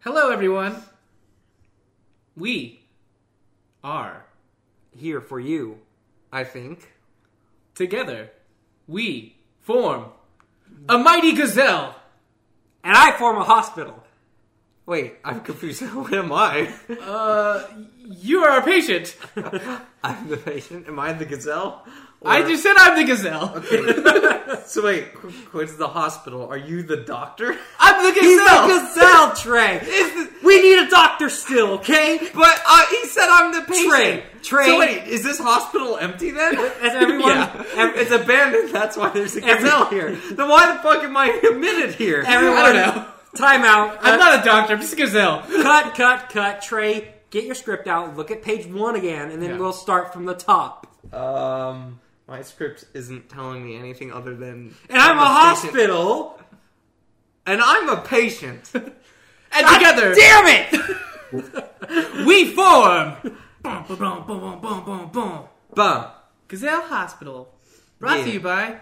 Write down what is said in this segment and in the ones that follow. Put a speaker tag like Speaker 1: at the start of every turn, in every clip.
Speaker 1: Hello, everyone. We are
Speaker 2: Here for you, I think.
Speaker 1: together. We form a mighty gazelle.
Speaker 2: And I form a hospital. Wait, I'm confused. what am I?
Speaker 1: Uh, you are our patient.
Speaker 2: I'm the patient. Am I the gazelle?
Speaker 1: I
Speaker 2: Or-
Speaker 1: just said I'm the gazelle.
Speaker 2: so wait, who- who's the hospital? Are you the doctor?
Speaker 1: I'm the
Speaker 2: He's
Speaker 1: gazelle.
Speaker 2: the gazelle, Trey. we need a doctor still, okay?
Speaker 1: but uh, he said I'm the
Speaker 2: Trey, Trey.
Speaker 1: So wait,
Speaker 2: is this hospital empty then? As
Speaker 1: everyone-
Speaker 2: yeah. Ev- it's abandoned. That's why there's a
Speaker 1: Every-
Speaker 2: gazelle here. Then why the fuck am I admitted here?
Speaker 3: Everyone,
Speaker 1: I don't know.
Speaker 3: Time out.
Speaker 1: I'm not a doctor. I'm just a gazelle.
Speaker 3: cut, cut, cut. Trey, get your script out. Look at page one again, and then
Speaker 1: Yeah.
Speaker 3: we'll start from the top.
Speaker 2: Um, my script isn't telling me anything other than.
Speaker 3: And I'm a
Speaker 2: patient.
Speaker 3: hospital.
Speaker 2: And I'm a patient.
Speaker 1: And together,
Speaker 3: Damn it!
Speaker 1: we form
Speaker 3: Bum, bum, bum, bum, bum, bum, bum.
Speaker 2: Bah.
Speaker 1: Gazelle Hospital. Brought to
Speaker 2: Yeah.
Speaker 1: you by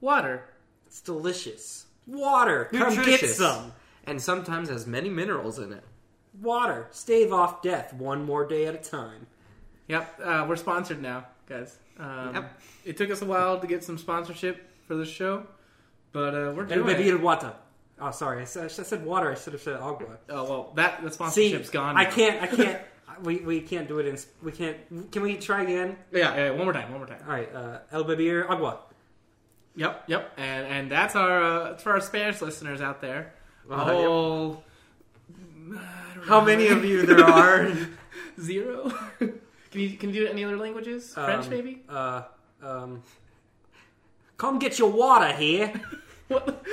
Speaker 1: Water.
Speaker 3: It's delicious. Water. Come get
Speaker 2: Nutritious.
Speaker 3: some.
Speaker 2: And sometimes has many minerals in it.
Speaker 3: Water. Stave off death one more day at a time.
Speaker 1: Yep, uh, we're sponsored now, guys. Um,
Speaker 2: Yep.
Speaker 1: It took us a while to get some sponsorship for this show, but uh, we're
Speaker 3: And
Speaker 1: doing
Speaker 3: maybe
Speaker 1: it.
Speaker 3: it water. Oh, sorry. I said, I said water. I should have said agua.
Speaker 1: Oh well, that the
Speaker 3: See,
Speaker 1: sponsorship's gone.
Speaker 3: I
Speaker 1: now.
Speaker 3: can't. I can't. we, we can't do it in. We can't. Can we try again?
Speaker 1: Yeah, yeah, one more time, one more time.
Speaker 3: All right. Uh, El Beber Agua.
Speaker 1: Yep, yep, and and that's our uh, it's for our Spanish listeners out there. The
Speaker 2: Uh, yep.
Speaker 1: whole
Speaker 2: How many of you there are?
Speaker 3: Um,
Speaker 1: zero. can you can you do it in any other languages? French,
Speaker 3: Um,
Speaker 1: maybe.
Speaker 3: Uh, um, come get your water here.
Speaker 1: What?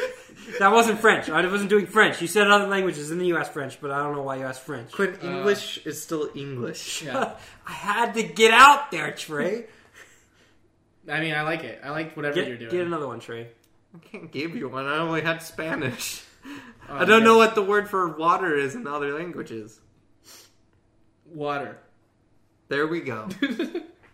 Speaker 3: That wasn't French. I wasn't doing French. You said other languages, and then you asked French, but I don't know why you asked French.
Speaker 2: Quinn, English is still English.
Speaker 1: Yeah.
Speaker 3: I had to get out there, Trey.
Speaker 1: I mean, I like it. I like whatever you're
Speaker 3: Get,
Speaker 1: doing.
Speaker 3: get another one, Trey.
Speaker 2: I can't give you one. I only had Spanish.
Speaker 1: Uh,
Speaker 2: I don't
Speaker 1: okay.
Speaker 2: know what the word for water is in other languages.
Speaker 1: water.
Speaker 2: There we go.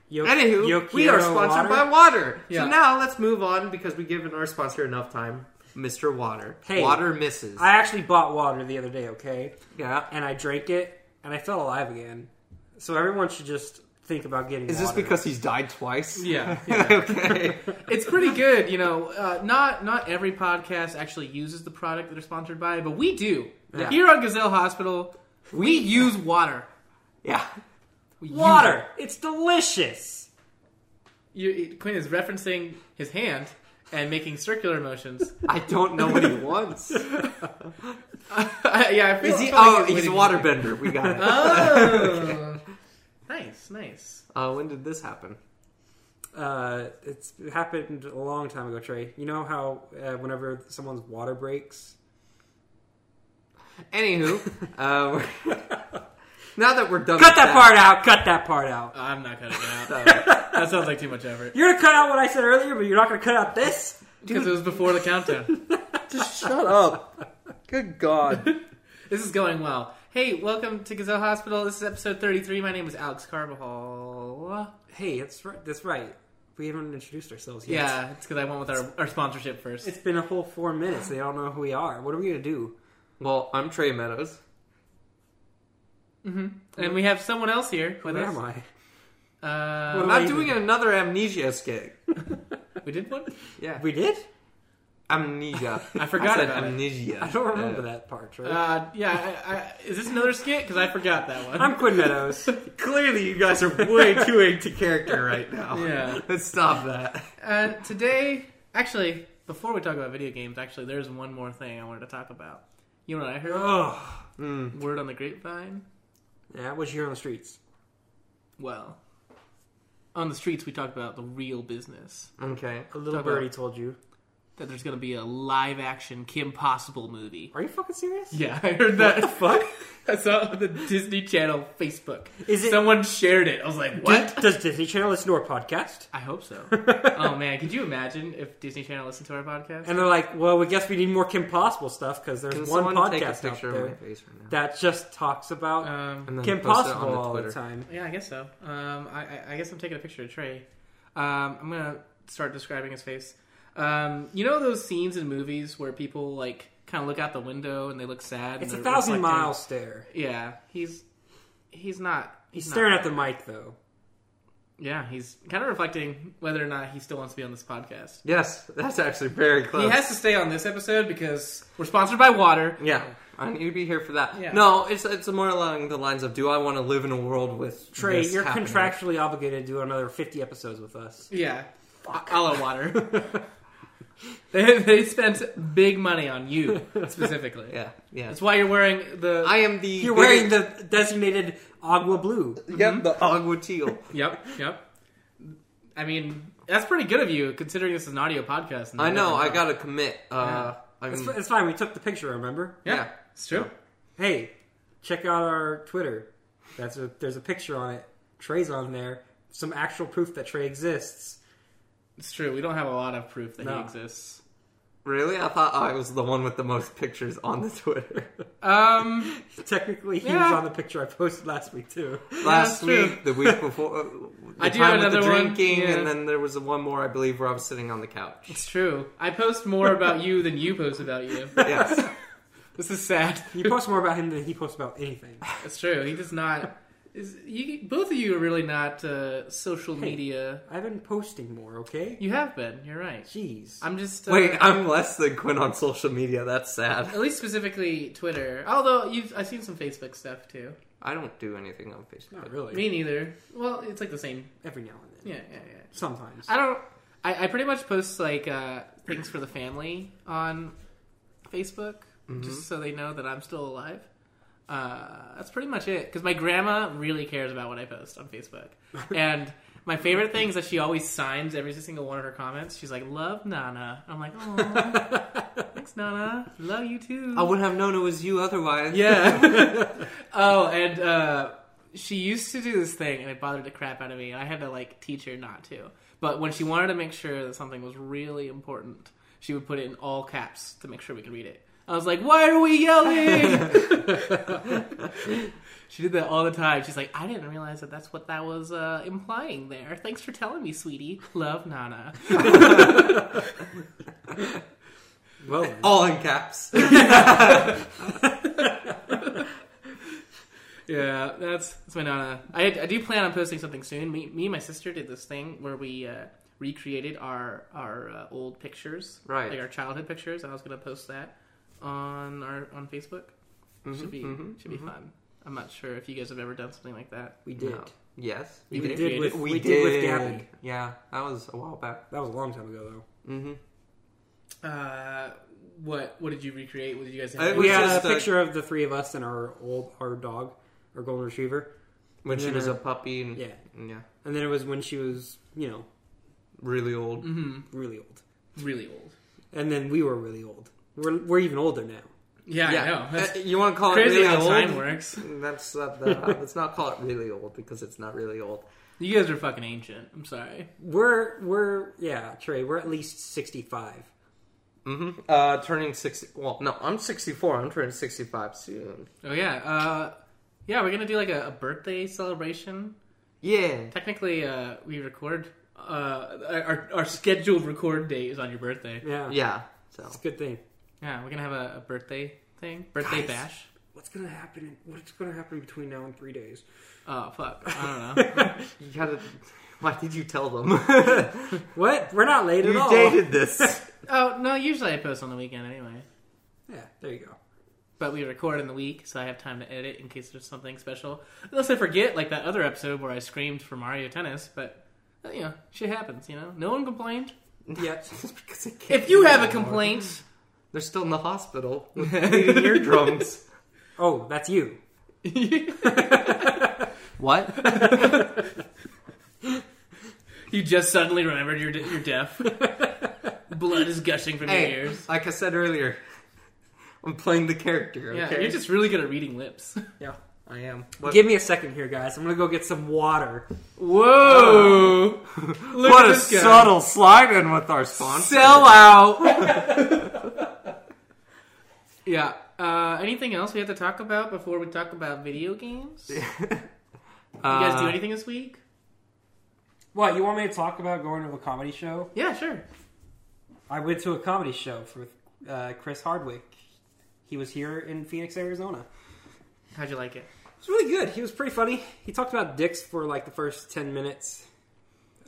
Speaker 3: Yo,
Speaker 2: Anywho,
Speaker 3: yo
Speaker 2: we are
Speaker 3: quiero water.
Speaker 2: sponsored by water.
Speaker 1: Yeah.
Speaker 2: So now let's move on because we've given our sponsor enough time. Mr. Water.
Speaker 3: Hey.
Speaker 2: Water misses.
Speaker 3: I actually bought water the other day, okay,
Speaker 2: yeah.
Speaker 3: and I drank it, and I felt alive again. So everyone should just think about getting.
Speaker 2: Is this
Speaker 3: water.
Speaker 2: because he's died twice?
Speaker 1: Yeah.
Speaker 2: okay.
Speaker 1: it's pretty good, you know. Uh, not not every podcast actually uses the product that they're sponsored by, but we do.
Speaker 2: Yeah.
Speaker 1: Here on Gazelle Hospital, we use water.
Speaker 2: Yeah.
Speaker 1: We use
Speaker 3: water? It's delicious.
Speaker 1: it. You, it- Quinn is referencing his hand and making circular motions.
Speaker 2: I don't know what he wants.
Speaker 1: yeah, I feel,
Speaker 2: Is he?
Speaker 1: I feel like
Speaker 2: Oh,
Speaker 1: he's
Speaker 2: he's
Speaker 1: waiting for
Speaker 2: a
Speaker 1: me.
Speaker 2: waterbender. We got it.
Speaker 1: Oh, nice, nice.
Speaker 2: Uh, when did this happen?
Speaker 3: Uh, it's it happened a long time ago, Trey. You know how uh, whenever someone's water breaks,
Speaker 2: Anywho, uh, we're- now that we're done,
Speaker 3: cut
Speaker 2: with
Speaker 3: that part out. Cut that part out.
Speaker 1: I'm not cutting it out.
Speaker 2: part.
Speaker 1: that sounds like too much effort
Speaker 3: You're gonna cut out what I said earlier, but you're not gonna cut out this.
Speaker 1: because it was before the countdown.
Speaker 2: just shut up. Good God.
Speaker 1: This is going well. Hey, welcome to Gazelle Hospital. This is episode 33. My name is Alex Carbajal.
Speaker 3: Hey, that's right. That's right. We haven't introduced ourselves yet.
Speaker 1: Yeah, it's because I went with our, our sponsorship first.
Speaker 3: It's been a whole four minutes. They don't know who we are. What are we gonna do?
Speaker 2: Well, I'm Trey Meadows.
Speaker 1: And we have someone else here with
Speaker 3: Where
Speaker 1: us.
Speaker 3: am I?
Speaker 1: Uh,
Speaker 3: What
Speaker 2: I'm doing another amnesia skit.
Speaker 1: we did one.
Speaker 2: Yeah,
Speaker 3: We did?
Speaker 2: amnesia.
Speaker 1: I forgot
Speaker 2: said
Speaker 1: about it.
Speaker 2: amnesia.
Speaker 3: I don't remember
Speaker 2: Uh,
Speaker 3: that part, Trey.
Speaker 1: Uh, yeah, I, I, is this another skit? Because I forgot that one.
Speaker 3: I'm Quinn Meadows.
Speaker 2: Clearly, you guys are way too into character right now.
Speaker 1: Yeah.
Speaker 2: let's stop that.
Speaker 1: Uh, today, actually, before we talk about video games, actually, there's one more thing I wanted to talk about. You know what I heard?
Speaker 3: Ugh.
Speaker 2: Hmm.
Speaker 1: Word on the grapevine.
Speaker 3: Yeah, what you hear on the streets?
Speaker 1: Well, on the streets, we talked about the real business.
Speaker 2: Okay.
Speaker 3: A little
Speaker 1: Talk about-
Speaker 3: birdie told you.
Speaker 1: That there's going to be a live action Kim Possible movie.
Speaker 3: Are you fucking serious?
Speaker 1: Yeah, I heard that.
Speaker 3: Fuck.
Speaker 1: I saw it on the Disney Channel Facebook.
Speaker 3: Is it-
Speaker 1: Someone shared it. I was like, what?
Speaker 3: Does Disney Channel listen to our podcast?
Speaker 1: I hope so. oh man, could you imagine if Disney Channel listened to our podcast?
Speaker 3: And they're like, well, we guess we need more Kim Possible stuff because there's
Speaker 2: Can
Speaker 3: one
Speaker 2: someone take a
Speaker 3: podcast out
Speaker 2: picture of my
Speaker 3: there
Speaker 2: face right now?
Speaker 3: that just talks about
Speaker 1: Um,
Speaker 2: And then
Speaker 3: Kim
Speaker 2: post it
Speaker 3: Possible
Speaker 2: on
Speaker 3: all
Speaker 2: the
Speaker 3: the
Speaker 2: Twitter.
Speaker 3: time.
Speaker 1: yeah, I guess so. Um, I, I- I guess I'm taking a picture of Trey. Um, I'm gonna start describing his face. Um, you know those scenes in movies where people like kind of look out the window and they look sad.
Speaker 3: It's a
Speaker 1: and they're
Speaker 3: thousand
Speaker 1: reflecting.
Speaker 3: mile stare.
Speaker 1: Yeah, he's he's not.
Speaker 3: He's
Speaker 1: not-
Speaker 3: staring at the mic though.
Speaker 1: Yeah, he's kind of reflecting whether or not he still wants to be on this podcast.
Speaker 2: Yes, that's actually very close.
Speaker 1: He has to stay on this episode because we're sponsored by water.
Speaker 2: Yeah, I need to be here for that.
Speaker 1: Yeah.
Speaker 2: No, it's it's more along the lines of do I want to live in a world with
Speaker 3: Trey,
Speaker 2: this
Speaker 3: you're
Speaker 2: happening?
Speaker 3: contractually obligated to do another 50 episodes with us.
Speaker 1: Yeah, a la water. they they spent big money on you specifically.
Speaker 2: Yeah, yeah.
Speaker 1: That's why you're wearing the.
Speaker 2: I am the
Speaker 3: You're wearing the designated agua blue.
Speaker 2: yep the
Speaker 1: uh,
Speaker 2: agua teal.
Speaker 1: Yep, yep. I mean, that's pretty good of you considering this is an audio podcast. and
Speaker 2: I know. I
Speaker 1: whatever.
Speaker 2: gotta commit. Uh, I
Speaker 3: It's,
Speaker 2: mean,
Speaker 3: it's fine. We took the picture. Remember?
Speaker 1: Yeah,
Speaker 2: yeah.
Speaker 1: it's true.
Speaker 3: Hey, check out our Twitter. That's a, there's a picture on it. Trey's on there. Some actual proof that Trey exists.
Speaker 1: It's true. We don't have a lot of proof that he
Speaker 3: No.
Speaker 1: exists.
Speaker 2: really, I thought I was the one with the most pictures on the Twitter.
Speaker 1: Um,
Speaker 3: Technically, he was
Speaker 1: Yeah.
Speaker 3: on the picture I posted last week too.
Speaker 2: Last
Speaker 1: that's true.
Speaker 2: week, the week before, uh, the
Speaker 1: I do
Speaker 2: time
Speaker 1: have
Speaker 2: with the
Speaker 1: another one,
Speaker 2: drinking,
Speaker 1: yeah.
Speaker 2: and then there was one more, I believe, where I was sitting on the couch.
Speaker 1: it's true. I post more about you than you post about you.
Speaker 2: Yes.
Speaker 1: This is sad.
Speaker 3: You post more about him than he posts about anything.
Speaker 1: It's true. He does not. Is you? Both of you are really not uh, social media.
Speaker 3: I've been posting more. Okay.
Speaker 1: You have been. You're right.
Speaker 3: Jeez.
Speaker 1: I'm just uh,
Speaker 2: Wait, I'm less than Quinn on social media. That's sad.
Speaker 1: At least specifically Twitter. Although you've, I've seen some Facebook stuff too.
Speaker 2: I don't do anything on Facebook.
Speaker 3: Not really.
Speaker 1: Me neither. Well, it's like the same.
Speaker 3: Every now and then.
Speaker 1: Yeah, yeah, yeah.
Speaker 3: Sometimes.
Speaker 1: I don't. I, I pretty much post like uh, things for the family on Facebook, just so they know that I'm still alive. Uh, that's pretty much it. Because my grandma really cares about what I post on Facebook, and my favorite thing is that she always signs every single one of her comments. She's like, "Love Nana." I'm like, "Oh, thanks, Nana. Love you too."
Speaker 2: I would have known it was you otherwise.
Speaker 1: Yeah. oh, and uh, she used to do this thing, and it bothered the crap out of me, and I had to like teach her not to. But when she wanted to make sure that something was really important, she would put it in all caps to make sure we could read it. I was like, "Why are we yelling?" she did that all the time. She's like, "I didn't realize that that's what that was uh, implying there. Thanks for telling me, sweetie. Love, Nana."
Speaker 3: well, then.
Speaker 2: All in caps.
Speaker 1: Yeah, that's that's my nana. I I do plan on posting something soon. Me, me and my sister did this thing where we uh, recreated our our uh, old pictures,
Speaker 2: Right.
Speaker 1: Like our childhood pictures. I was gonna post that on our on Facebook.
Speaker 2: Mm-hmm,
Speaker 1: should be should be fun. I'm not sure if you guys have ever done something like that.
Speaker 3: we did.
Speaker 2: No. Yes.
Speaker 1: You
Speaker 3: We
Speaker 1: did
Speaker 3: did
Speaker 1: create
Speaker 3: with
Speaker 1: it.
Speaker 3: we, did with Gabby.
Speaker 2: Yeah, that was a while back.
Speaker 3: That was a long time ago though.
Speaker 2: Mm-hmm.
Speaker 1: Uh, what what did you recreate? What did you guys?
Speaker 2: I-
Speaker 1: Have?
Speaker 3: we
Speaker 2: was
Speaker 3: had a
Speaker 2: just a-
Speaker 3: picture of the three of us and our old our dog, our golden retriever,
Speaker 2: When she
Speaker 3: Yeah.
Speaker 2: was a puppy and
Speaker 3: Yeah.
Speaker 2: yeah,
Speaker 3: and then it was when she was you know
Speaker 2: really old.
Speaker 1: hmm
Speaker 3: really old,
Speaker 1: Really old.
Speaker 3: and then we were really old. We're we're even older now.
Speaker 1: Yeah, I know.
Speaker 2: Uh,
Speaker 1: That's
Speaker 2: you want to call
Speaker 1: crazy
Speaker 2: it really
Speaker 1: how
Speaker 2: old?
Speaker 1: time works.
Speaker 2: That's not the, let's not call it really old because it's not really old.
Speaker 1: You guys are fucking ancient. I'm sorry.
Speaker 3: We're we're yeah Trey. We're at least sixty five.
Speaker 2: Mm-hmm. Uh, turning sixty. Well, no, I'm sixty four. I'm turning sixty five soon.
Speaker 1: Oh yeah. Uh, yeah, we're gonna do like a, a birthday celebration.
Speaker 2: Yeah.
Speaker 1: Technically, uh, we record. Uh, our, our scheduled record date is on your birthday.
Speaker 3: Yeah,
Speaker 2: Yeah. So
Speaker 3: it's a good thing.
Speaker 1: Yeah, we're gonna have a, a birthday thing, birthday
Speaker 3: Guys.
Speaker 1: bash.
Speaker 3: What's gonna happen? What's gonna happen between now and three days?
Speaker 1: Oh fuck, I don't know.
Speaker 2: you gotta. Why did you tell them?
Speaker 3: What? We're not late at
Speaker 2: you
Speaker 3: all.
Speaker 2: dated this.
Speaker 1: oh no, usually I post on the weekend anyway,
Speaker 3: Yeah, there you go.
Speaker 1: but we record in the week, so I have time to edit in case there's something special. Unless I forget, like that other episode where I screamed for Mario Tennis, but uh, you know, shit happens. You know, no one complained.
Speaker 3: Yeah.
Speaker 2: Just because I can't
Speaker 1: If you
Speaker 2: do it
Speaker 1: have a
Speaker 2: anymore.
Speaker 1: complaint,
Speaker 2: they're still in the hospital with bleeding eardrums.
Speaker 3: Oh, that's you.
Speaker 2: What?
Speaker 1: you just suddenly remembered you're d- you're deaf. Blood is gushing from your
Speaker 2: Hey,
Speaker 1: ears.
Speaker 2: like I said earlier, I'm playing the character.
Speaker 1: Yeah,
Speaker 2: Okay,
Speaker 1: you're just really good at reading lips.
Speaker 3: Yeah.
Speaker 2: I am. What,
Speaker 3: Give me a second here, guys. I'm gonna go get some water.
Speaker 1: Whoa! Look
Speaker 2: what
Speaker 1: at
Speaker 2: a
Speaker 1: this guy.
Speaker 2: subtle slide in with our sponsor.
Speaker 1: Sell out. yeah. Uh, anything else we have to talk about before we talk about video games? You
Speaker 2: Uh,
Speaker 1: guys do anything this week?
Speaker 3: What? You want me to talk about going to a comedy show?
Speaker 1: Yeah, sure.
Speaker 3: I went to a comedy show for uh, Chris Hardwick He was here in Phoenix, Arizona.
Speaker 1: How'd you like it?
Speaker 3: It was really good. He was pretty funny. He talked about dicks for like the first ten minutes.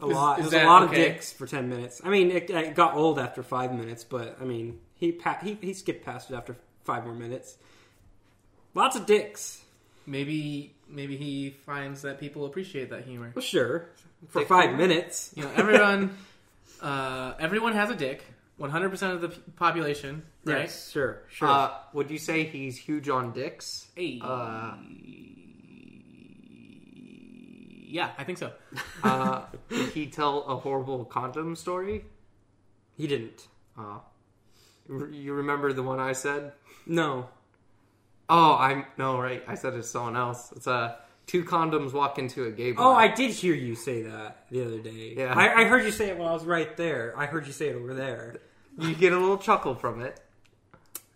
Speaker 3: A
Speaker 1: Is-
Speaker 3: lot.
Speaker 1: is
Speaker 3: It was
Speaker 1: that
Speaker 3: a lot
Speaker 1: okay?
Speaker 3: of dicks for ten minutes. I mean, it, it got old after five minutes, but I mean, he pa- he he skipped past it after five more minutes. Lots of dicks.
Speaker 1: Maybe maybe he finds that people appreciate that humor.
Speaker 3: Well, sure. For
Speaker 2: Dick
Speaker 3: five
Speaker 2: humor?
Speaker 3: minutes.
Speaker 1: You know, everyone uh, everyone has a dick. One hundred percent of the p- population, right?
Speaker 3: Yes, sure, sure.
Speaker 2: Uh, would you say he's huge on dicks?
Speaker 1: Hey.
Speaker 2: Uh,
Speaker 1: yeah, I think so.
Speaker 2: uh, did he tell a horrible condom story?
Speaker 3: he didn't.
Speaker 2: Uh, r- you remember the one I said?
Speaker 3: No.
Speaker 2: Oh, I'm no right. I said it's someone else. It's uh, two condoms walk into a gay bar.
Speaker 3: Oh, I did hear you say that the other day.
Speaker 2: Yeah.
Speaker 3: I, I heard you say it while I was right there. I heard you say it over there.
Speaker 2: you get a little chuckle from it.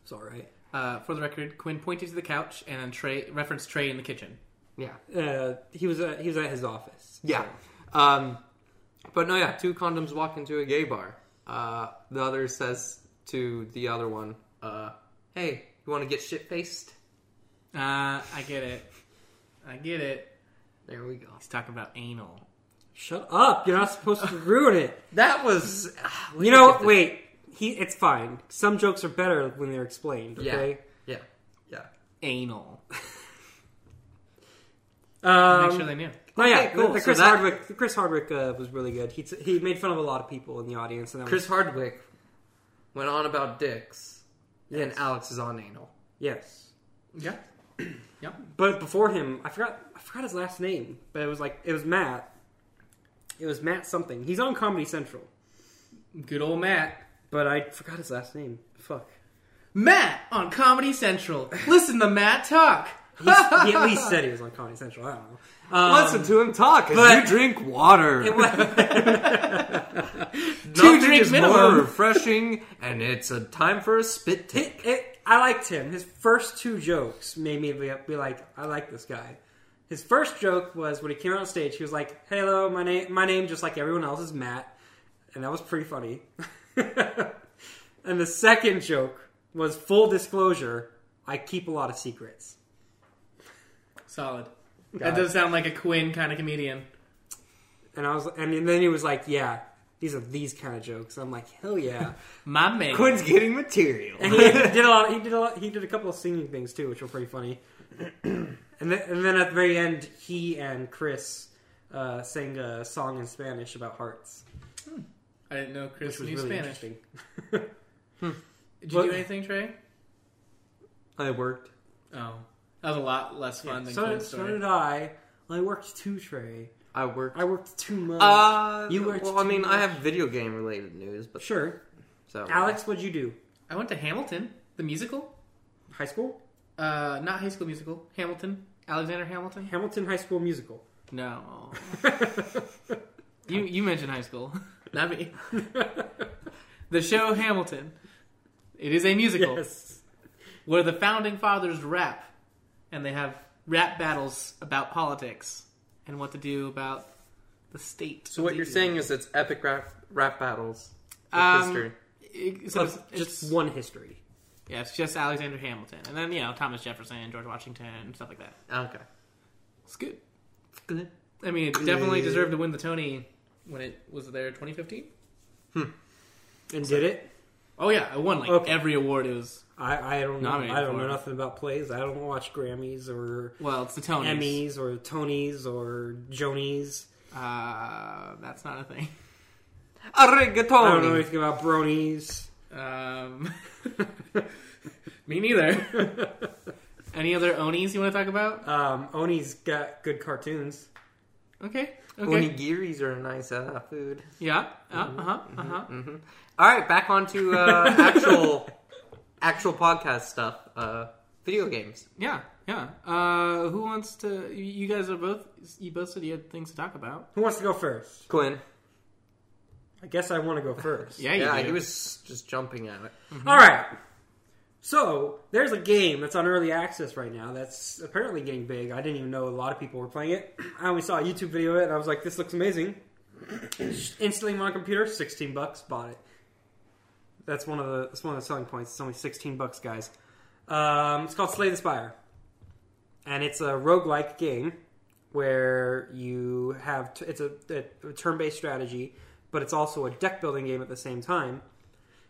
Speaker 3: It's all right.
Speaker 1: Uh, for the record, Quinn pointed to the couch and then Trey referenced Trey in the kitchen.
Speaker 2: Yeah,
Speaker 3: Uh, he was at, he was at his office.
Speaker 2: yeah. Um, but no, yeah, two condoms walk into a gay bar. Uh, the other says to the other one, uh, "Hey, you want to get shit faced?"
Speaker 1: Uh, I get it. I get it.
Speaker 2: There we go.
Speaker 1: He's talking about anal.
Speaker 3: Shut up! You're not supposed to ruin it.
Speaker 2: That was.
Speaker 3: You know, wait. He, it's fine. Some jokes are better when they're explained.
Speaker 2: Yeah.
Speaker 3: Okay.
Speaker 2: Yeah. Yeah.
Speaker 1: Anal.
Speaker 3: Um,
Speaker 1: Make sure they knew.
Speaker 3: oh yeah,
Speaker 2: Okay,
Speaker 3: the-
Speaker 2: cool.
Speaker 3: the,
Speaker 2: So
Speaker 3: Chris
Speaker 2: that-
Speaker 3: Hardwick. The Chris Hardwick uh, was really good. He t- he made fun of a lot of people in the audience, and that
Speaker 2: Chris
Speaker 3: was,
Speaker 2: Hardwick went on about dicks, and
Speaker 3: Yes.
Speaker 2: Alex is on anal.
Speaker 3: yes.
Speaker 1: Yeah.
Speaker 3: But before him, I forgot I forgot his last name, but it was like it was Matt. It was Matt something. He's on Comedy Central,
Speaker 1: Good old Matt.
Speaker 3: but I forgot his last name. Fuck.
Speaker 1: Matt on Comedy Central. Listen to Matt talk.
Speaker 3: He's- he at least said he was on Comedy Central. I don't know.
Speaker 2: Listen to him talk as
Speaker 3: but-
Speaker 2: you drink water.
Speaker 3: It was,
Speaker 2: Nothing
Speaker 1: drink
Speaker 2: is
Speaker 1: minimum.
Speaker 2: more refreshing, and it's a time for a spit
Speaker 3: it,
Speaker 2: take.
Speaker 3: it, I liked him. His first two jokes made me be, be like, I like this guy. His first joke was when he came out on stage. He was like, "Hello, my name, my name, just like everyone else, is Matt," and that was pretty funny. and the second joke was full disclosure. I keep a lot of secrets.
Speaker 1: Solid. that does sound like a Quinn kind of comedian.
Speaker 3: And I was, and then he was like, "Yeah, these are these kind of jokes." I'm like, "Hell yeah!"
Speaker 1: My man.
Speaker 2: Quinn's getting material.
Speaker 3: and he did a lot. He did a lot. He did a couple of singing things too, which were pretty funny. and then, and then at the very end, he and Chris uh, sang a song in Spanish about hearts,
Speaker 1: I didn't know Chris
Speaker 3: which was
Speaker 1: knew
Speaker 3: really
Speaker 1: Spanish.
Speaker 3: interesting.
Speaker 1: Did you
Speaker 3: What-
Speaker 1: do anything, Trey?
Speaker 2: I worked.
Speaker 1: Oh. That was a lot less fun than
Speaker 3: so,
Speaker 1: Quinn's
Speaker 3: so
Speaker 1: story.
Speaker 3: did I. Well, I worked too, Trey.
Speaker 2: I worked.
Speaker 3: I worked too much.
Speaker 2: Uh,
Speaker 3: You worked
Speaker 2: Well, I
Speaker 3: too
Speaker 2: mean, I
Speaker 3: much.
Speaker 2: have video game related news, but
Speaker 3: sure,
Speaker 2: so
Speaker 3: Alex, what'd you do?
Speaker 1: I went to Hamilton, the musical.
Speaker 3: High school,
Speaker 1: Uh, not High School Musical. Hamilton. Alexander Hamilton.
Speaker 3: Hamilton High School Musical.
Speaker 1: No. you you mentioned high school, not me. the show Hamilton. It is a musical
Speaker 3: Yes.
Speaker 1: where the founding fathers rap, and they have rap battles about politics and what to do about the state.
Speaker 2: So what you're saying is it's epic rap rap battles with
Speaker 1: Um,
Speaker 2: history.
Speaker 1: so it's,
Speaker 3: Oh,
Speaker 1: it's-
Speaker 3: just one history.
Speaker 1: yeah, it's just Alexander Hamilton, and then you know Thomas Jefferson, George Washington, and stuff like that.
Speaker 2: Okay.
Speaker 1: It's good.
Speaker 2: Good.
Speaker 1: I mean, it definitely deserved to win the Tony when it was there 2015.
Speaker 3: And did it?
Speaker 1: Oh yeah, it won like
Speaker 3: Okay.
Speaker 1: every award. It was
Speaker 3: I, I don't know.
Speaker 1: Nominated
Speaker 3: I don't
Speaker 1: for
Speaker 3: know
Speaker 1: it.
Speaker 3: nothing about plays. I don't watch Grammys or
Speaker 1: well, it's the Tonys.
Speaker 3: Emmys or Tonys or Jonies.
Speaker 1: Uh, that's not a thing.
Speaker 3: I don't know
Speaker 2: Arregatoni.
Speaker 3: anything about bronies.
Speaker 1: Um, me neither. Any other Onis you want to talk about?
Speaker 3: Um, Oni's got good cartoons.
Speaker 1: Okay. Okay.
Speaker 2: Onigiris are a nice uh, food. Mm-hmm.
Speaker 1: Yeah. Uh huh. Uh huh.
Speaker 2: All right, back onto uh, actual actual podcast stuff. Uh, video games.
Speaker 1: Yeah. Yeah. Uh, who wants to? you- You guys are both. You both said you had things to talk about.
Speaker 3: Who wants to go first?
Speaker 2: Quinn.
Speaker 3: I guess I want to go first.
Speaker 1: Yeah. You
Speaker 2: Yeah,
Speaker 1: do.
Speaker 2: he was just jumping at it.
Speaker 3: All right. So there's a game that's on early access right now that's apparently getting big. I didn't even know a lot of people were playing it. I only saw a YouTube video of it and I was like, "This looks amazing." Instantly on my computer, sixteen bucks, bought it. That's one of the that's one of the selling points. It's only sixteen bucks, guys. Um, it's called Slay the Spire. And it's a roguelike game where you have t- it's a, a, a turn-based strategy, but it's also a deck building game at the same time.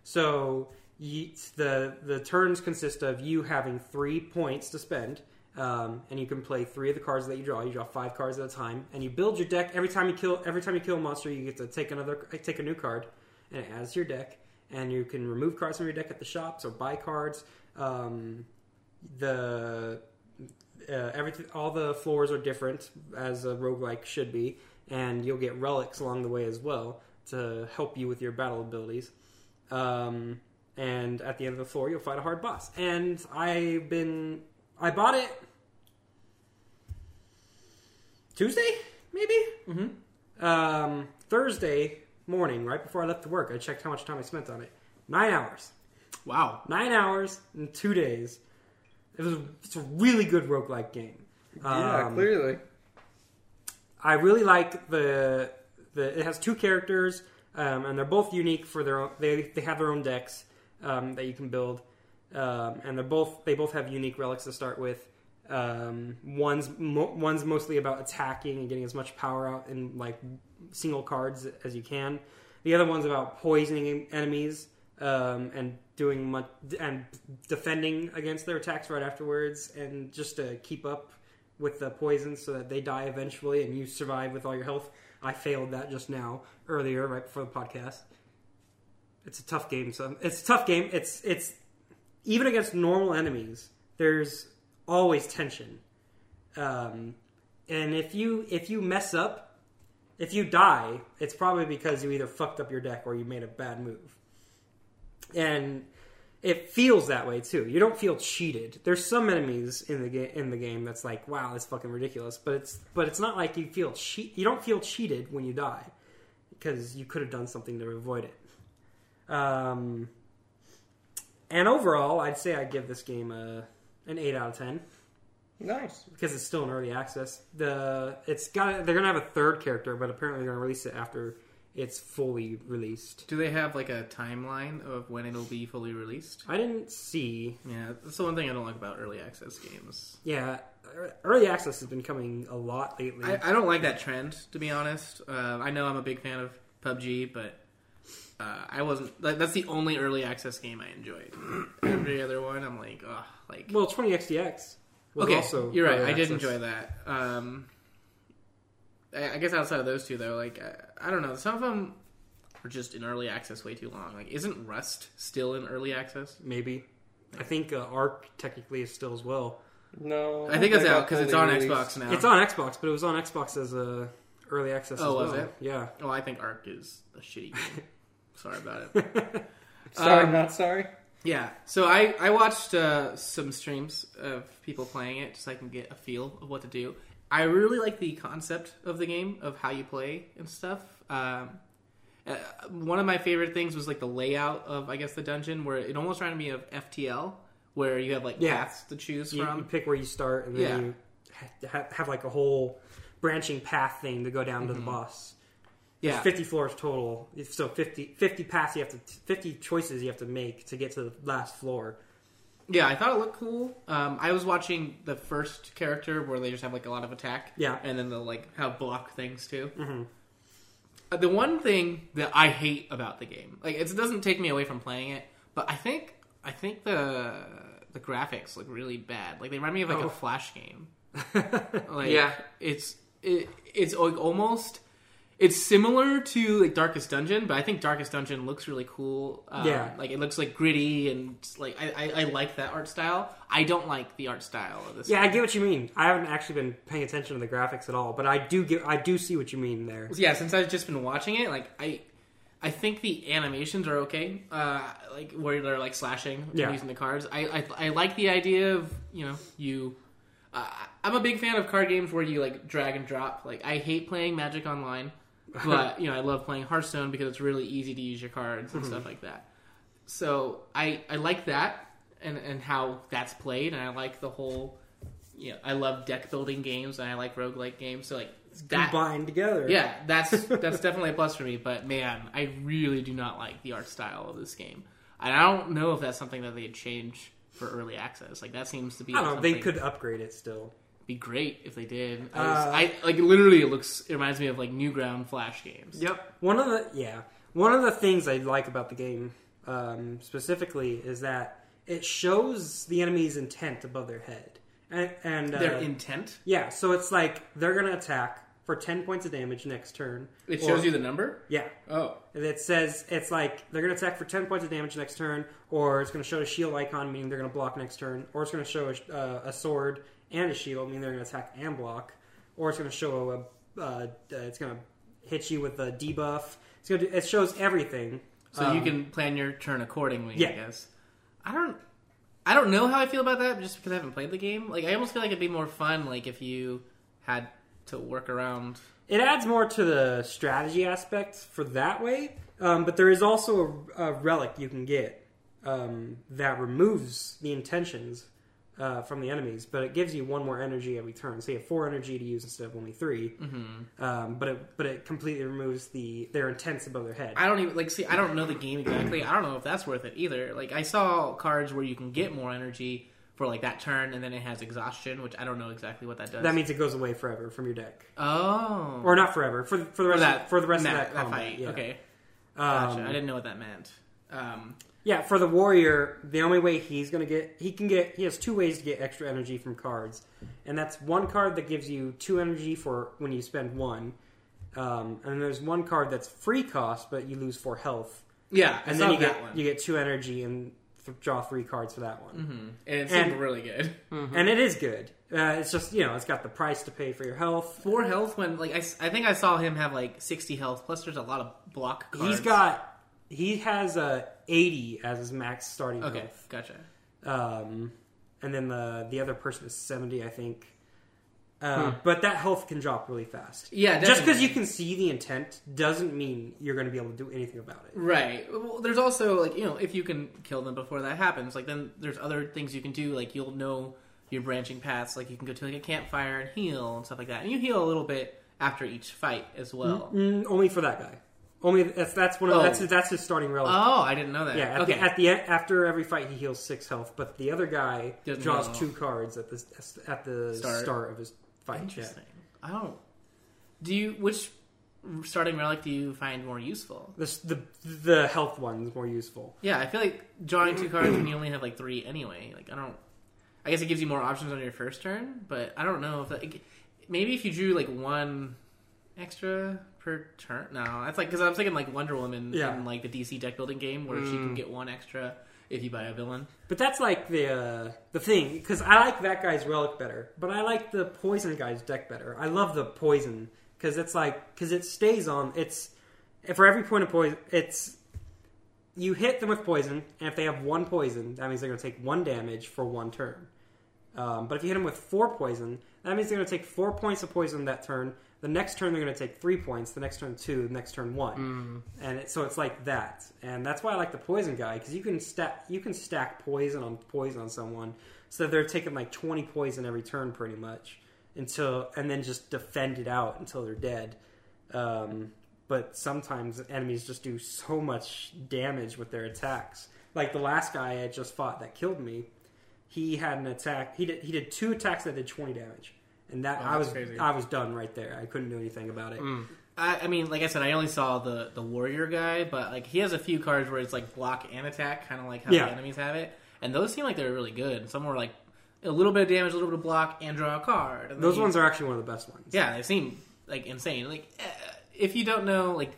Speaker 3: So ye the the turns consist of you having three points to spend, um, and you can play three of the cards that you draw. You draw five cards at a time, and you build your deck. Every time you kill every time you kill a monster, you get to take another take a new card, and it adds to your deck. And you can remove cards from your deck at the shops or buy cards. Um, the uh, everything, all the floors are different as a roguelike should be, and you'll get relics along the way as well to help you with your battle abilities. Um, and at the end of the floor, you'll fight a hard boss. And I've been, I bought it Tuesday, maybe. Mm-hmm. Um, Thursday morning, right before I left to work, I checked how much time I spent on it. Nine hours.
Speaker 1: Wow.
Speaker 3: Nine hours and two days. It was it's a really good roguelike game.
Speaker 2: yeah,
Speaker 3: Um,
Speaker 2: clearly.
Speaker 3: I really like the the. It has two characters, um, and they're both unique for their own. They they have their own decks um, that you can build, um, and they're both they both have unique relics to start with. Um, one's mo- one's mostly about attacking and getting as much power out in like single cards as you can. The other one's about poisoning enemies um, and doing much and defending against their attacks right afterwards, and just to keep up with the poison so that they die eventually and you survive with all your health. I failed that just now earlier, right before the podcast. It's a tough game. So it's a tough game. It's it's even against normal enemies. There's always tension, um, and if you if you mess up, if you die, it's probably because you either fucked up your deck or you made a bad move, and it feels that way too. You don't feel cheated. There's some enemies in the game in the game that's like, wow, that's fucking ridiculous. But it's but it's not like you feel cheat. You don't feel cheated when you die because you could have done something to avoid it. Um, and overall, I'd say I give this game a an eight out of ten
Speaker 2: Nice.
Speaker 3: because it's still in early access. The it's got they're gonna have a third character, but apparently they're gonna release it after it's fully released.
Speaker 1: Do they have like a timeline of when it'll be fully released?
Speaker 3: I didn't see
Speaker 1: Yeah, that's the one thing I don't like about early access games.
Speaker 3: Yeah, ear- early access has been coming a lot lately.
Speaker 1: I, I don't like that trend, to be honest. Uh, I know I'm a big fan of PUBG, but uh, I wasn't. Like, that's the only early access game I enjoyed. Every other one, I'm like, ugh, like.
Speaker 3: well, 20xdx was
Speaker 1: okay,
Speaker 3: also.
Speaker 1: you're right.
Speaker 3: early
Speaker 1: I did
Speaker 3: access.
Speaker 1: enjoy that. Um, I, I guess outside of those two, though, like I, I don't know, some of them were just in early access way too long. Like, isn't Rust still in early access?
Speaker 3: Maybe. I think uh, Arc technically is still as well.
Speaker 2: No.
Speaker 1: I think it's
Speaker 2: they're
Speaker 1: out
Speaker 2: not
Speaker 1: because it's on
Speaker 2: fully released.
Speaker 1: Xbox now.
Speaker 3: It's on Xbox, but it was on Xbox as a early access.
Speaker 1: Oh,
Speaker 3: as
Speaker 1: was
Speaker 3: well.
Speaker 1: it?
Speaker 3: Yeah.
Speaker 1: Well, I think Arc is a shitty game. Sorry about it.
Speaker 2: Sorry,
Speaker 1: Um,
Speaker 2: not sorry.
Speaker 1: Yeah. So I I watched uh, some streams of people playing it just so I can get a feel of what to do. I really like the concept of the game of how you play and stuff. Um, uh, one of my favorite things was like the layout of I guess the dungeon where it almost reminded me of FTL where you have like
Speaker 3: Yeah.
Speaker 1: paths to choose
Speaker 3: You, you
Speaker 1: from.
Speaker 3: pick where you start, and then
Speaker 1: Yeah.
Speaker 3: you ha- ha- have like a whole branching path thing to go down to the boss. There's
Speaker 1: Mm-hmm. Yeah.
Speaker 3: 50 floors total. If- So 50, 50 paths you have to, 50 choices you have to make to get to the last floor.
Speaker 1: Yeah, I thought it looked cool. Um, I was watching the first character where they just have like a lot of attack.
Speaker 3: Yeah. Mm-hmm.
Speaker 1: and then they'll like how block things too. Uh, the one thing that I hate about the game, like it's- it doesn't take me away from playing it, but I think I think the the graphics look really bad. Like they remind me of like
Speaker 3: Oh.
Speaker 1: a flash game. Like,
Speaker 2: Yeah.
Speaker 1: it's it, it's like almost. It's similar to like Darkest Dungeon, but I think Darkest Dungeon looks really cool. Um,
Speaker 3: Yeah.
Speaker 1: like it looks like gritty and like I, I, I like that art style. I don't like the art style of this.
Speaker 3: Yeah, I get what you mean. I haven't actually been paying attention to the graphics at all, but I do get, I do see what you mean there.
Speaker 1: yeah since i've just been watching it like i i think the animations are okay uh like where they're like slashing and
Speaker 3: Yeah.
Speaker 1: using the cards I, I i like the idea of you know you uh, i'm a big fan of card games where you like drag and drop like i hate playing magic online but you know i love playing hearthstone because it's really easy to use your cards
Speaker 3: Mm-hmm.
Speaker 1: and stuff like that so i i like that and and how that's played and i like the whole you know i love deck building games and i like roguelike games so like that
Speaker 3: Combined together.
Speaker 1: yeah, that's that's definitely a plus for me. But man, I really do not like the art style of this game. And I don't know if that's something that they change for early access. Like that seems to be.
Speaker 3: I don't know. They
Speaker 1: something-
Speaker 3: could upgrade it still.
Speaker 1: be great if they did. I, just-
Speaker 3: Uh,
Speaker 1: I like literally it looks. It reminds me of like Newground Flash games.
Speaker 2: Yep.
Speaker 3: One of the yeah, one of the things I like about the game um, specifically is that it shows the enemy's intent above their head, and, and uh,
Speaker 1: Their intent.
Speaker 3: yeah, so it's like they're gonna attack for ten points of damage next turn.
Speaker 1: It
Speaker 3: or-
Speaker 1: shows you the number.
Speaker 3: yeah,
Speaker 1: Oh,
Speaker 3: And it says it's like they're going to attack for 10 points of damage next turn, or it's going to show a shield icon, meaning they're going to block next turn, or it's going to show a, sh- uh, a sword and a shield, meaning they're going to attack and block, or it's going to show a uh, uh, it's going to hit you with a debuff. It's going to it shows everything.
Speaker 1: so
Speaker 3: Um,
Speaker 1: you can plan your turn accordingly. I
Speaker 3: yeah.
Speaker 1: guess. I don't. I don't know how I feel about that, just because I haven't played the game. Like I almost feel like it'd be more fun, like if you had to work around.
Speaker 3: it adds more to the strategy aspect for that way. Um, but there is also a, a relic you can get um, that removes the intentions uh, from the enemies, but it gives you one more energy every turn. So you have four energy to use instead of only 3
Speaker 1: Mm-hmm.
Speaker 3: Um, but it but it completely removes the their intents above their head.
Speaker 1: I don't even like see. I don't know the game exactly. I don't know if that's worth it either. Like I saw cards where you can get more energy for like that turn, and then it has exhaustion, which I don't know exactly what that does.
Speaker 3: that means it goes away forever from your deck,
Speaker 1: oh,
Speaker 3: or not forever for for the rest of, for the rest
Speaker 1: ma-
Speaker 3: of that, combat.
Speaker 1: fight.
Speaker 3: Yeah.
Speaker 1: Okay,
Speaker 3: Um,
Speaker 1: gotcha. I didn't know what that meant. Um,
Speaker 3: Yeah, for the warrior, the only way he's gonna get he can get he has two ways to get extra energy from cards, and that's one card that gives you two energy for when you spend one, um, and there's one card that's free cost but you lose four health,
Speaker 1: yeah, I
Speaker 3: and
Speaker 1: saw
Speaker 3: then you
Speaker 1: that one,
Speaker 3: get
Speaker 1: Hmm. Mm-hmm.
Speaker 3: you get two energy and th- draw three cards for that one,
Speaker 1: and it seemed
Speaker 3: and-
Speaker 1: really good.
Speaker 3: and it is good. Uh, it's just you know it's got the price to pay for your health.
Speaker 1: Four health when like I, s- I think I saw him have like sixty health. Plus, there's a lot of block. Cards.
Speaker 3: He's got he has uh, eighty as his max starting
Speaker 1: okay,
Speaker 3: health.
Speaker 1: gotcha.
Speaker 3: um, and then the the other person is seventy, I think. Uh, But that health can drop really fast.
Speaker 1: Hmm. Yeah,
Speaker 3: just because
Speaker 1: definitely.
Speaker 3: you can see the intent doesn't mean you're going to be able to do anything about it.
Speaker 1: Right. Well, there's also like you know if you can kill them before that happens, like then there's other things you can do. Like you'll know your branching paths. Like you can go to like a campfire and heal and stuff like that. And you heal a little bit after each fight as well.
Speaker 3: Mm, only for that guy. Only that's that's one of
Speaker 1: Oh.
Speaker 3: that's his, that's his starting relic.
Speaker 1: Oh, I didn't know that.
Speaker 3: yeah. At,
Speaker 1: okay.
Speaker 3: the, at the end, after every fight, he heals six health, but the other guy
Speaker 1: Doesn't
Speaker 3: draws
Speaker 1: heal.
Speaker 3: two cards at the at the
Speaker 1: Start.
Speaker 3: start, of his fight. yeah.
Speaker 1: Interesting. I don't. Do you which starting relic do you find more useful?
Speaker 3: The, s- the the health one's more useful.
Speaker 1: Yeah, I feel like drawing two cards when you only have like three anyway. Like I don't. I guess it gives you more options on your first turn, but I don't know if that, maybe if you drew like one extra per turn. No, that's like because I was thinking like Wonder Woman
Speaker 3: Yeah. Mm.
Speaker 1: in like the DC deck building game where she can get one extra if you buy a villain.
Speaker 3: But that's like the uh, the thing because I like that guy's relic better, but I like the poison guy's deck better. I love the poison because it's like because it stays on. It's for every point of poison. It's you hit them with poison, and if they have one poison, that means they're going to take one damage for one turn. Um, but if you hit them with four poison, that means they're going to take four points of poison that turn. The next turn they're going to take three points. The next turn two. The next turn one. And it, so it's like that. And that's why I like the poison guy because you can stack you can stack poison on poison on someone, so they're taking like twenty poison every turn pretty much until and then just defend it out until they're dead. Um, but sometimes enemies just do so much damage with their attacks. Like the last guy I just fought that killed me, he had an attack. He did he did two attacks that did twenty damage, and that I
Speaker 1: Oh, that's
Speaker 3: was
Speaker 1: crazy. Mm.
Speaker 3: I was done right there. I couldn't do anything about it.
Speaker 1: I, I mean, like I said, I only saw the the warrior guy, but like he has a few cards where it's like block and attack, kind of like how
Speaker 3: Yeah.
Speaker 1: the enemies have it, and those seem like they're really good. Some were like a little bit of damage, a little bit of block, and draw a card. And then
Speaker 3: Those
Speaker 1: you-
Speaker 3: ones are actually one of the best ones.
Speaker 1: yeah, they seem like insane. Like eh, if you don't know, like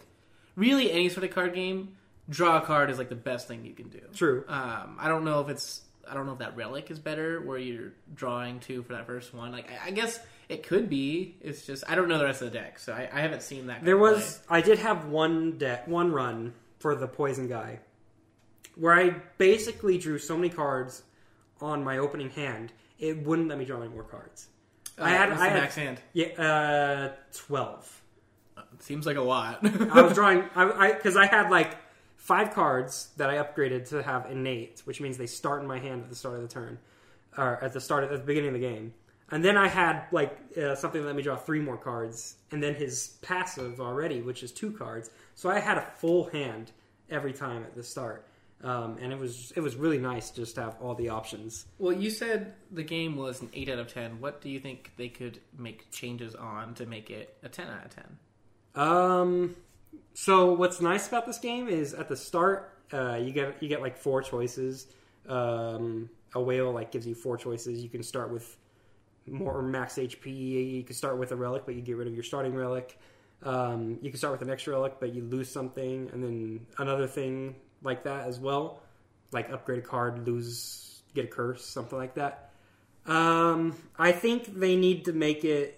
Speaker 1: really any sort of card game, draw a card is like the best thing you can do.
Speaker 3: True.
Speaker 1: Um, I don't know if it's I don't know if that relic is better where you're drawing two for that first one. Like I, I guess it could be. It's just I don't know the rest of the deck, so I, I haven't seen that.
Speaker 3: There
Speaker 1: guy play.
Speaker 3: was I did have one de- one run for the poison guy, where I basically drew so many cards on my opening hand it wouldn't let me draw any more cards. I
Speaker 1: Uh,
Speaker 3: had
Speaker 1: what's
Speaker 3: I
Speaker 1: the
Speaker 3: had
Speaker 1: max hand.
Speaker 3: yeah uh, twelve.
Speaker 1: Seems like a lot.
Speaker 3: I was drawing I because I, had like five cards that I upgraded to have innate, which means they start in my hand at the start of the turn, or at the start at the beginning of the game. And then I had like uh, something that let me draw three more cards, and then his passive already, which is two cards. So I had a full hand every time at the start. um, and it was it was really nice just to have all the options.
Speaker 1: Well, you said the game was an 8 out of 10. What do you think they could make changes on to make it a 10 out of 10?
Speaker 3: Um, so what's nice about this game is at the start, uh, you get you get like four choices. Um, a whale like gives you four choices. You can start with more max HP. You can start with a relic, but you get rid of your starting relic. Um, you can start with an extra relic, but you lose something, and then another thing like that as well, like upgrade a card, lose, get a curse, something like that. Um, I think they need to make it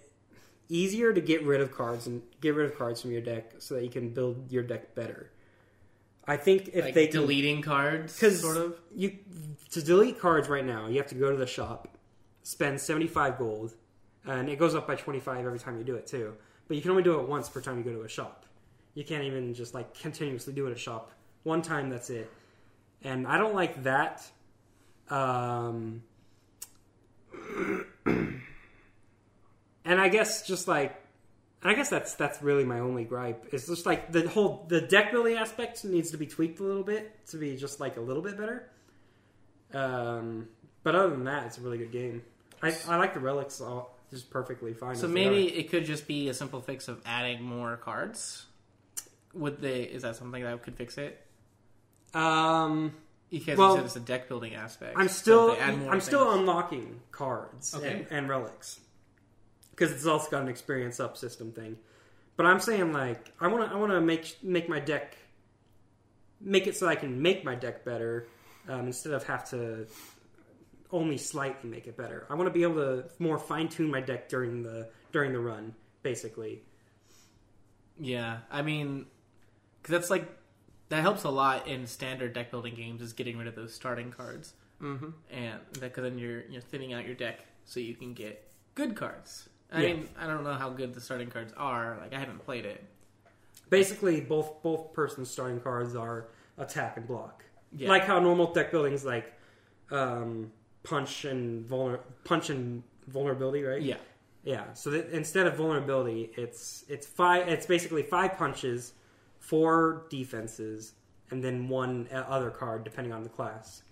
Speaker 3: easier to get rid of cards and get rid of cards from your deck so that you can build your deck better. I think if
Speaker 1: like
Speaker 3: they can-
Speaker 1: deleting cards,
Speaker 3: 'Cause-
Speaker 1: sort of?
Speaker 3: you to delete cards right now, you have to go to the shop, spend seventy five gold, and it goes up by twenty five every time you do it too. But you can only do it once per time you go to a shop. You can't even just like continuously do it at a shop one time. That's it. And I don't like that. Um, and I guess just like. I guess that's that's really my only gripe. It's just like the whole the deck building aspect needs to be tweaked a little bit to be just like a little bit better. Um, but other than that, it's a really good game. I, I like the relics all just perfectly fine.
Speaker 1: So
Speaker 3: as they
Speaker 1: maybe it could just be a simple fix of adding more cards. Would they? Is that something that could fix it?
Speaker 3: are. um,
Speaker 1: Because
Speaker 3: Well,
Speaker 1: you said it's a deck building aspect.
Speaker 3: I'm
Speaker 1: so
Speaker 3: still
Speaker 1: if they add more
Speaker 3: I'm still
Speaker 1: things-
Speaker 3: unlocking cards
Speaker 1: Okay.
Speaker 3: and, and relics because it's also got an experience up system thing. But I'm saying like I want to I want to make make my deck make it so I can make my deck better um, instead of have to only slightly make it better. I want to be able to more fine tune my deck during the during the run basically.
Speaker 1: Yeah, I mean, because that's like that helps a lot in standard deck building games is getting rid of those starting cards,
Speaker 2: Mm-hmm.
Speaker 1: and because then you're you're thinning out your deck so you can get good cards. I
Speaker 3: Yeah.
Speaker 1: mean, I don't know how good the starting cards are. Like, I haven't played it.
Speaker 3: Basically, both both person's starting cards are attack and block.
Speaker 1: Yeah.
Speaker 3: Like how normal deck building's like um, punch and vulner- punch and vulnerability, right?
Speaker 1: yeah,
Speaker 3: Yeah. So that instead of vulnerability, it's it's five. It's basically five punches, four defenses, and then one uh, other card depending on the class.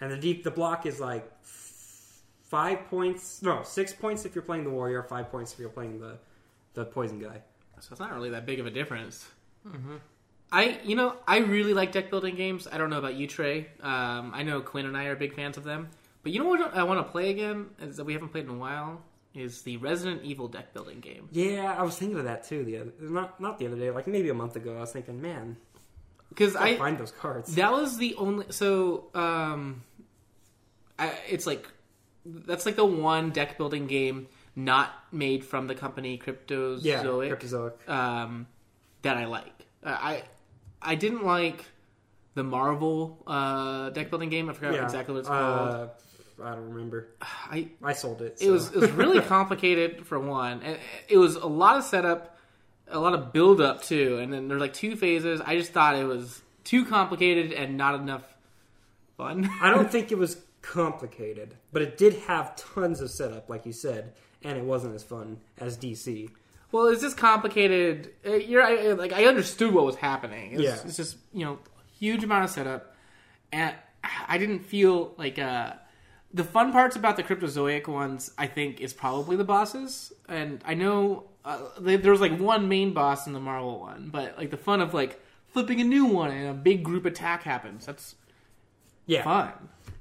Speaker 3: And the deep the block is like f- five points. No, six points if you're playing the warrior. Five points if you're playing the the poison guy.
Speaker 1: so it's not really that big of a difference. I, you know, I really like deck building games. I don't know about you, Trey. Um, I know Quinn and I are big fans of them. But you know what I want to play again is that we haven't played in a while is the Resident Evil deck building game.
Speaker 3: Yeah, I was thinking of that too. The other not not the other day, like maybe a month ago. I was thinking, man,
Speaker 1: Because
Speaker 3: I
Speaker 1: I
Speaker 3: find those cards.
Speaker 1: that was the only so um, I, it's like that's like the one deck building game not made from the company Cryptozoic.
Speaker 3: yeah, Cryptozoic.
Speaker 1: um, that I like. Uh, I I didn't like the Marvel uh, deck building game. I forgot
Speaker 3: yeah,
Speaker 1: exactly what it's called.
Speaker 3: uh, I don't remember.
Speaker 1: I
Speaker 3: I sold it.
Speaker 1: it was it was really complicated for one, and it was a lot of setup, a lot of build up too, and then there's like two phases. I just thought it was too complicated and not enough fun.
Speaker 3: I don't think it was complicated, but it did have tons of setup, like you said, and it wasn't as fun as DC.
Speaker 1: Well, it's just complicated. Uh, You're I, I- like I understood what was happening. It's,
Speaker 3: Yeah.
Speaker 1: it's just you know huge amount of setup, and I didn't feel like uh, the fun parts about the Cryptozoic ones. I think is probably the bosses, and I know uh, they, there was like one main boss in the Marvel one, but like the fun of like flipping a new one and a big group attack happens. That's
Speaker 3: Yeah,
Speaker 1: fun.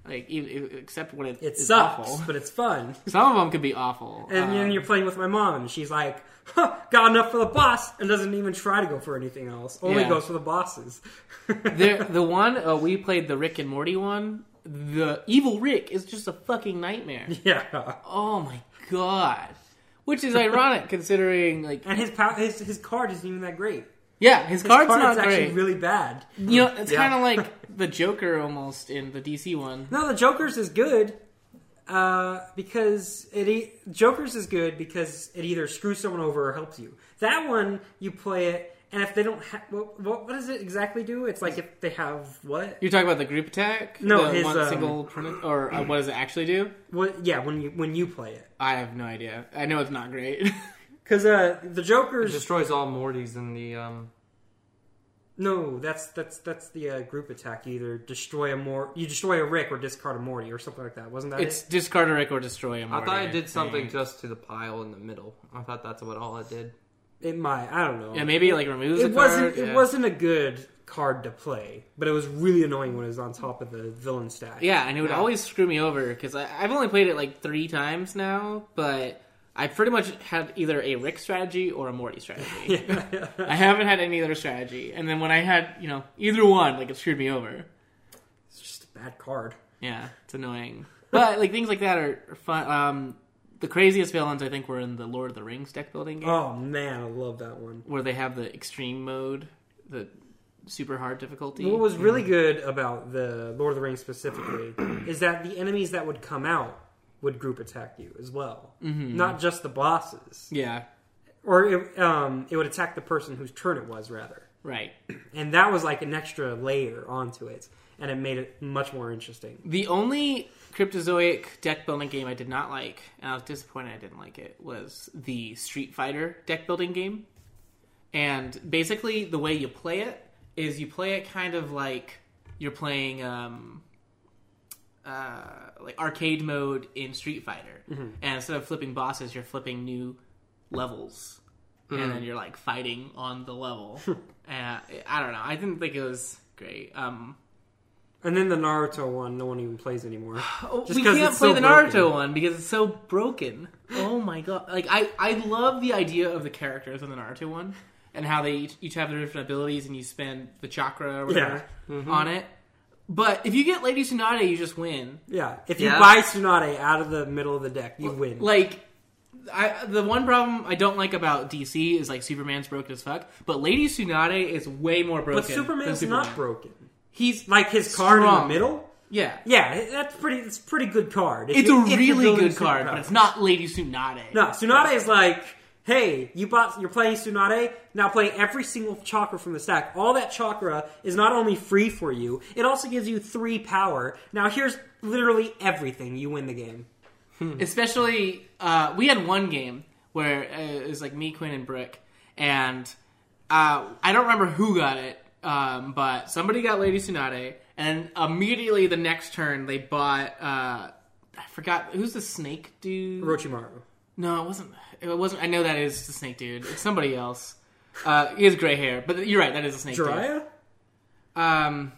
Speaker 1: Like e- e- except when it,
Speaker 3: it
Speaker 1: it's
Speaker 3: sucks,
Speaker 1: awful.
Speaker 3: but it's fun.
Speaker 1: Some of them could be awful.
Speaker 3: And then
Speaker 1: Um,
Speaker 3: you're playing with my mom, and she's like, huh, "Got enough for the boss," and doesn't even try to go for anything else. Only
Speaker 1: Yeah.
Speaker 3: goes for the bosses.
Speaker 1: there, the one uh, we played the Rick and Morty one. The evil Rick is just a fucking nightmare.
Speaker 3: yeah.
Speaker 1: Oh my god. Which is ironic considering, like,
Speaker 3: And his pow- his his card isn't even that great.
Speaker 1: yeah, his, card's, not
Speaker 3: card's actually
Speaker 1: great.
Speaker 3: really bad.
Speaker 1: you know, it's
Speaker 2: Yeah.
Speaker 1: kind of like the Joker almost in the DC one.
Speaker 3: No, the Joker's is good uh, because it. E- Joker's is good because it either screws someone over or helps you. That one you play it, and if they don't, ha- what, what what does it exactly do? It's like if they have what?
Speaker 1: You're talking about the group attack?
Speaker 3: No,
Speaker 1: the
Speaker 3: his,
Speaker 1: one
Speaker 3: um,
Speaker 1: single print, or uh, what does it actually do?
Speaker 3: what yeah, when you when you play it,
Speaker 1: I have no idea. I know it's not great.
Speaker 3: because uh, the
Speaker 2: It
Speaker 3: Joker's
Speaker 2: destroys all Mortys in the um,
Speaker 3: No, that's that's that's the uh, group attack. You either destroy a more you destroy a Rick or discard a Morty or something like that. Wasn't that
Speaker 1: It's
Speaker 3: it?
Speaker 1: discard a Rick or destroy him.
Speaker 2: I thought I did something just to the pile in the middle. I thought that's what all it did.
Speaker 3: It might. I don't know.
Speaker 1: Yeah, maybe it, like removes.
Speaker 3: it
Speaker 1: a
Speaker 3: wasn't.
Speaker 1: Card.
Speaker 3: It
Speaker 1: yeah.
Speaker 3: wasn't a good card to play, but it was really annoying when it was on top of the villain stack.
Speaker 1: Yeah, and it would
Speaker 2: Yeah.
Speaker 1: always screw me over because I've only played it like three times now, but I pretty much had either a Rick strategy or a Morty strategy. I haven't had any other strategy, and then when I had you know either one, like it screwed me over.
Speaker 3: it's just a bad card.
Speaker 1: Yeah, it's annoying. But like things like that are, are fun. Um, the craziest villains I think were in the Lord of the Rings deck building game,
Speaker 3: Oh man, I love that one.
Speaker 1: where they have the extreme mode, the super hard difficulty.
Speaker 3: What was really good about the Lord of the Rings specifically is that the enemies that would come out would group attack you as well, not just the bosses.
Speaker 1: yeah,
Speaker 3: Or it, um, it would attack the person whose turn it was, rather.
Speaker 1: right.
Speaker 3: And that was like an extra layer onto it, and it made it much more interesting.
Speaker 1: The only cryptozoic deck building game I did not like, and I was disappointed I didn't like it, was the Street Fighter deck building game. And basically, the way you play it is you play it kind of like you're playing um, uh, like arcade mode in Street Fighter, and instead of flipping bosses, you're flipping new levels, and then you're like fighting on the level. uh, I don't know. I didn't think it was great. Um,
Speaker 3: And then the Naruto one, no one even plays anymore.
Speaker 1: Oh,
Speaker 3: Just
Speaker 1: we
Speaker 3: 'cause
Speaker 1: can't
Speaker 3: it's
Speaker 1: play
Speaker 3: so
Speaker 1: the Naruto
Speaker 3: broken.
Speaker 1: one because it's so broken. Oh my god! Like I, I love the idea of the characters in the Naruto one and how they each, each have their different abilities and you spend the chakra or whatever
Speaker 3: Mm-hmm.
Speaker 1: on it. But if you get Lady Tsunade, you just win.
Speaker 3: Yeah, if you
Speaker 2: Yeah.
Speaker 3: buy Tsunade out of the middle of the deck, you win.
Speaker 1: Like, I the one problem I don't like about DC is like Superman's broken as fuck, but Lady Tsunade is way more broken.
Speaker 3: but
Speaker 1: than
Speaker 3: Superman's
Speaker 1: Superman.
Speaker 3: not broken.
Speaker 1: He's
Speaker 3: Like his card in the
Speaker 1: Strong.
Speaker 3: middle.
Speaker 1: yeah.
Speaker 3: Yeah, that's pretty. It's a pretty good card. If
Speaker 1: It's a
Speaker 3: you- if you're
Speaker 1: really
Speaker 3: building
Speaker 1: good card, but
Speaker 3: superpowers.
Speaker 1: it's not Lady Tsunade.
Speaker 3: No, Tsunade is like, hey, you bought, you're playing Tsunade. Now play every single chakra from the stack. All that chakra is not only free for you, it also gives you three power. Now here's literally everything. You win the game.
Speaker 1: Especially, uh, we had one game where uh, it was like me, Quinn, and Brick, and uh, I don't remember who got it, um, but somebody got Lady Tsunade, and immediately the next turn they bought. Uh, I forgot who's the snake dude.
Speaker 3: Orochimaru.
Speaker 1: No, it wasn't. It wasn't. I know that is the snake dude. It's somebody else. Uh, he has gray hair, but you're right. That is a snake dude.
Speaker 3: Jiraiya?
Speaker 1: Um,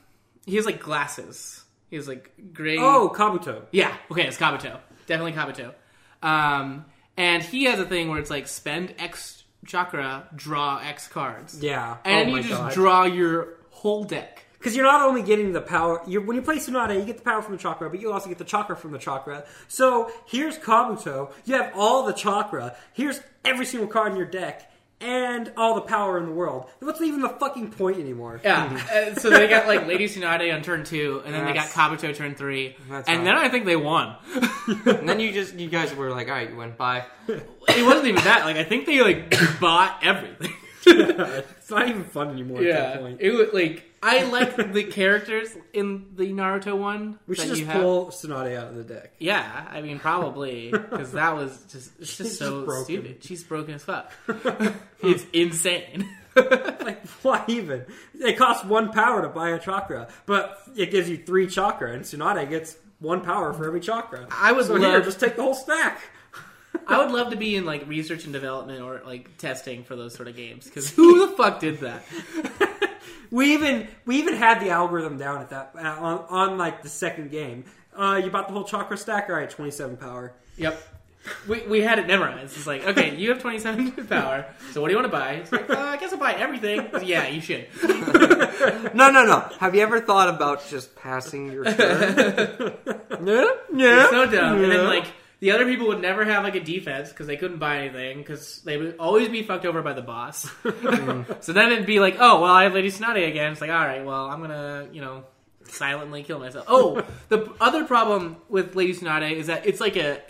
Speaker 1: he has like glasses. He has like gray.
Speaker 3: Oh, Kabuto.
Speaker 1: Yeah, okay, it's Kabuto. Definitely Kabuto. Um, and he has a thing where it's like spend X chakra, draw X cards.
Speaker 3: Yeah.
Speaker 1: And
Speaker 3: oh
Speaker 1: you
Speaker 3: my
Speaker 1: just
Speaker 3: god.
Speaker 1: draw your whole deck.
Speaker 3: Because you're not only getting the power, you're, when you play Tsunade, you get the power from the chakra, but you also get the chakra from the chakra. So here's Kabuto. You have all the chakra. Here's every single card in your deck, and all the power in the world. What's even the fucking point anymore?
Speaker 1: Yeah. uh, so they got like Lady Tsunade on turn two, and then
Speaker 2: That's-
Speaker 1: they got Kabuto turn three.
Speaker 2: That's
Speaker 1: And
Speaker 2: right.
Speaker 1: then I think they won.
Speaker 2: And then you just you guys were like, all right, you went by.
Speaker 1: it wasn't even that. Like I think they like bought everything.
Speaker 3: It's not even fun anymore at that point.
Speaker 1: It was like I like the characters in the Naruto one.
Speaker 3: we should
Speaker 1: that
Speaker 3: just
Speaker 1: you have.
Speaker 3: pull Tsunade out of the deck.
Speaker 1: Yeah, I mean probably because that was just it's just
Speaker 3: She's
Speaker 1: so
Speaker 3: just broken.
Speaker 1: stupid. She's broken as fuck. it's insane.
Speaker 3: Like, why even? It costs one power to buy a chakra, but it gives you three chakra, and Tsunade gets one power for every chakra.
Speaker 1: I would
Speaker 3: so here,
Speaker 1: love-
Speaker 3: just take the whole stack.
Speaker 1: I would love to be in like research and development or like testing for those sort of games because who the fuck did that?
Speaker 3: We even we even had the algorithm down at that uh, on, on like the second game. Uh, you bought the whole chakra stack, all right? Twenty seven power.
Speaker 1: Yep. We, we had it memorized. It's like, okay, you have 27 power, so what do you want to buy? It's like, uh, I guess I'll buy everything. Yeah, you should.
Speaker 2: No, no, no. Have you ever thought about just passing your turn?
Speaker 3: Yeah,
Speaker 1: It's so dumb. And then
Speaker 3: Yeah.
Speaker 1: like the other people would never have like a defense because they couldn't buy anything because they would always be fucked over by the boss.
Speaker 3: Mm.
Speaker 1: so then it'd be like, oh well, I have Lady Snotty again. It's like, all right, well, I'm gonna you know silently kill myself. Oh, the p- other problem with Lady Snotty is that it's like a,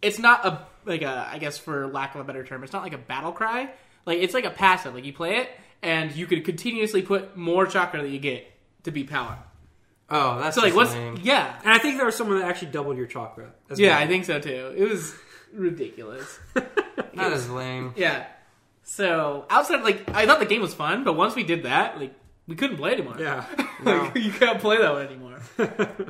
Speaker 1: it's not a like a I guess for lack of a better term, it's not like a battle cry. Like it's like a passive. Like you play it and you could continuously put more chakra that you get to be power.
Speaker 2: Oh, that's
Speaker 1: So like
Speaker 2: just
Speaker 1: what's
Speaker 2: lame.
Speaker 1: yeah.
Speaker 3: And I think there was someone that actually doubled your chakra. As
Speaker 1: Yeah,
Speaker 3: well.
Speaker 1: I think so too. It was ridiculous.
Speaker 2: That is lame.
Speaker 1: yeah. So outside, like I thought the game was fun, but once we did that, like we couldn't play anymore.
Speaker 3: Yeah.
Speaker 1: Like, you can't play that one anymore.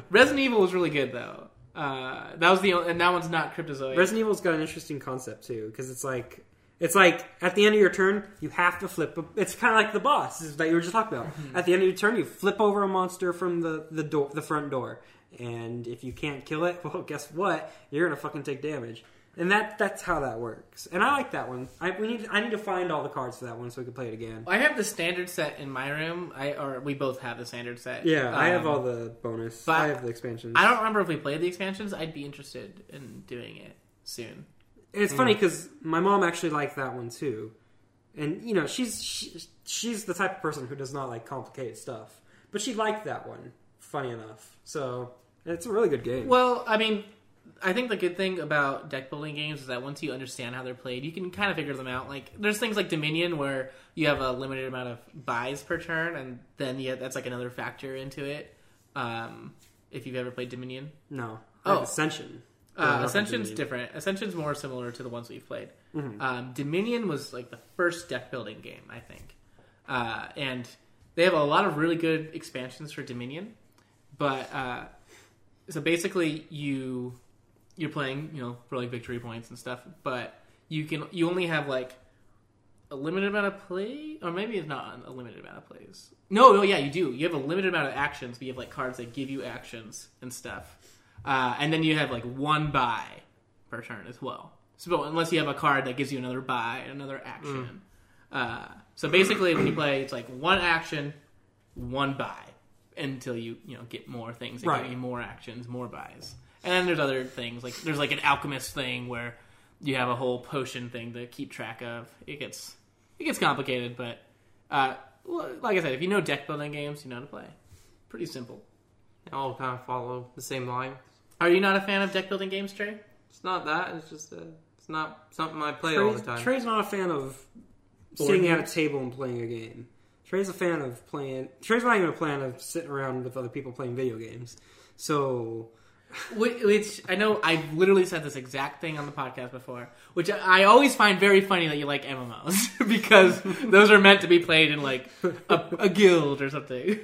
Speaker 1: Resident Evil was really good though. Uh, that was the only, and that one's not Cryptozoic.
Speaker 3: Resident Evil's got an interesting concept too, because it's like it's like at the end of your turn you have to flip. a- It's kind of like the boss is- that you were just talking about. At the end of your turn, you flip over a monster from the the door, the front door, and if you can't kill it, well, guess what? You're gonna fucking take damage. And that that's how that works. And I like that one. I we need I need to find all the cards for that one so we can play it again.
Speaker 1: I have the standard set in my room. I or we both have the standard set.
Speaker 3: Yeah, I
Speaker 1: Um,
Speaker 3: have all the bonus.
Speaker 1: but
Speaker 3: I have the expansions.
Speaker 1: I don't remember if we played the expansions. I'd be interested in doing it soon.
Speaker 3: And it's
Speaker 1: Mm.
Speaker 3: funny 'cause funny because my mom actually liked that one too, and you know she's she, she's the type of person who does not like complicated stuff, but she liked that one. Funny enough, so it's a really good game.
Speaker 1: Well, I mean, I think the good thing about deck building games is that once you understand how they're played, you can kind of figure them out. Like, there's things like Dominion where you have a limited amount of buys per turn, and then yeah, that's like another factor into it. Um, if you've ever played Dominion,
Speaker 3: no, I have
Speaker 1: Oh.
Speaker 3: Ascension. But I don't
Speaker 1: uh,
Speaker 3: have
Speaker 1: Ascension's
Speaker 3: Dominion.
Speaker 1: different. Ascension's more similar to the ones we've played. Um, Dominion was like the first deck building game, I think, uh, and they have a lot of really good expansions for Dominion. But uh, so basically, you you're playing, you know, for like victory points and stuff. But you can you only have like a limited amount of play, or maybe it's not a limited amount of plays. No, no, yeah, you do. You have a limited amount of actions, but you have like cards that give you actions and stuff. Uh, and then you have like one buy per turn as well. So unless you have a card that gives you another buy, another action. Uh, so basically, when you play, it's like one action, one buy until you you know get more things that
Speaker 3: Right.
Speaker 1: give you more actions, more buys. And then there's other things like there's like an alchemist thing where you have a whole potion thing to keep track of. It gets it gets complicated, but uh, l- like I said, if you know deck building games, you know how to play. Pretty simple.
Speaker 2: They all kind of follow the same line.
Speaker 1: Are you not a fan of deck building games, Trey?
Speaker 2: It's not that. It's just uh, it's not something I play all
Speaker 3: Trey's,
Speaker 2: the time.
Speaker 3: Trey's not a fan of
Speaker 1: Board
Speaker 3: sitting at a
Speaker 1: games?
Speaker 3: table and playing a game. Trey's a fan of playing. Trey's not even a fan of sitting around with other people playing video games. So
Speaker 1: Wh- Which I know I've literally said this exact thing on the podcast before, which I I always find very funny that you like MMOs because those are meant to be played in like a, a guild or something.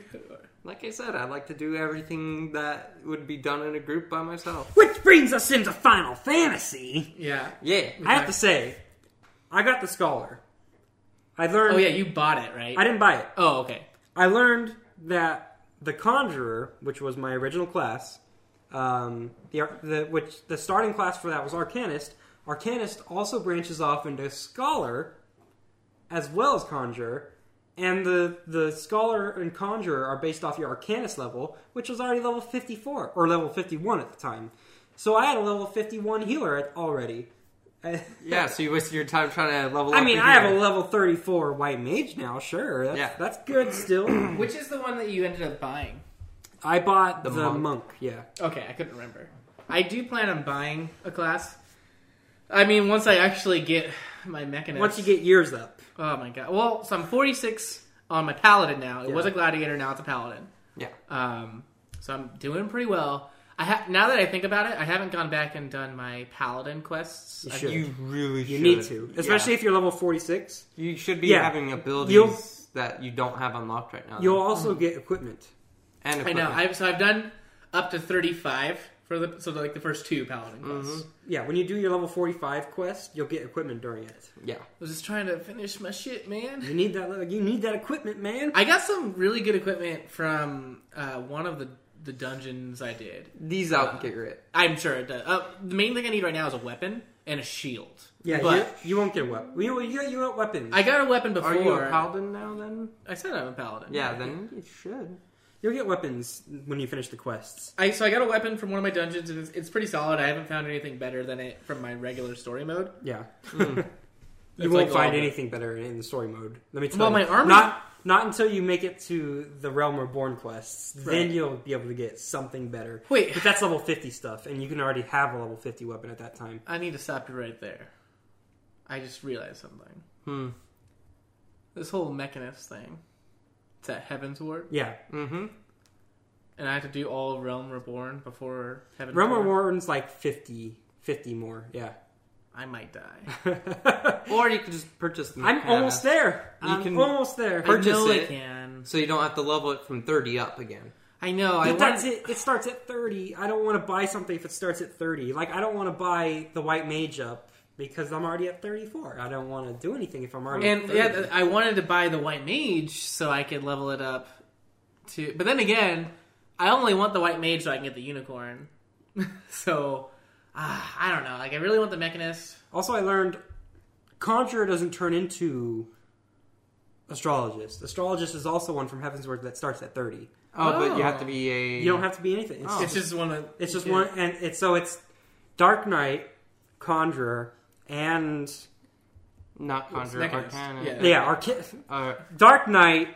Speaker 2: Like I said, I like to do everything that would be done in a group by myself.
Speaker 3: which brings us into Final Fantasy.
Speaker 1: Yeah.
Speaker 2: Yeah.
Speaker 3: I have to say, I got the scholar. I learned.
Speaker 1: Oh yeah, you bought it, right?
Speaker 3: I didn't buy it.
Speaker 1: oh okay.
Speaker 3: I learned that the conjurer, which was my original class, um, the, ar- the which the starting class for that was arcanist. Arcanist also branches off into scholar, as well as conjurer, and the the scholar and conjurer are based off your arcanist level, which was already level fifty four or level fifty one at the time. So I had a level fifty one healer at, already.
Speaker 2: Yeah, so you wasted your time trying to level up.
Speaker 3: I mean,
Speaker 2: your
Speaker 3: I have a
Speaker 2: hero.
Speaker 3: level 34 white mage now, sure. That's,
Speaker 2: Yeah.
Speaker 3: that's good still.
Speaker 1: Which is the one that you ended up buying?
Speaker 3: I bought the,
Speaker 2: The monk.
Speaker 3: monk. yeah.
Speaker 1: Okay, I couldn't remember. I do plan on buying a class. I mean, once I actually get my mechanism.
Speaker 3: Once you get years up.
Speaker 1: Oh my god. Well, so I'm 46 on my paladin now. It was
Speaker 3: Yeah.
Speaker 1: a gladiator, now it's a paladin.
Speaker 2: Yeah.
Speaker 1: Um, so I'm doing pretty well. I ha- now that I think about it, I haven't gone back and done my paladin quests.
Speaker 3: You
Speaker 1: I-
Speaker 3: should.
Speaker 2: You really should.
Speaker 3: You need to. Especially
Speaker 2: Yeah.
Speaker 3: if you're level 46.
Speaker 2: You should be
Speaker 3: Yeah.
Speaker 2: having abilities
Speaker 3: You'll-
Speaker 2: that you don't have unlocked right now.
Speaker 3: You'll also get equipment.
Speaker 2: and
Speaker 1: I know.
Speaker 2: equipment.
Speaker 1: I've, so I've done up to 35 for the so like the first two paladin quests.
Speaker 3: Yeah, when you do your level 45 quest, you'll get equipment during it.
Speaker 2: Yeah.
Speaker 1: I was just trying to finish my shit, man.
Speaker 3: You need that you need that equipment, man.
Speaker 1: I got some really good equipment from uh, one of the the dungeons I did.
Speaker 2: These outgear it.
Speaker 1: I'm sure it does. Uh, the main thing I need right now is a weapon and a shield.
Speaker 3: Yeah,
Speaker 1: but
Speaker 3: you, you won't get a weapon. You, you, got- you got weapons.
Speaker 1: I got a weapon before.
Speaker 2: Are you a paladin now then?
Speaker 1: I said I'm a paladin.
Speaker 2: Yeah, then you should.
Speaker 3: You'll get weapons when you finish the quests.
Speaker 1: I so I got a weapon from one of my dungeons and it's, it's pretty solid. I haven't found anything better than it from my regular story mode.
Speaker 3: Yeah. you
Speaker 1: It's
Speaker 3: won't
Speaker 1: like oh, all
Speaker 3: find
Speaker 1: the-
Speaker 3: anything better in the story mode. Let me tell
Speaker 1: Well,
Speaker 3: you.
Speaker 1: my armor-
Speaker 3: Not, not until you make it to the Realm Reborn quests.
Speaker 1: Right.
Speaker 3: Then you'll be able to get something better.
Speaker 1: Wait.
Speaker 3: But that's level 50 stuff, and you can already have a level 50 weapon at that time.
Speaker 1: I need to stop you right there. I just realized something.
Speaker 2: Hmm.
Speaker 1: This whole mechanist thing. It's at Heaven's Ward,
Speaker 3: Yeah.
Speaker 2: Mm-hmm.
Speaker 1: and I have to do all of Realm Reborn before Heaven's
Speaker 3: Realm
Speaker 1: Ward.
Speaker 3: Reborn's like 50, 50 more. Yeah.
Speaker 1: I might die.
Speaker 3: I'm
Speaker 2: Or you could just purchase them.
Speaker 3: almost there.
Speaker 2: You
Speaker 3: I'm
Speaker 2: can-
Speaker 3: almost there.
Speaker 2: Purchase
Speaker 1: I know
Speaker 2: it.
Speaker 1: I can.
Speaker 2: so you don't have to level it from 30 up again.
Speaker 1: I know. I
Speaker 3: But that's
Speaker 1: want.
Speaker 3: it. It starts at thirty. I don't want to buy something if it starts at thirty. Like I don't want to buy the white mage up because I'm already at thirty-four. I don't want to do anything if I'm already. at
Speaker 1: And
Speaker 3: 30.
Speaker 1: yeah, I wanted to buy the white mage so I could level it up. To but then again, I only want the white mage so I can get the unicorn. so ah, I don't know. Like I really want the mechanist.
Speaker 3: Also, I learned conjurer doesn't turn into astrologist. Astrologist is also one from Heaven's Word that starts at thirty.
Speaker 2: Oh,
Speaker 1: Oh.
Speaker 2: but you have to be a.
Speaker 3: You don't have to be anything. It's,
Speaker 1: It's
Speaker 3: just,
Speaker 1: just one. Of,
Speaker 3: it's just one, and it's so it's Dark Knight, conjurer, and
Speaker 2: not conjure
Speaker 1: mechanist.
Speaker 2: arcana.
Speaker 1: Yeah.
Speaker 3: yeah, Arca-
Speaker 2: Uh,
Speaker 3: Dark Knight,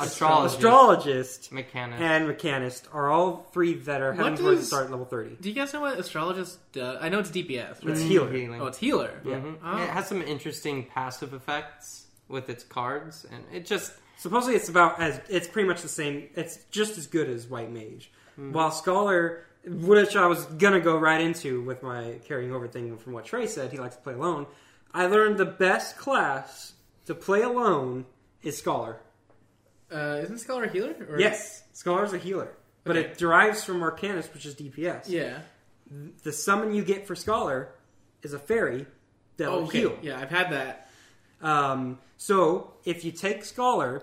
Speaker 2: astrologist,
Speaker 3: astrologist,
Speaker 2: mechanist.
Speaker 3: and mechanist are all three that are
Speaker 1: What
Speaker 3: Heaven's Word that
Speaker 1: does-
Speaker 3: start at level thirty.
Speaker 1: Do you guys know what astrologist does? I know it's DPS. Right?
Speaker 3: It's
Speaker 2: Mm-hmm.
Speaker 3: healer.
Speaker 1: Oh, it's healer.
Speaker 2: Mhm.
Speaker 1: Oh.
Speaker 2: It has some interesting passive effects with its cards, and it just
Speaker 3: Supposedly, it's about as it's pretty much the same. It's just as good as White Mage.
Speaker 1: Hmm.
Speaker 3: While Scholar, which I was gonna go right into with my carrying over thing from what Trey said, he likes to play alone. I learned the best class to play alone is Scholar.
Speaker 1: Uh, isn't scholar a healer? Or...
Speaker 3: Yes, Scholar's a healer, but
Speaker 1: Okay.
Speaker 3: it derives from Arcanist, which is DPS.
Speaker 1: Yeah.
Speaker 3: The summon you get for Scholar is a fairy that will
Speaker 1: okay.
Speaker 3: heal.
Speaker 1: Yeah, I've had that.
Speaker 3: Um, so if you take Scholar,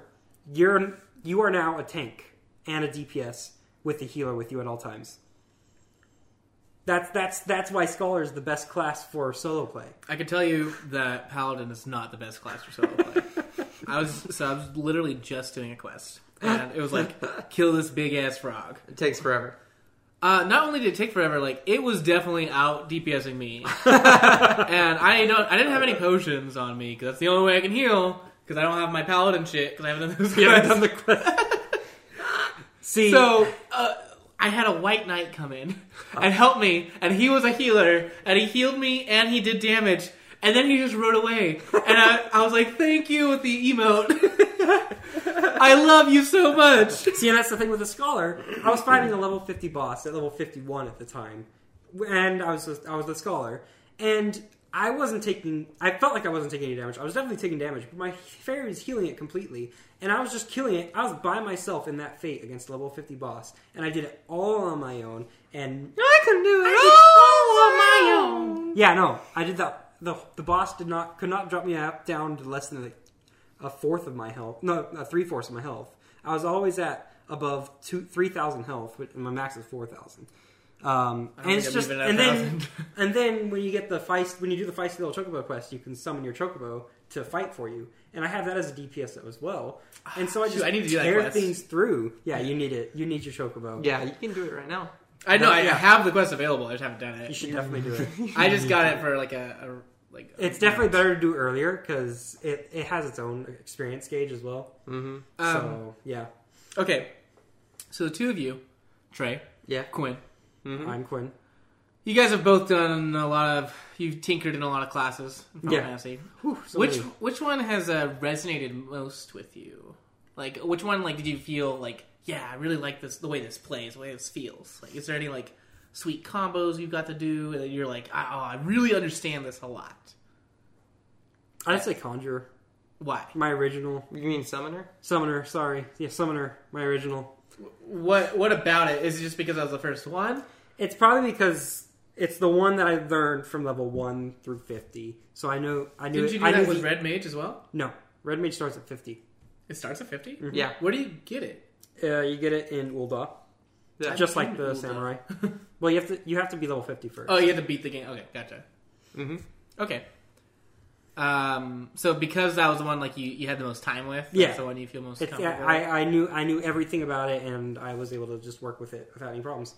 Speaker 3: you're you are now a tank and a DPS with the healer with you at all times. That's that's that's why Scholar is the best class for solo play.
Speaker 1: I can tell you that Paladin is not the best class for solo play. I was so I was literally just doing a quest, and it was like kill this big ass frog.
Speaker 2: it takes forever.
Speaker 1: Uh, not only did it take forever, like it was definitely out DPSing me, and I don't I didn't have any potions on me because that's the only way I can heal because I don't have my Paladin shit because I haven't done those
Speaker 3: You haven't
Speaker 1: quests.
Speaker 3: done the quest. See,
Speaker 1: So uh, I had a white knight come in and help me, and he was a healer, and he healed me, and he did damage, and then he just rode away, and I, I was like, "Thank you" with the emote. I love you so much.
Speaker 3: See, and that's the thing with the scholar. I was fighting a level fifty boss at level fifty-one at the time, and I was I was the scholar, and I wasn't taking. I felt like I wasn't taking any damage. I was definitely taking damage, but my fairy's healing it completely, and I was just killing it. I was by myself in that fate against level fifty boss, and I did it all on my own. And I can do it all on my own. Yeah, no, I did that. the The boss did not could not drop me up, down to less than like a fourth of my health. No, a three fourths of my health. I was always at above two three thousand health, which- and my max is four thousand. Um, and
Speaker 1: think
Speaker 3: it's
Speaker 1: I'm
Speaker 3: just
Speaker 1: even at
Speaker 3: and then
Speaker 1: 1,000.
Speaker 3: and then when you get the feist when you do the feisty little chocobo quest, you can summon your chocobo to fight for you. And I have that as a DPS as well. And so I just
Speaker 1: Shoot, I need to do that
Speaker 3: tear
Speaker 1: quest.
Speaker 3: things through. Yeah, you need it. You need your chocobo.
Speaker 2: Yeah, you can do it right now.
Speaker 1: I know I
Speaker 3: Yeah.
Speaker 1: have the quest available. I just haven't done
Speaker 3: You
Speaker 1: it.
Speaker 3: should definitely do it.
Speaker 1: I just got it for like a, a like. a-
Speaker 3: It's definitely better to do earlier because it, it has its own experience gauge as well.
Speaker 2: Mm-hmm.
Speaker 1: Um,
Speaker 3: so yeah,
Speaker 1: Okay, so the two of you, Trey,
Speaker 2: Yeah.
Speaker 1: Quinn,
Speaker 2: Mm-hmm.
Speaker 3: I'm Quinn.
Speaker 1: you guys have both done a lot of you've tinkered in a lot of classes. In Final
Speaker 3: Yeah.
Speaker 1: Fantasy.
Speaker 3: Whew, so
Speaker 1: which
Speaker 3: many.
Speaker 1: which one has uh, resonated most with you? Like which one like did you feel like yeah I really like this the way this plays the way this feels like is there any like sweet combos you've got to do and you're like I- oh I really understand this a lot
Speaker 3: I'd say conjurer.
Speaker 1: why
Speaker 3: My original
Speaker 2: You mean summoner?
Speaker 3: Summoner, sorry. Yeah, Summoner, my original.
Speaker 1: what what about it is it just because I was the first one
Speaker 3: It's probably because it's the one that I learned from level 1 through 50. So I know I knew
Speaker 1: did you do
Speaker 3: I knew
Speaker 1: that with
Speaker 3: the-
Speaker 1: Red Mage as well
Speaker 3: No. Red Mage starts at 50.
Speaker 1: it starts at fifty
Speaker 3: Mm.
Speaker 2: Yeah.
Speaker 1: where do you get it
Speaker 3: Uh, you get it in Ulda.
Speaker 2: Yeah.
Speaker 1: I've
Speaker 3: Just like
Speaker 1: seen
Speaker 3: the
Speaker 1: Ulda.
Speaker 3: samurai. Well, you have to you have to be level 50 first.
Speaker 1: oh you have to beat the game okay gotcha
Speaker 2: Mm-hmm.
Speaker 1: okay um so because that was the one like you you had the most time with that's
Speaker 3: Yeah.
Speaker 1: the one you feel most
Speaker 3: It's, yeah,
Speaker 1: comfortable with?
Speaker 3: I, I knew I knew everything about it, and I was able to just work with it without any problems.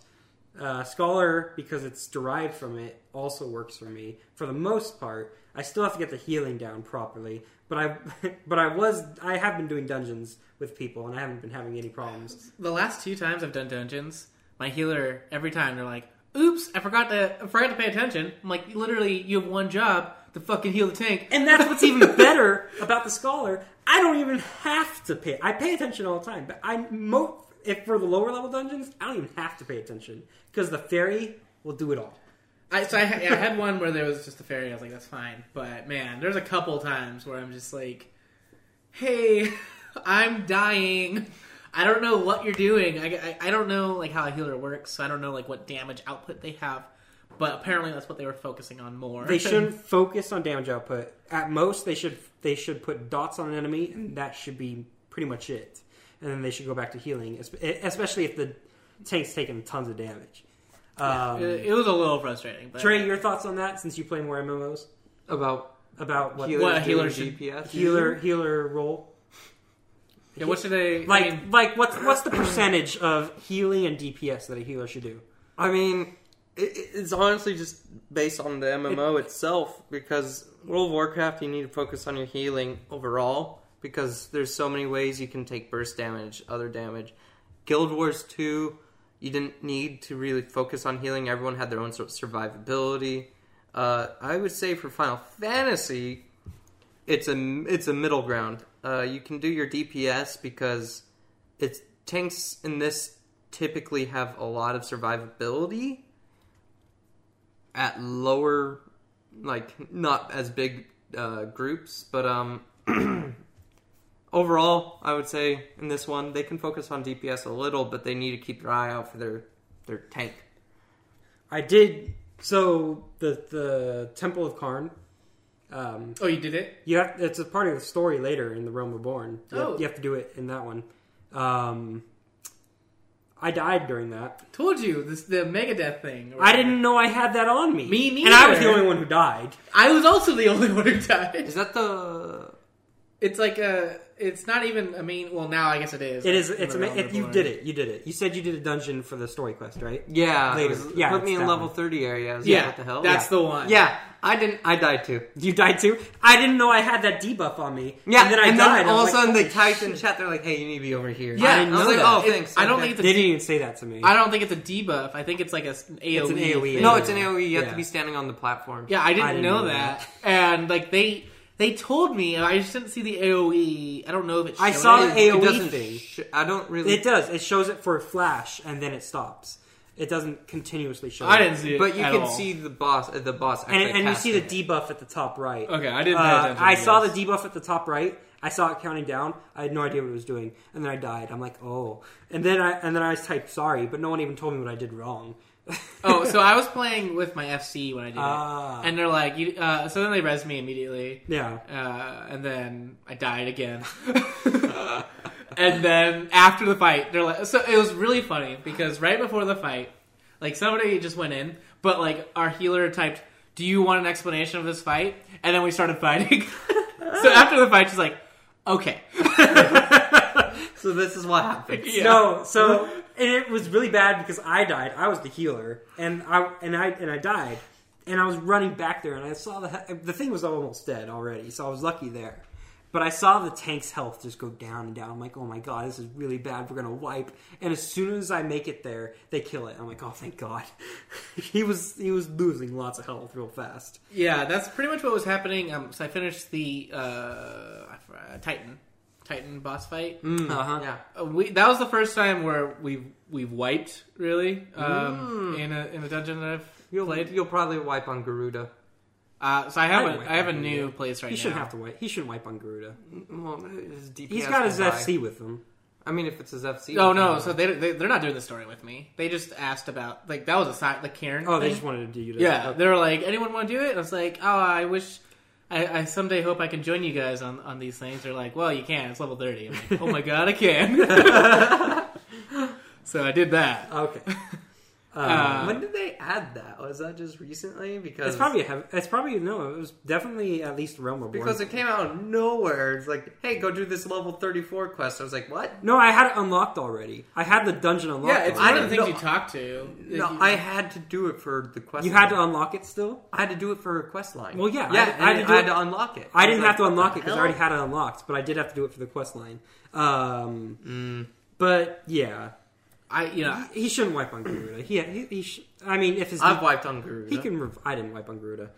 Speaker 3: Uh, Scholar, because it's derived from it, also works for me for the most part. I still have to get the healing down properly, but I but I was I have been doing dungeons with people, and I haven't been having any problems.
Speaker 1: The last two times I've done dungeons, my healer every time they're like, "Oops, I forgot to I forgot to pay attention." I'm like, "Literally, you have one job to fucking heal the tank."
Speaker 3: And that's what's even better about the Scholar. I don't even have to pay. I pay attention all the time, but I mo if for the lower level dungeons, I don't even have to pay attention because the fairy will do it all.
Speaker 1: I, so I, ha- yeah, I had one where there was just a fairy. I was like, "That's fine," but man, there's a couple times where I'm just like, "Hey, I'm dying. I don't know what you're doing. I, I, I don't know like how a healer works. So I don't know like what damage output they have. But apparently that's what they were focusing on more.
Speaker 3: They shouldn't focus on damage output. At most, they should they should put dots on an enemy, and that should be pretty much it. And then they should go back to healing, es- especially if the tank's taking tons of damage. Um,
Speaker 1: it, it was a little frustrating. But
Speaker 3: Trey, your thoughts on that? Since you play more MMOs,
Speaker 2: About
Speaker 3: about what
Speaker 2: healers
Speaker 1: What a healer
Speaker 2: doing
Speaker 1: should-
Speaker 2: DPS.
Speaker 3: healer healer role?
Speaker 1: yeah, what should they
Speaker 3: Like
Speaker 1: I mean,
Speaker 3: like what's what's the percentage of healing and DPS that a healer should do?
Speaker 2: I mean, it, it's honestly just based on the MMO itself because World of Warcraft, you need to focus on your healing overall because there's so many ways you can take burst damage, other damage. Guild Wars 2, you didn't need to really focus on healing. Everyone had their own sort of survivability. Uh, I would say for Final Fantasy, it's a it's a middle ground. Uh, you can do your DPS because it's tanks in this typically have a lot of survivability at lower, like not as big uh, groups, but um. Overall, I would say in this one they can focus on DPS a little, but they need to keep their eye out for their their tank.
Speaker 3: I did so the the Temple of Karn. Um,
Speaker 1: oh, you did it.
Speaker 3: you have it's a part of the story later in the Realm Reborn. You,
Speaker 1: Oh.
Speaker 3: have, you have to do it in that one. Um, I died during that.
Speaker 1: Told you this the Megadeth thing. or
Speaker 3: I didn't know I had that on me.
Speaker 1: Me
Speaker 3: And I was the
Speaker 1: neither.
Speaker 3: only one who died.
Speaker 1: I was also the only one who died.
Speaker 2: Is that the
Speaker 1: It's like a. It's not even a main. Well, now I guess it is.
Speaker 3: It is.
Speaker 1: In
Speaker 3: It's
Speaker 1: the
Speaker 3: ama-
Speaker 1: realm
Speaker 3: if
Speaker 1: of
Speaker 3: you
Speaker 1: Lore.
Speaker 3: did it, you did it. You said you did a dungeon for the story quest, right?
Speaker 2: yeah? it
Speaker 3: Later.
Speaker 2: was-
Speaker 3: Yeah,
Speaker 2: put me
Speaker 3: it's
Speaker 2: in
Speaker 3: that
Speaker 2: level
Speaker 3: one.
Speaker 2: thirty area. Is
Speaker 1: Yeah,
Speaker 2: what the hell?
Speaker 1: That's
Speaker 2: yeah.
Speaker 1: the one.
Speaker 2: Yeah, I didn't. I died too.
Speaker 3: You died too. I didn't know I had that debuff on me.
Speaker 2: Yeah,
Speaker 3: and then I died. I
Speaker 2: all
Speaker 3: was
Speaker 2: of a
Speaker 3: like,
Speaker 2: sudden they typed in chat. They're like, "Hey, you need to be over here."
Speaker 1: Yeah,
Speaker 2: I didn't
Speaker 3: I was
Speaker 2: know
Speaker 3: like,
Speaker 2: that.
Speaker 1: oh,
Speaker 2: oh,
Speaker 1: thanks,
Speaker 2: thanks.
Speaker 1: okay.
Speaker 3: they didn't even say that to me.
Speaker 1: I don't think it's a debuff. I think it's like a s- an AOE.
Speaker 3: an AOE.
Speaker 1: thing.
Speaker 2: No, it's an AOE. You have
Speaker 3: Yeah.
Speaker 2: to be standing on the platform.
Speaker 1: Yeah, I didn't,
Speaker 3: I didn't
Speaker 1: know,
Speaker 3: know
Speaker 1: that. And like they they told me, and I just didn't see the AOE. I don't know if it.
Speaker 3: I
Speaker 1: showed
Speaker 3: saw
Speaker 1: it.
Speaker 3: the E, AOE
Speaker 2: doesn't
Speaker 3: thing.
Speaker 2: Sh- I don't really.
Speaker 3: It does. It shows it for a flash and then it stops. It doesn't continuously show.
Speaker 1: I
Speaker 3: it.
Speaker 1: didn't see it,
Speaker 2: but you
Speaker 1: at
Speaker 2: can
Speaker 1: all.
Speaker 2: see the boss. Uh, the boss.
Speaker 3: And,
Speaker 2: actually
Speaker 3: and you see the
Speaker 2: casting it.
Speaker 3: debuff at the top right.
Speaker 1: Okay, I didn't. Pay
Speaker 3: Uh,
Speaker 1: attention
Speaker 3: I
Speaker 1: to
Speaker 3: saw the
Speaker 1: this.
Speaker 3: debuff at the top right. I saw it counting down. I had no idea what it was doing, and then I died. I'm like, oh. And then I and then I typed sorry, but no one even told me what I did wrong.
Speaker 1: oh, so I was playing with my FC when I did
Speaker 3: Ah.
Speaker 1: it, and they're like, you, uh, so then they res me immediately,
Speaker 3: yeah.
Speaker 1: uh, and then I died again. and then after the fight, they're like, so it was really funny because right before the fight, like somebody just went in, but like our healer typed, "Do you want an explanation of this fight?" And then we started fighting. so after the fight, she's like, "Okay."
Speaker 2: So this is what happens.
Speaker 1: Yeah.
Speaker 3: No, so and it was really bad because I died. I was the healer, and I and I and I died, and I was running back there, and I saw the he- the thing was almost dead already, so I was lucky there. But I saw the tank's health just go down and down. I'm like, oh my god, this is really bad. We're gonna wipe. And as soon as I make it there, they kill it. I'm like, oh thank god. he was he was losing lots of health real fast.
Speaker 1: Yeah, that's pretty much what was happening. Um, so I finished the uh, I forgot- Titan Titan boss fight.
Speaker 3: Uh huh.
Speaker 2: Yeah.
Speaker 1: Uh, we that was the first time where we we've wiped really um,
Speaker 3: Mm.
Speaker 1: in a in a dungeon that I've
Speaker 2: You'll
Speaker 1: played.
Speaker 2: you'll probably wipe on Garuda.
Speaker 1: Uh, so I have a
Speaker 3: wipe
Speaker 1: I have a
Speaker 3: on
Speaker 1: new
Speaker 3: Garuda.
Speaker 1: place right
Speaker 3: He shouldn't
Speaker 1: now.
Speaker 3: have to wipe. He shouldn't wipe on Garuda.
Speaker 2: Well, his DPS
Speaker 3: He's got
Speaker 2: will
Speaker 3: his
Speaker 2: die.
Speaker 3: FC with him.
Speaker 2: I mean, if it's his FC.
Speaker 1: Oh no! So they, they they're not doing the story with me. They just asked about like that was a side the Karen.
Speaker 3: Oh, they
Speaker 1: thing.
Speaker 3: just wanted to do you. to-
Speaker 1: yeah. They were like, anyone want to do it? And I was like, oh, I wish. I, I someday hope I can join you guys on, on these things. They're like, well, you can. It's level thirty. I'm like, oh my god, I can. so I did that.
Speaker 3: Okay. Um,
Speaker 1: Uh,
Speaker 2: when did they add that? Was that just recently? Because
Speaker 3: It's probably a heavy, it's probably no. It was definitely at least Realm Reborn.
Speaker 2: because it came out of nowhere. It's like, hey, go do this level thirty four quest. I was like, what?
Speaker 3: no, I had it unlocked already. I had the dungeon unlocked.
Speaker 1: Yeah, it's
Speaker 2: I
Speaker 1: one of the
Speaker 2: didn't
Speaker 1: things
Speaker 2: know-
Speaker 1: you talk to.
Speaker 2: No, I had to do it for the quest.
Speaker 3: already. you had to
Speaker 2: line.
Speaker 3: unlock it still.
Speaker 2: I had to do it for a quest line.
Speaker 3: Well, yeah, I
Speaker 2: yeah.
Speaker 3: had-
Speaker 2: and
Speaker 3: I
Speaker 2: I
Speaker 3: had
Speaker 2: had,
Speaker 3: to do it-
Speaker 2: to unlock it.
Speaker 3: I
Speaker 2: was
Speaker 3: didn't
Speaker 2: like,
Speaker 3: have to
Speaker 2: what
Speaker 3: unlock
Speaker 2: the
Speaker 3: it because I
Speaker 2: hell?
Speaker 3: already had it unlocked, but I did have to do it for the quest line. Um,
Speaker 1: Mm.
Speaker 3: But yeah,
Speaker 1: I you know
Speaker 3: he, he shouldn't wipe on Garuda. He, he, he sh- I mean, if his
Speaker 2: I've wiped on Garuda.
Speaker 3: he can. Rev- I didn't wipe on Garuda.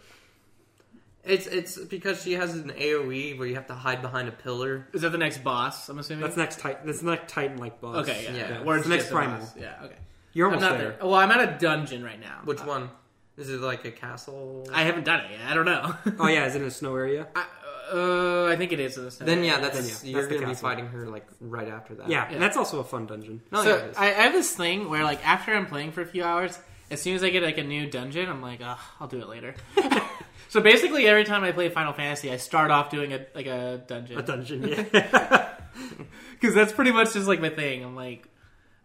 Speaker 2: It's it's because she has an AOE where you have to hide behind a pillar.
Speaker 1: is that the next boss? I'm assuming.
Speaker 3: That's next Titan. That's next Titan like boss.
Speaker 1: okay. Yeah.
Speaker 2: yeah.
Speaker 1: Where
Speaker 3: it's the next
Speaker 1: just a boss.
Speaker 3: primal.
Speaker 1: Yeah. Okay.
Speaker 3: You're
Speaker 1: I'm
Speaker 3: almost
Speaker 1: not
Speaker 3: there.
Speaker 1: there. Well, I'm at a dungeon right now.
Speaker 2: Which one? Is it like a castle?
Speaker 1: I haven't done it yet. I don't know.
Speaker 3: Oh yeah, is it in a snow area?
Speaker 1: I, Uh, I think it is in this.
Speaker 2: Then yeah, that's,
Speaker 3: Then, yeah,
Speaker 2: you're
Speaker 3: that's the
Speaker 2: gonna be
Speaker 3: castle.
Speaker 2: fighting her like right after that.
Speaker 3: Yeah,
Speaker 1: Yeah.
Speaker 3: and that's also a fun dungeon.
Speaker 2: No, yeah,
Speaker 1: so
Speaker 2: it is.
Speaker 1: I, I have this thing where like after I'm playing for a few hours, as soon as I get like a new dungeon, I'm like, Ugh, I'll do it later. so basically, every time I play Final Fantasy, I start off doing a like a
Speaker 3: A
Speaker 1: dungeon
Speaker 3: dungeon, yeah.
Speaker 1: because that's pretty much just like my thing. I'm like,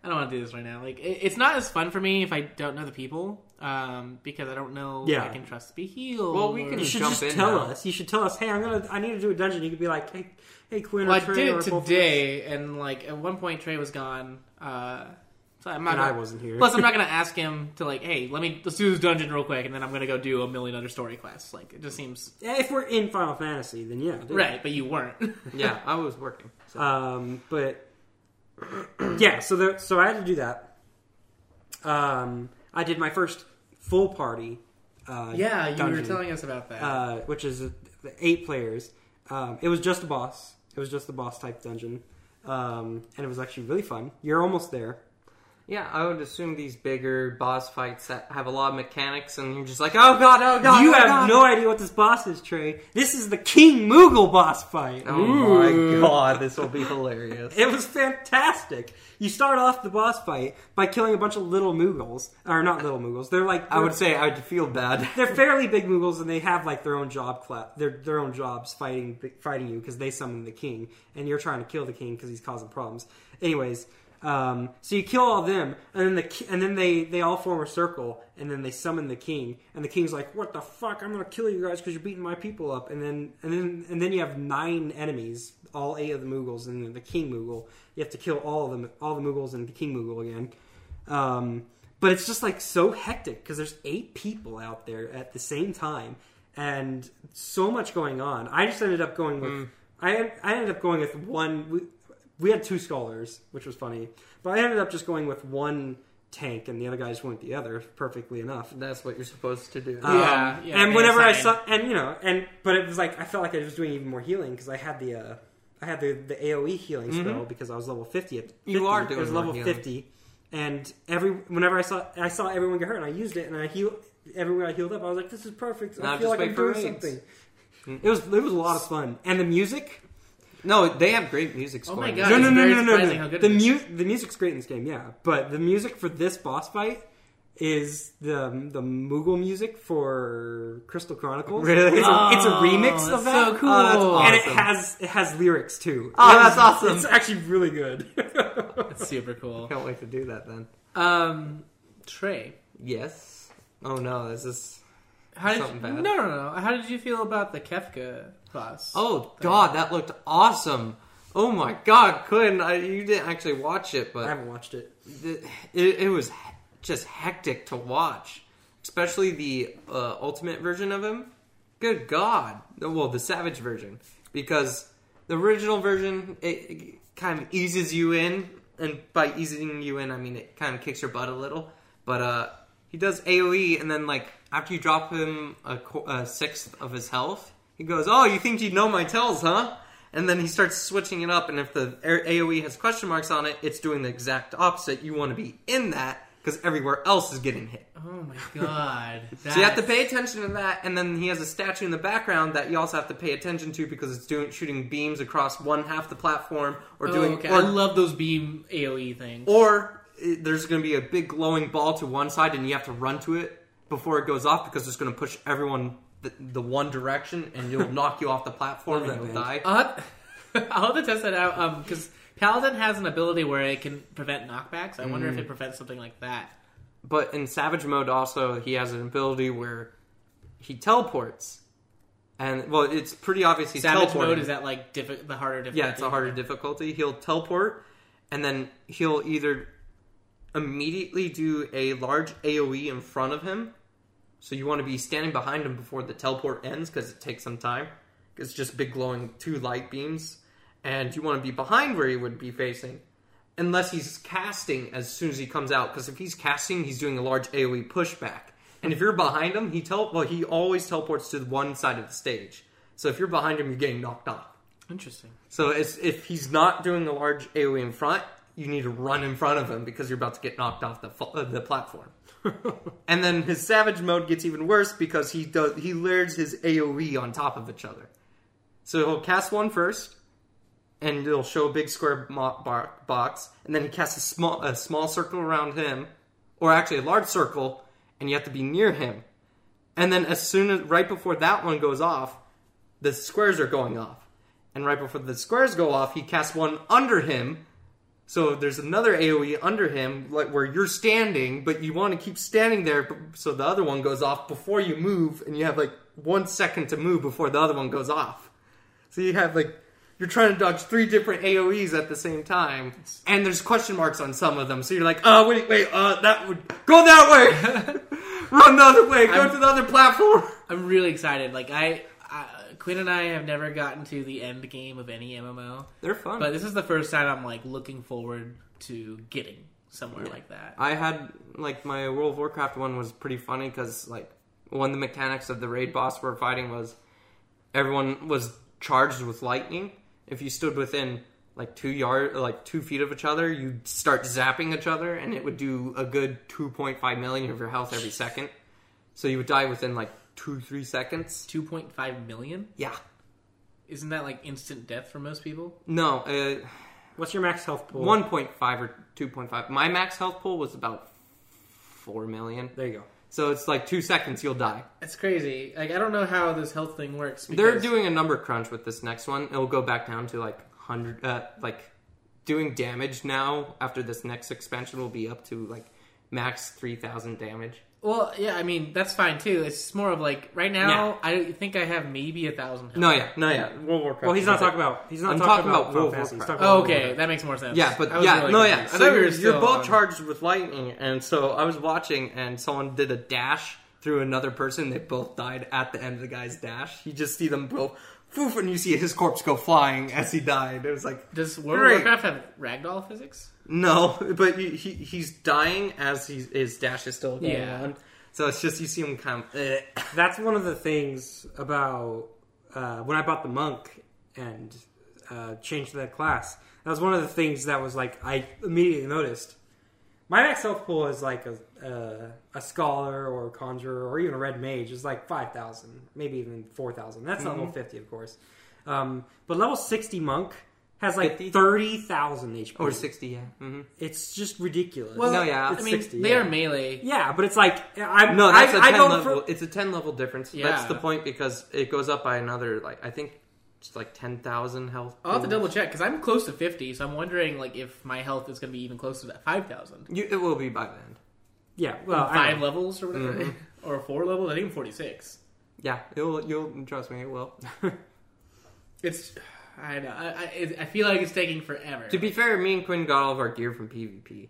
Speaker 1: I don't want to do this right now. Like, it, it's not as fun for me if I don't know the people, um, because I don't know
Speaker 3: Yeah.
Speaker 1: if I can trust to be healed.
Speaker 2: Well, we
Speaker 1: or-
Speaker 2: can
Speaker 3: you should
Speaker 2: Jump
Speaker 3: just
Speaker 2: in
Speaker 3: tell
Speaker 2: now.
Speaker 3: us. You should tell us, hey, I'm gonna, I need to do a dungeon. You could be like, hey, hey, Quinn.
Speaker 1: Well,
Speaker 3: or
Speaker 1: I
Speaker 3: Trey
Speaker 1: did
Speaker 3: or
Speaker 1: it
Speaker 3: both of us.
Speaker 1: today, and like at one point Trey was gone, uh, so I'm not.
Speaker 3: And I
Speaker 1: gonna-
Speaker 3: wasn't here.
Speaker 1: Plus, I'm not gonna ask him to like, hey, let me let's do this dungeon real quick, and then I'm gonna go do a million other story quests. Like it just seems
Speaker 3: Yeah, if we're in Final Fantasy, then yeah, do it.
Speaker 1: right, but you weren't.
Speaker 2: yeah, I was working. So.
Speaker 3: Um, but yeah, so the, so I had to do that. Um, I did my first full party. Uh,
Speaker 1: yeah, you were
Speaker 3: dungeon,
Speaker 1: telling us about that.
Speaker 3: uh, which is uh, the eight players. Um, it was just a boss. It was just a boss type dungeon, um, and it was actually really fun. You're almost there.
Speaker 2: yeah, I would assume these bigger boss fights that have a lot of mechanics, and you're just like, oh god, oh god,
Speaker 3: you
Speaker 2: oh,
Speaker 3: have
Speaker 2: God.
Speaker 3: no idea what this boss is, Trey. This is the King Moogle boss fight.
Speaker 2: Oh
Speaker 1: Ooh.
Speaker 2: my god, this will be hilarious.
Speaker 3: It was fantastic. You start off the boss fight by killing a bunch of little Moogles, or not little Moogles. They're like
Speaker 2: I would say I'd feel bad.
Speaker 3: they're fairly big Moogles, and they have like their own job cla- their their own jobs fighting fighting you because they summon the king, and you're trying to kill the king because he's causing problems. Anyways, um, so you kill all them, and then the ki- and then they they all form a circle, and then they summon the king, and the king's like, "What the fuck? I'm gonna kill you guys because you're beating my people up." And then and then and then you have nine enemies, all eight of the Moogles, and then the king Moogle. You have to kill all of them, all the Moogles, and the king Moogle again. Um, but it's just like so hectic because there's eight people out there at the same time and so much going on. I just ended up going with I I ended up going with one. We, we had two scholars, which was funny, but I ended up just going with one tank, and the other guy just went with the other. Perfectly enough.
Speaker 2: That's what you're supposed to do.
Speaker 1: Uh, Yeah, yeah,
Speaker 3: Um, and whenever I
Speaker 1: ASI.
Speaker 3: saw, and you know, and but it was like I felt like I was doing even more healing because I had the uh, I had the the AOE healing spell because I was level fifty. At, 50
Speaker 2: Mm-hmm. You are
Speaker 3: I
Speaker 2: doing
Speaker 3: was
Speaker 2: more
Speaker 3: level
Speaker 2: healing.
Speaker 3: fifty, and every whenever I saw I saw everyone get hurt, and I used it, and I heal everywhere I healed up. I was like, this is perfect.
Speaker 2: Now
Speaker 3: I feel
Speaker 2: just
Speaker 3: like
Speaker 2: wait
Speaker 3: I'm
Speaker 2: for
Speaker 3: doing
Speaker 2: raids. Mm.
Speaker 3: something. It was it was a lot of fun, and the music.
Speaker 2: no, they have great music
Speaker 1: Oh
Speaker 2: scoring.
Speaker 1: my God.
Speaker 3: no, no,
Speaker 1: it's
Speaker 3: no,
Speaker 1: very
Speaker 3: no, no,
Speaker 1: surprising how
Speaker 3: no, no.
Speaker 1: good
Speaker 3: The
Speaker 1: it is.
Speaker 3: mu- the music's great in this game, yeah. But the music for this boss fight is the the Moogle music for Crystal Chronicles.
Speaker 2: Really?
Speaker 3: It's a, it's a
Speaker 1: Oh,
Speaker 3: remix
Speaker 1: that's
Speaker 3: of that. Uh,
Speaker 1: so cool.
Speaker 2: Oh, that's awesome.
Speaker 3: And it has it has lyrics too.
Speaker 2: Oh,
Speaker 3: It was-
Speaker 2: that's awesome.
Speaker 3: It's actually really good.
Speaker 1: That's super cool.
Speaker 2: Can't wait to do that then.
Speaker 1: Um, Trey,
Speaker 2: Yes. Oh no, this is.
Speaker 1: how did you,
Speaker 2: Something
Speaker 1: no,
Speaker 2: bad.
Speaker 1: no, no? How did you feel about the Kefka boss?
Speaker 2: Oh god, that looked awesome. Oh my god, Quinn, I, you didn't actually watch it,
Speaker 3: I
Speaker 2: but
Speaker 3: haven't watched it.
Speaker 2: th- it, it was he- just hectic to watch, especially the uh, ultimate version of him. Good god, well, the Savage version, because the original version it, it kind of eases you in, and by easing you in, I mean it kind of kicks your butt a little. But uh, he does AOE, and then like after you drop him a, qu- a sixth of his health, he goes, "Oh, you think you know my tells, huh?" And then he starts switching it up, and if the A- AOE has question marks on it, it's doing the exact opposite. You want to be in that because everywhere else is getting hit.
Speaker 1: Oh my god!
Speaker 2: So you have to
Speaker 1: That's-
Speaker 2: pay attention to that, and then he has a statue in the background that you also have to pay attention to because it's doing shooting beams across one half the platform, or
Speaker 1: Oh,
Speaker 2: doing,
Speaker 1: okay. I
Speaker 2: or,
Speaker 1: love those beam AOE things.
Speaker 2: or uh, there's going to be a big glowing ball to one side, and you have to run to it before it goes off because it's going to push everyone the, the one direction, and it'll knock you off the platform, and
Speaker 3: that
Speaker 2: you'll die.
Speaker 3: bad.
Speaker 1: I'll have, I'll have to test that out because Paladin has an ability where it can prevent knockbacks. I wonder if
Speaker 2: Mm.
Speaker 1: it prevents something like that.
Speaker 2: But in Savage Mode, also he has an ability where he teleports, and well, it's pretty obvious he's
Speaker 1: Savage
Speaker 2: teleporting.
Speaker 1: mode is that like diffi- the harder difficulty.
Speaker 2: Yeah, it's a harder difficulty. He'll teleport, and then he'll either immediately do a large AoE in front of him. So you want to be standing behind him before the teleport ends because it takes some time. It's just big glowing two light beams, and you want to be behind where he would be facing, unless he's casting as soon as he comes out. Because if he's casting, he's doing a large AoE pushback. And if you're behind him, he tel- well he always teleports to one side of the stage. So if you're behind him, you're getting knocked off.
Speaker 1: Interesting.
Speaker 2: So it's, if he's not doing a large AoE in front, you need to run in front of him because you're about to get knocked off the fu- uh, the platform. and then his savage mode gets even worse because he does he layers his AoE on top of each other. So he'll cast one first, and it'll show a big square mo- bar- box, and then he casts a small a small circle around him, or actually a large circle, and you have to be near him. And then as soon as right before that one goes off, the squares are going off. And right before the squares go off, he casts one under him. So there's another AoE under him, like where you're standing, but you want to keep standing there, b- so the other one goes off before you move, and you have like one second to move before the other one goes off. So you have like you're trying to dodge three different AOE's at the same time, and there's question marks on some of them. So you're like, oh wait, wait, uh, that would go that way, run the other way, go
Speaker 1: I'm-
Speaker 2: to the other platform.
Speaker 1: I'm really excited. Like I, I, Quinn and I have never gotten to the end game of any MMO,
Speaker 2: They're fun.
Speaker 1: but this is the first time I'm like looking forward to getting somewhere like that.
Speaker 2: I had like my World of Warcraft one was pretty funny because like one of the mechanics of the raid boss we're fighting was everyone was charged with lightning. If you stood within like two yard, like two feet of each other, you'd start zapping each other, and it would do a good two point five million of your health every second. So you would die within like two three seconds.
Speaker 1: Two point five million?
Speaker 2: Yeah.
Speaker 1: Isn't that like instant death for most people?
Speaker 2: No, uh,
Speaker 3: What's your max health pool?
Speaker 2: one point five or two point five. My max health pool was about four million.
Speaker 3: There you go.
Speaker 2: So it's like two seconds, you'll die.
Speaker 1: It's crazy. Like I don't know how this health thing works.
Speaker 2: They're doing a number crunch with this next one. It'll go back down to like hundred, uh, like doing damage now. After this next expansion, will be up to like max three thousand damage.
Speaker 1: Well, yeah, I mean that's fine too. It's more of like right now.
Speaker 2: Yeah.
Speaker 1: I think I have maybe a thousand. health.
Speaker 2: No, yeah, no, yeah. World Warcraft.
Speaker 3: Well, he's not talking about. He's not
Speaker 2: I'm
Speaker 3: talking,
Speaker 2: talking
Speaker 3: about,
Speaker 2: about
Speaker 3: Final
Speaker 2: World of
Speaker 3: Fantasy. He's
Speaker 2: Warcraft.
Speaker 3: talking about
Speaker 1: Oh,
Speaker 3: World of
Speaker 1: okay,
Speaker 3: Warcraft.
Speaker 1: that makes more sense.
Speaker 2: Yeah, but
Speaker 1: I was
Speaker 2: yeah,
Speaker 1: really
Speaker 2: no, yeah.
Speaker 1: confused. I
Speaker 2: So
Speaker 1: thought we
Speaker 2: you're,
Speaker 1: were
Speaker 2: you're
Speaker 1: still um,
Speaker 2: both
Speaker 1: on-
Speaker 2: charged with lightning, and so I was watching, and someone did a dash through another person. They both died at the end of the guy's dash. You just see them both, poof, and you see his corpse go flying as he died. It was like
Speaker 1: Does World of
Speaker 2: Great.
Speaker 1: Warcraft have ragdoll physics?
Speaker 2: No, but he, he he's dying as he's, his dash is still going
Speaker 1: Yeah.
Speaker 2: on. So it's just you see him come. eh.
Speaker 3: That's one of the things about uh, when I bought the monk and uh, changed that class. That was one of the things that was like I immediately noticed. My max health pool is like a uh, a scholar or a conjurer or even a red mage is like five thousand, maybe even four thousand. That's
Speaker 2: Mm-hmm.
Speaker 3: not level fifty, of course. Um, but level sixty monk has like
Speaker 2: 50?
Speaker 3: thirty thousand HP.
Speaker 2: Or sixty, yeah. hmm
Speaker 3: It's just ridiculous.
Speaker 2: Well, No, yeah.
Speaker 1: I
Speaker 2: It's
Speaker 1: mean
Speaker 3: 60,
Speaker 1: they
Speaker 3: yeah.
Speaker 1: are melee.
Speaker 3: yeah, but it's like I'm
Speaker 2: No, that's a
Speaker 3: I,
Speaker 2: ten
Speaker 3: I don't
Speaker 2: level.
Speaker 3: fr-
Speaker 2: It's a ten level difference. That's
Speaker 1: Yeah.
Speaker 2: the point because it goes up by another like I think it's like ten thousand health.
Speaker 1: I'll have to
Speaker 2: points.
Speaker 1: double check because I'm close to fifty, so I'm wondering like if my health is going to be even close to that five thousand.
Speaker 2: You, it will be by then.
Speaker 3: yeah. Well, I
Speaker 1: Five
Speaker 3: know.
Speaker 1: levels or whatever,
Speaker 2: Mm-hmm.
Speaker 1: or four levels. I think I'm forty six.
Speaker 2: Yeah, it'll. You'll trust me. It will.
Speaker 1: It's I know. I, I, it, I feel like it's taking forever.
Speaker 2: to be fair, me and Quinn got all of our gear from PvP.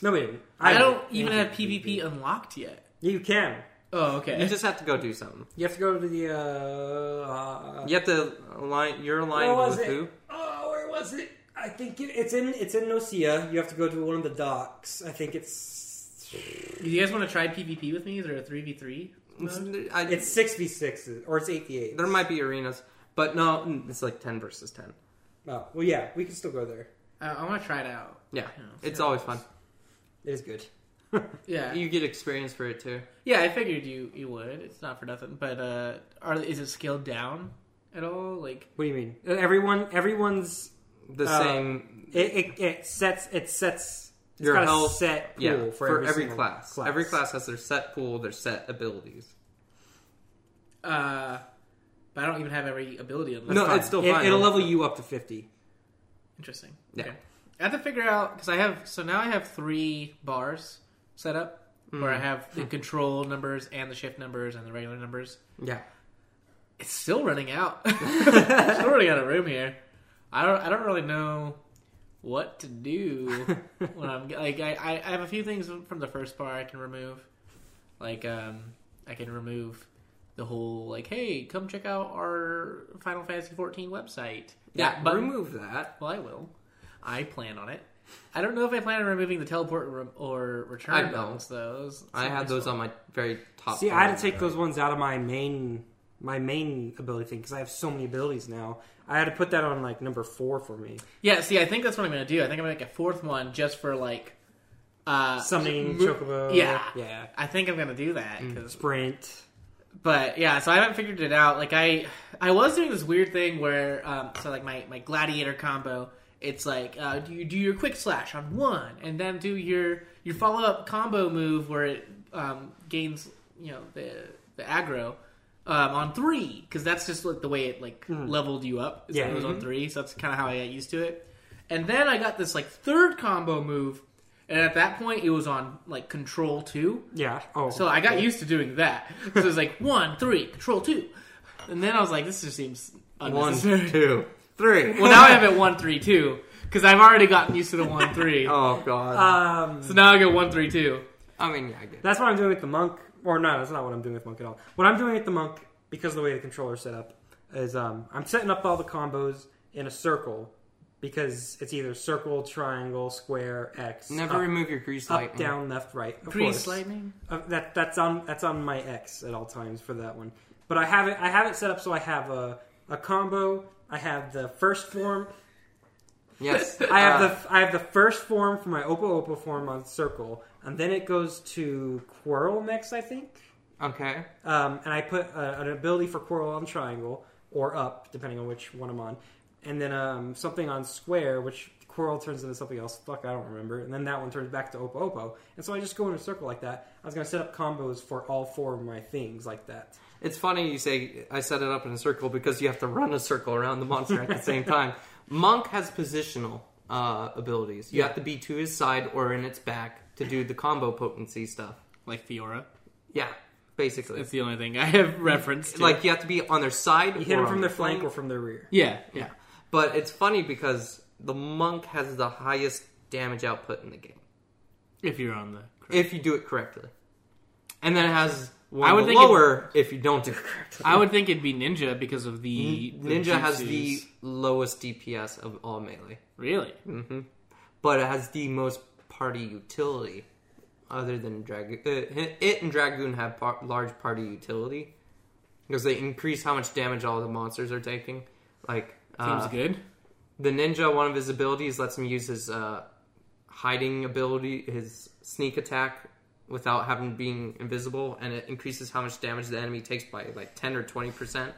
Speaker 3: No, we didn't.
Speaker 1: I
Speaker 3: didn't.
Speaker 1: don't even have PvP unlocked yet.
Speaker 3: Yeah, you can.
Speaker 1: Oh,
Speaker 2: You
Speaker 1: okay.
Speaker 2: just have to go do something.
Speaker 3: You have to go to the. Uh, uh,
Speaker 2: You have to align. You're aligned
Speaker 3: was
Speaker 2: with
Speaker 3: it?
Speaker 2: who?
Speaker 3: Oh, where was it? I think it, it's in it's in Nocia. You have to go to one of the docks. I think it's
Speaker 1: Do you guys want to try PvP with me? Is there a three v three?
Speaker 2: I-
Speaker 3: it's six v six or it's eight v eight.
Speaker 2: there might be arenas, but no, it's like ten versus ten.
Speaker 3: Oh, well, yeah, we can still go there.
Speaker 1: I, I want to try it out. Oh,
Speaker 2: Yeah,
Speaker 1: Yeah,
Speaker 2: it's
Speaker 1: fair
Speaker 2: always fun.
Speaker 1: enough.
Speaker 3: It is good.
Speaker 1: Yeah,
Speaker 2: You get experience for it too.
Speaker 1: yeah. I figured you you would. It's not for nothing. But uh, are is it scaled down at all? Like
Speaker 3: What do you mean? Everyone, everyone's
Speaker 2: The
Speaker 3: Uh,
Speaker 2: same
Speaker 3: it, it, it sets it sets it's
Speaker 2: Your
Speaker 3: got
Speaker 2: health-
Speaker 3: a set pool
Speaker 2: yeah,
Speaker 3: for,
Speaker 2: for every,
Speaker 3: single
Speaker 2: class. Every class has their set pool, their set abilities.
Speaker 1: uh, but I don't even have every ability unlocked.
Speaker 2: No, it's still
Speaker 3: It-
Speaker 2: fine.
Speaker 3: it'll level you up to fifty.
Speaker 1: Interesting.
Speaker 2: Yeah.
Speaker 1: Okay. I have to figure out because I have so now I have three bars set up
Speaker 2: Hmm.
Speaker 1: where I have the control numbers and the shift numbers and the regular numbers.
Speaker 2: Yeah,
Speaker 1: It's still running out. still running out of room here. I don't. I don't really know what to do when I'm like. I, I I have a few things from the first bar I can remove. Like um, I can remove the whole like, hey, come check out our Final Fantasy 14 website.
Speaker 2: yeah.
Speaker 1: but
Speaker 2: remove that.
Speaker 1: well, I will. I plan on it. I don't know if I plan on removing the teleport re- or return
Speaker 2: I don't.
Speaker 1: buttons. Those
Speaker 2: I had those on my very top.
Speaker 3: See, I had to
Speaker 2: ones.
Speaker 3: take those ones out of my main my main ability thing because I have so many abilities now. I had to put that on like number four for me.
Speaker 1: Yeah, see, I think that's what I'm gonna do. I think I'm gonna make a fourth one just for like uh
Speaker 3: Summoning
Speaker 1: mo-
Speaker 3: Chocobo.
Speaker 1: Yeah.
Speaker 3: yeah.
Speaker 1: I think I'm gonna do that because
Speaker 3: Sprint.
Speaker 1: but yeah, so I haven't figured it out. Like I, I was doing this weird thing where, um, so like my my gladiator combo, it's like uh, do you do your quick slash on one, and then do your your follow up combo move where it um, gains you know the the aggro um, on three because that's just like the way it like leveled you up. is that
Speaker 3: Yeah.
Speaker 1: it was on three, so that's kind of how I got used to it. And then I got this like third combo move, and at that point it was on like control two.
Speaker 3: Yeah. Oh.
Speaker 1: So I got used to doing that. So it was like one, three, control two, and then I was like, this just seems
Speaker 2: One,
Speaker 1: unnecessary.
Speaker 2: two, three.
Speaker 1: Well, now I have it one, three, two because I've already gotten used to the one, three.
Speaker 2: Oh god.
Speaker 3: um,
Speaker 1: So now I go one, three, two.
Speaker 2: I mean, yeah, I get it.
Speaker 3: that's what I'm doing with the monk. Or no, that's not what I'm doing with monk at all. What I'm doing with the monk, because of the way the controller's set up, is um, I'm setting up all the combos in a circle because it's either circle, triangle, square, X.
Speaker 2: Never
Speaker 3: up,
Speaker 2: remove your grease
Speaker 3: up,
Speaker 2: light.
Speaker 3: down, left, right. Of
Speaker 1: Grease
Speaker 3: course.
Speaker 1: lightning.
Speaker 3: Uh, that that's on that's on my X at all times for that one. But I have it I have it set up so I have a a combo. I have the first form.
Speaker 2: Yes.
Speaker 3: I have
Speaker 2: uh,
Speaker 3: the I have the first form for my Opo Opo form on circle, and then it goes to Quirrell next, I think.
Speaker 2: Uh, Okay.
Speaker 3: Um, and I put uh an ability for Quirrell on triangle or up, depending on which one I'm on, and then um, something on square, which Quirrell turns into something else. Fuck, I don't remember. And then that one turns back to Opo Opo, and so I just go in a circle like that. I was gonna set up combos for all four of my things like that.
Speaker 2: It's funny you say I set it up in a circle because you have to run a circle around the monster at the same time. Monk has positional uh, abilities. You
Speaker 3: Yeah.
Speaker 2: have to be to his side or in its back to do the combo potency stuff.
Speaker 1: Like Fiora.
Speaker 2: Yeah, basically.
Speaker 1: That's the only thing I have referenced. To.
Speaker 2: like you have to be on their side.
Speaker 3: You hit
Speaker 2: or
Speaker 3: them
Speaker 2: on
Speaker 3: from their flank or
Speaker 2: flank.
Speaker 3: from their rear.
Speaker 1: yeah, yeah.
Speaker 2: Yeah, but it's funny because the monk has the highest damage output in the game
Speaker 1: If you're on the.
Speaker 2: if you do it correctly, and then it has one
Speaker 1: I would
Speaker 2: of the
Speaker 1: think it-
Speaker 2: lower if you don't do it correctly.
Speaker 1: I would think it'd be Ninja because of the the
Speaker 2: Ninja has the
Speaker 1: jutsus.
Speaker 2: lowest DPS of all melee.
Speaker 1: really.
Speaker 2: but it has the most party utility other than Dragoon. Uh, it and Dragoon have par- large party utility because they increase how much damage all the monsters are taking. Like
Speaker 1: Seems
Speaker 2: uh,
Speaker 1: good.
Speaker 2: the ninja, one of his abilities lets him use his uh, hiding ability, his sneak attack, without having being invisible, and it increases how much damage the enemy takes by like ten or twenty percent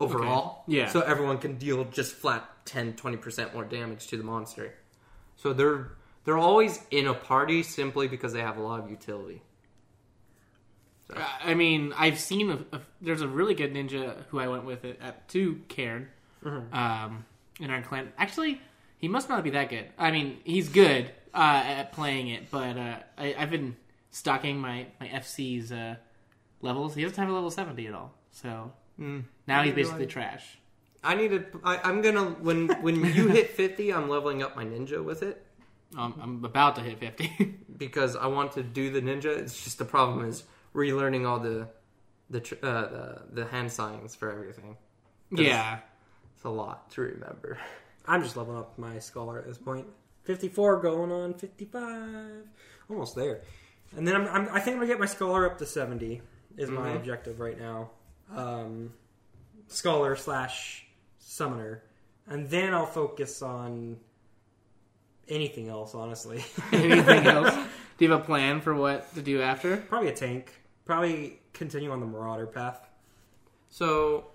Speaker 2: overall.
Speaker 1: Okay. Yeah.
Speaker 2: So everyone can deal just flat 10, 20 percent more damage to the monster. So they're they're always in a party simply because they have a lot of utility.
Speaker 1: Uh, I mean, I've seen a, a- there's a really good ninja who I went with at, at two Cairn, um, in our clan. Actually, he must not be that good. I mean, he's good uh, at playing it, but uh, I, I've been stocking my my FC's uh, levels. He doesn't have a level seventy at all, so now he's basically trash.
Speaker 2: I need to. I, I'm gonna when when you hit fifty, I'm leveling up my ninja with it.
Speaker 1: Um, I'm about to hit fifty.
Speaker 2: because I want to do the ninja. It's just the problem is relearning all the the tr- uh, the, the hand signs for everything.
Speaker 1: yeah,
Speaker 2: It's a lot to remember.
Speaker 3: I'm just leveling up my scholar at this point. 54 going on 55. Almost there. And then I'm, I'm, I think I'm going to get my scholar up to 70 is my
Speaker 2: Mhm.
Speaker 3: objective right now. Um, scholar slash summoner. And then I'll focus on anything else, honestly.
Speaker 1: Anything else? Do you have a plan for what to do after?
Speaker 3: Probably a tank. Probably continue on the Marauder path.
Speaker 2: So,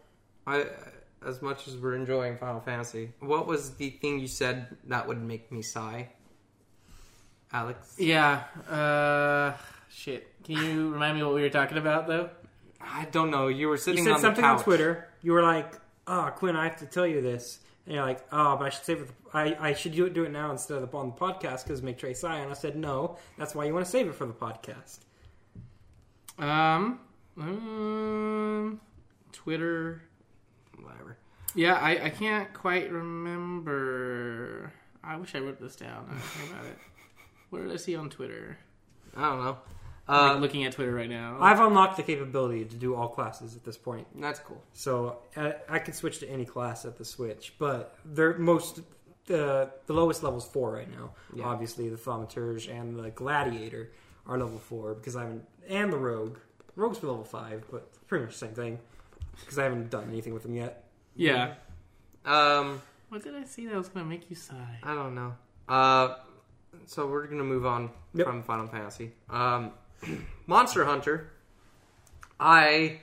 Speaker 2: I as much as we're enjoying Final Fantasy, what was the thing you said that would make me sigh? Alex,
Speaker 1: Yeah. Uh, shit. Can you remind me what we were talking about though?
Speaker 2: I don't know. You were sitting
Speaker 3: You said
Speaker 2: on
Speaker 3: something
Speaker 2: the couch.
Speaker 3: on Twitter. You were like, "Oh, Quinn, I have to tell you this," and you're like, "Oh, but I should save it. I, I should do it do it now instead of on the podcast because make Trey sigh." And I said, "No, that's why you want to save it for the podcast."
Speaker 1: Um, um, Twitter.
Speaker 2: Whatever.
Speaker 1: Yeah, I, I can't quite remember. I wish I wrote this down. I don't think about it. What did I see on Twitter?
Speaker 2: I don't know.
Speaker 1: I'm
Speaker 2: Uh,
Speaker 1: like, looking at Twitter right now.
Speaker 3: I've unlocked the capability to do all classes at this point,
Speaker 2: that's cool.
Speaker 3: so I, I can switch to any class at the Switch. But they're most the the lowest level's four right now.
Speaker 2: Yeah.
Speaker 3: Obviously, the Thaumaturge and the Gladiator are level four because I haven't, and the Rogue. Rogue's level five, but pretty much the same thing because I haven't done anything with them yet.
Speaker 1: yeah.
Speaker 2: Um,
Speaker 1: What did I see that was gonna make you sigh?
Speaker 2: I don't know. Uh, so we're gonna move on
Speaker 3: Yep.
Speaker 2: from Final Fantasy. Um, Monster Hunter. I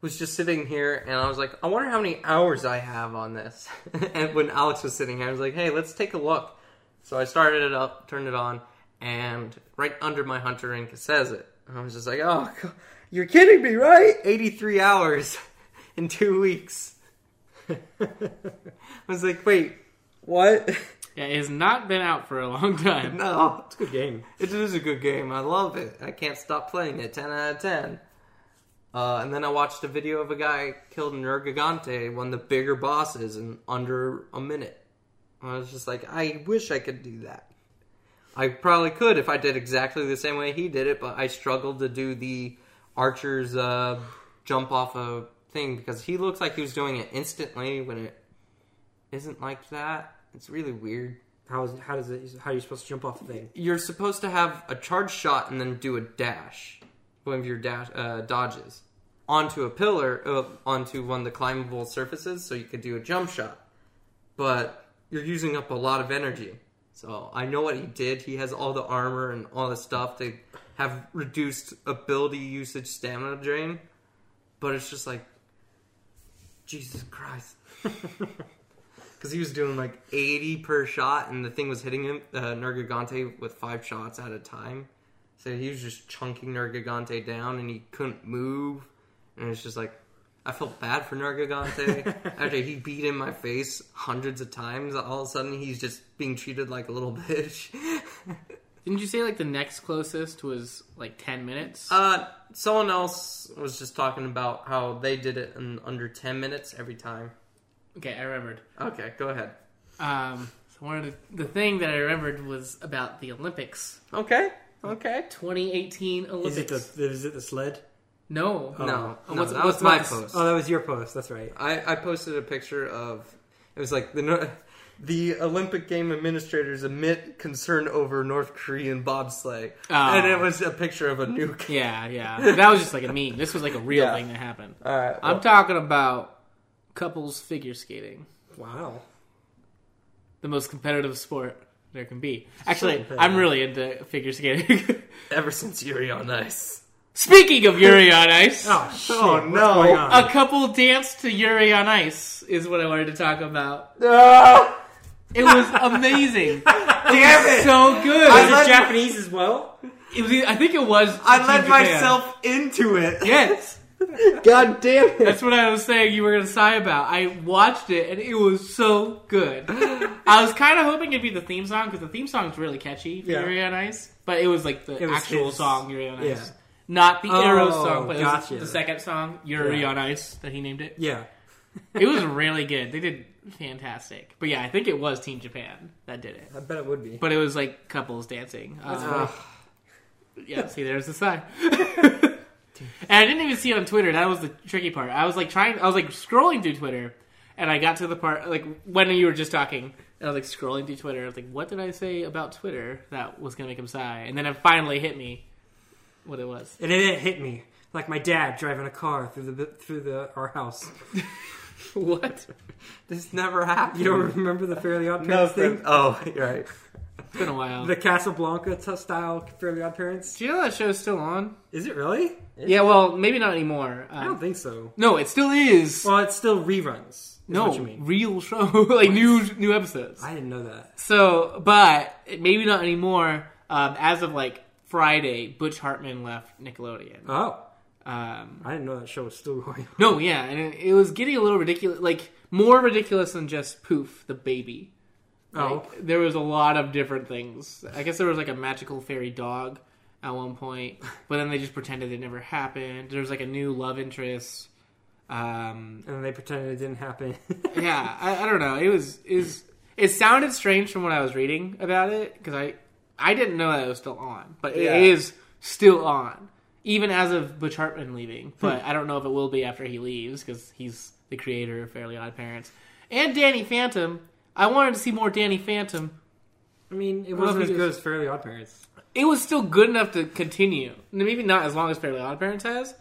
Speaker 2: was just sitting here and I was like, I wonder how many hours I have on this. and when Alex was sitting here, I was like, hey, let's take a look. So I started it up, turned it on, and right under my Hunter Inc. says it. And I was just like, oh, God, you're kidding me, right? 83 hours in two weeks. I was like, wait, what?
Speaker 1: Yeah, it has not been out for a long time.
Speaker 2: no,
Speaker 3: It's a good game.
Speaker 2: it is a good game. I love it. I can't stop playing it. 10 out of 10. Uh, and then I watched a video of a guy killed Nergigante, one of the bigger bosses, in under a minute. I was just like, I wish I could do that. I probably could if I did exactly the same way he did it, but I struggled to do the archer's uh, jump off a thing because he looked like he was doing it instantly when it isn't like that. It's really weird.
Speaker 3: How is how does it how are you supposed to jump off a thing?
Speaker 2: you're supposed to have a charge shot and then do a dash, one of your dash uh, dodges, onto a pillar, uh, onto one of the climbable surfaces, so you could do a jump shot. But you're using up a lot of energy. So I know what he did. He has all the armor and all the stuff to have reduced ability usage, stamina drain. But it's just like, Jesus Christ. Because he was doing like 80 per shot, and the thing was hitting him, uh, Nergigante, with five shots at a time. So he was just chunking Nergigante down, and he couldn't move. And it's just like, I felt bad for Nergigante. After he beat in my face hundreds of times, all of a sudden he's just being treated like a little bitch.
Speaker 1: Didn't you say like the next closest was like ten minutes?
Speaker 2: Uh, someone else was just talking about how they did it in under 10 minutes every time.
Speaker 1: okay, I remembered.
Speaker 2: Okay, go ahead.
Speaker 1: Um, so one of the, the thing that I remembered was about the Olympics,
Speaker 2: Okay, okay.
Speaker 1: 2018
Speaker 3: Is
Speaker 1: Olympics.
Speaker 3: it the is it the sled?
Speaker 1: no,
Speaker 3: Oh.
Speaker 2: No,
Speaker 1: Oh,
Speaker 2: no,
Speaker 1: what's-
Speaker 2: that
Speaker 1: what's
Speaker 2: was my
Speaker 1: my-
Speaker 2: post.
Speaker 3: Oh, that was your post. That's right.
Speaker 2: I, I posted a picture of it was like the Nor- the Olympic game administrators admit concern over North Korean bobsleigh,
Speaker 1: Oh.
Speaker 2: and it was a picture of a nuke.
Speaker 1: yeah, yeah. But that was just like a meme. This was like a real
Speaker 2: Yeah.
Speaker 1: thing that happened.
Speaker 2: All right,
Speaker 1: I'm talking about couples figure skating,
Speaker 3: Wow.
Speaker 1: the most competitive sport there can be. Actually,
Speaker 3: competitive.
Speaker 1: I'm really into figure skating.
Speaker 2: ever since Yuri on Ice,
Speaker 1: Speaking of Yuri on Ice,
Speaker 3: Oh shit.
Speaker 2: Oh,
Speaker 3: what's
Speaker 2: no.
Speaker 3: going on?
Speaker 1: a couple danced to Yuri on Ice is what I wanted to talk about.
Speaker 2: no,
Speaker 1: It was amazing.
Speaker 2: Uh, damn it!
Speaker 1: so good.
Speaker 2: I
Speaker 3: Is
Speaker 2: let-
Speaker 3: it Japanese as well?
Speaker 1: It was, I think it was.
Speaker 2: I
Speaker 1: Team
Speaker 2: led
Speaker 1: Japan.
Speaker 2: myself into it.
Speaker 1: Yes,
Speaker 2: God damn it!
Speaker 1: that's what I was saying. You were gonna sigh about. I watched it and it was so good. I was kind of hoping it'd be the theme song because the theme song's really catchy for
Speaker 3: Yeah.
Speaker 1: Yuri on Ice, but it was like the
Speaker 3: It was
Speaker 1: actual
Speaker 3: his-
Speaker 1: song Yuri on Ice,
Speaker 3: yeah.
Speaker 1: not the
Speaker 3: Oh,
Speaker 1: Arrow song, but it was
Speaker 3: gotcha.
Speaker 1: the second song Yuri
Speaker 3: Yeah.
Speaker 1: on Ice that he named it.
Speaker 3: Yeah.
Speaker 1: It was really good. They did fantastic. But yeah, I think it was Team Japan that did it.
Speaker 3: I bet it would be. Ah.
Speaker 1: But it was like couples dancing. Uh, yeah, see, there's the sign. and I didn't even see it on Twitter. That was the tricky part. I was like trying, I was like scrolling through Twitter, and I got to the part like when you were just talking. And I was like scrolling through Twitter. I was like, what did I say about Twitter that was gonna make him sigh? And then it finally hit me what it was.
Speaker 3: And then it hit me like my dad driving a car through the through the our house.
Speaker 1: What?
Speaker 2: This never happened.
Speaker 3: You don't remember the Fairly Odd
Speaker 2: no
Speaker 3: Parents thing?
Speaker 2: Oh, you're right.
Speaker 1: It's been a while.
Speaker 3: The Casablanca t- style Fairly Odd Parents?
Speaker 1: Do you know that show's still on?
Speaker 3: Is it really?
Speaker 1: Yeah, well, maybe not anymore.
Speaker 3: I
Speaker 1: Uh,
Speaker 3: don't think so.
Speaker 1: no, it still is.
Speaker 3: Well, it's still reruns. Is
Speaker 1: No,
Speaker 3: what you mean?
Speaker 1: real show, like new new episodes.
Speaker 3: I didn't know that.
Speaker 1: So, but maybe not anymore. Um, as of like Friday, Butch Hartman left Nickelodeon.
Speaker 3: Oh,
Speaker 1: Um,
Speaker 3: I didn't know that show was still going. on.
Speaker 1: no, yeah, and it, it was getting a little ridiculous, like more ridiculous than just Poof the baby.
Speaker 3: Oh.
Speaker 1: Like, there was a lot of different things. I guess there was like a magical fairy dog at one point, but then they just pretended it never happened. There was like a new love interest. Um,
Speaker 3: And then they pretended it didn't happen.
Speaker 1: yeah, I, I don't know. It was is it sounded strange from what I was reading about it because I I didn't know that it was still on, but
Speaker 2: Yeah.
Speaker 1: it is still on even as of Butch Hartman leaving. But I don't know if it will be after he leaves because he's the creator of Fairly Odd Parents and Danny Phantom. I wanted to see more Danny Phantom.
Speaker 3: I mean, it
Speaker 1: Well,
Speaker 3: wasn't
Speaker 1: if
Speaker 3: as
Speaker 1: it
Speaker 3: good
Speaker 1: is-
Speaker 3: as Fairly Odd Parents.
Speaker 1: It was still good enough to continue. Maybe not as long as Fairly Odd Parents has,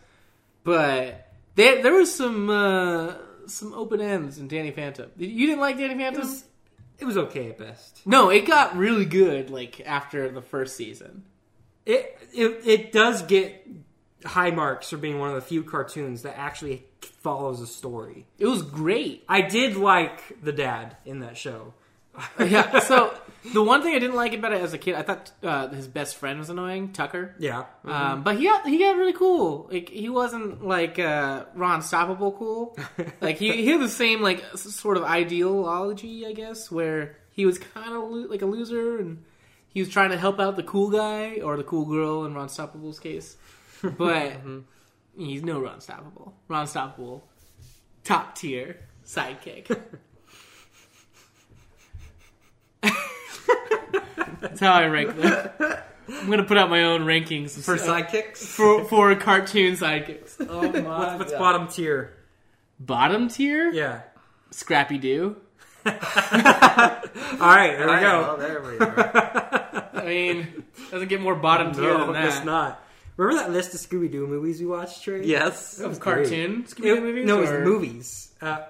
Speaker 1: but there there was some uh, some open ends in Danny Phantom. You didn't like Danny Phantom?
Speaker 3: was- It was okay at best.
Speaker 1: No, it got really good like after the first season.
Speaker 3: It it it does get high marks for being one of the few cartoons that actually follows a story.
Speaker 1: It was great.
Speaker 3: I did like the dad in that show.
Speaker 1: Yeah. So the one thing I didn't like about it as a kid, I thought uh, his best friend was annoying, Tucker.
Speaker 3: Yeah.
Speaker 1: Um, but he got, he got really cool. Like he wasn't like uh, Ron Stoppable cool. like he, he had the same like s- sort of ideology, I guess, where he was kind of lo- like a loser and he was trying to help out the cool guy or the cool girl in Ron Stoppable's case. But he's no Ron Stoppable. Ron Stoppable, top tier sidekick. That's how I rank them. I'm gonna put out my own rankings for
Speaker 2: For sidekicks?
Speaker 1: for, for cartoon sidekicks.
Speaker 2: Oh my
Speaker 3: What's, what's bottom tier?
Speaker 1: Bottom tier,
Speaker 3: Yeah.
Speaker 1: Scrappy Doo.
Speaker 3: All right, there we
Speaker 2: Oh,
Speaker 3: go.
Speaker 2: there we are.
Speaker 1: I mean, doesn't get more bottom tier
Speaker 3: No,
Speaker 1: than
Speaker 3: it's
Speaker 1: that.
Speaker 3: not. Remember that list of Scooby Doo movies we watched, Trey?
Speaker 2: yes.
Speaker 1: Of cartoon Scooby
Speaker 3: It,
Speaker 1: Doo movies.
Speaker 3: no, it was
Speaker 1: or-
Speaker 3: movies. Uh,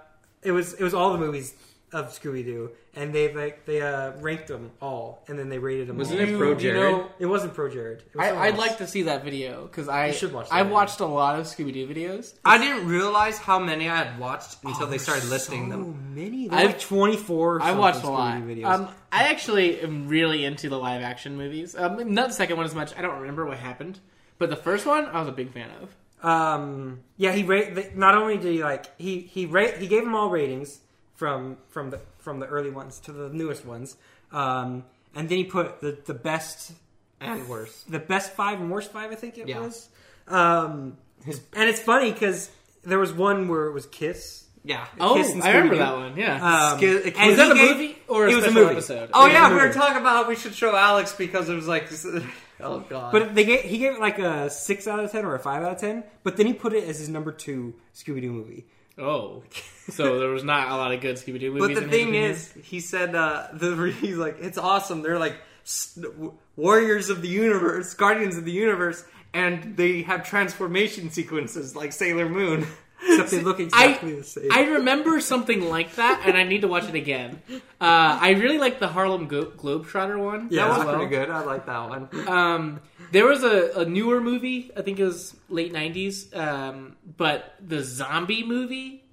Speaker 3: it was it was all the movies of Scooby Doo, and they like they uh, ranked them all, and then they rated them.
Speaker 2: Wasn't
Speaker 3: all.
Speaker 1: You-
Speaker 2: it Pro
Speaker 1: you
Speaker 2: Jared?
Speaker 1: know,
Speaker 3: It wasn't Pro Jared. It was
Speaker 1: I,
Speaker 3: someone
Speaker 1: I'd
Speaker 3: else.
Speaker 1: like to see that video because I
Speaker 3: should watch that
Speaker 1: I
Speaker 3: video.
Speaker 1: watched a lot of Scooby Doo videos.
Speaker 2: I didn't realize how many I had watched until they started listing
Speaker 3: so
Speaker 2: them.
Speaker 3: many. There were
Speaker 1: I've-
Speaker 3: like twenty four.
Speaker 1: I watched a lot.
Speaker 3: Videos.
Speaker 1: Um, I actually am really into the live action movies. Um, not the second one as much. I don't remember what happened, but the first one I was a big fan of.
Speaker 3: Um, yeah, he ra- the, not only did he like he he ra- he gave them all ratings from from the from the early ones to the newest ones, um, and then he put the the best
Speaker 2: And worse.
Speaker 3: the best five and worst five I think it
Speaker 1: Yeah.
Speaker 3: was. Um, and it's funny because there was one where it was Kiss.
Speaker 2: Yeah.
Speaker 1: Oh,
Speaker 3: Kiss and
Speaker 1: I remember
Speaker 3: Scooby-Doo.
Speaker 1: that one. Yeah.
Speaker 3: Um,
Speaker 2: Skiz-
Speaker 3: and
Speaker 2: Was
Speaker 3: he
Speaker 1: was that a
Speaker 3: gave-
Speaker 1: movie or a
Speaker 3: it was a
Speaker 1: special
Speaker 3: movie.
Speaker 1: episode?
Speaker 2: Oh
Speaker 3: Yeah,
Speaker 2: yeah,
Speaker 3: the
Speaker 2: we were
Speaker 3: movie.
Speaker 2: talking about how we should show Alex because it was like, oh god.
Speaker 3: But they gave, he gave it like a six out of ten or a five out of ten. But then he put it as his number two Scooby Doo movie.
Speaker 1: Oh, so there was not a lot of good Scooby Doo movies. in his
Speaker 2: But the thing
Speaker 1: opinion.
Speaker 2: is, he said uh, the re- he's like it's awesome. They're like s- w- warriors of the universe, guardians of the universe, and they have transformation sequences like Sailor Moon.
Speaker 3: Except they look exactly the same.
Speaker 1: I remember something like that, and I need to watch it again. Uh, I really like the Harlem Go- Globetrotter one.
Speaker 3: Yeah,
Speaker 2: that
Speaker 1: as
Speaker 2: was
Speaker 1: well.
Speaker 2: pretty good. I like that one.
Speaker 1: Um, there was a, a newer movie, I think it was late '90s, um, but the zombie movie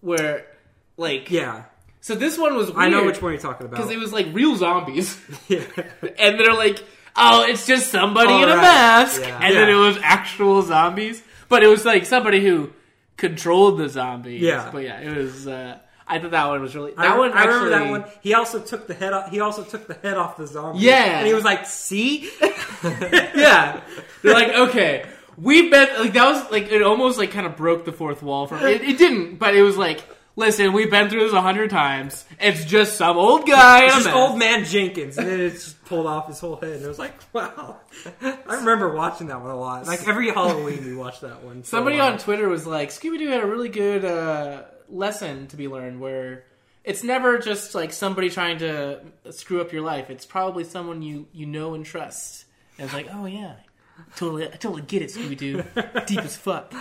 Speaker 1: where, like,
Speaker 3: yeah,
Speaker 1: So this one was weird
Speaker 3: I know which one you're talking about.
Speaker 1: because it was like real zombies,
Speaker 3: Yeah.
Speaker 1: and they're like, "Oh, it's just somebody
Speaker 3: All
Speaker 1: in a
Speaker 3: right.
Speaker 1: mask,"
Speaker 2: Yeah.
Speaker 1: and then it
Speaker 3: Yeah.
Speaker 1: was actual zombies, but it was like somebody who controlled the zombies.
Speaker 3: Yeah.
Speaker 1: but yeah, it was. Uh, I thought that one was really that
Speaker 3: I,
Speaker 1: one.
Speaker 3: I remember that
Speaker 1: actually-
Speaker 3: one. He also took the head off. He also took the head off the zombie.
Speaker 1: Yeah.
Speaker 3: and he was like, "See,
Speaker 1: yeah. They're like, okay, we've been like that was like it almost like kind of broke the fourth wall for it, it didn't, but it was like, listen, we've been through this a hundred times. It's just some old guy. in a
Speaker 3: it's just
Speaker 1: mask.
Speaker 3: old man Jenkins," and then it just pulled off his whole head. And it was like, "Wow." I remember watching that one a lot. Like every Halloween, we watched that one. for a
Speaker 1: Somebody
Speaker 3: while.
Speaker 1: on Twitter was like, Scooby Doo had a really good uh, lesson to be learned where it's never just like somebody trying to screw up your life. It's probably someone you, you know and trust. And it's like, oh yeah. Totally, I totally get it, Scooby Doo. Deep as fuck.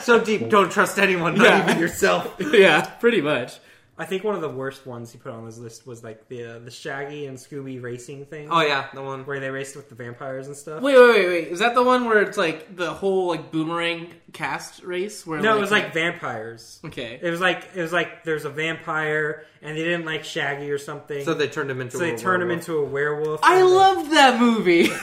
Speaker 2: so deep, don't trust anyone, not
Speaker 1: Yeah.
Speaker 2: even yourself.
Speaker 1: yeah, pretty much.
Speaker 3: I think one of the worst ones he put on his list was like the uh, the Shaggy and Scooby racing thing,
Speaker 2: Oh yeah, the one.
Speaker 3: where they raced with the vampires and stuff.
Speaker 1: Wait, wait, wait, wait. Is that the one where it's like the whole like boomerang cast race? Where
Speaker 3: no, it was like vampires.
Speaker 1: okay,
Speaker 3: It was like it was like there's a vampire, and they didn't like Shaggy or something.
Speaker 2: So they turned him into.
Speaker 3: So they
Speaker 2: a
Speaker 3: turned him
Speaker 2: werewolf.
Speaker 3: into a werewolf.
Speaker 1: I
Speaker 3: and then-
Speaker 1: love that movie.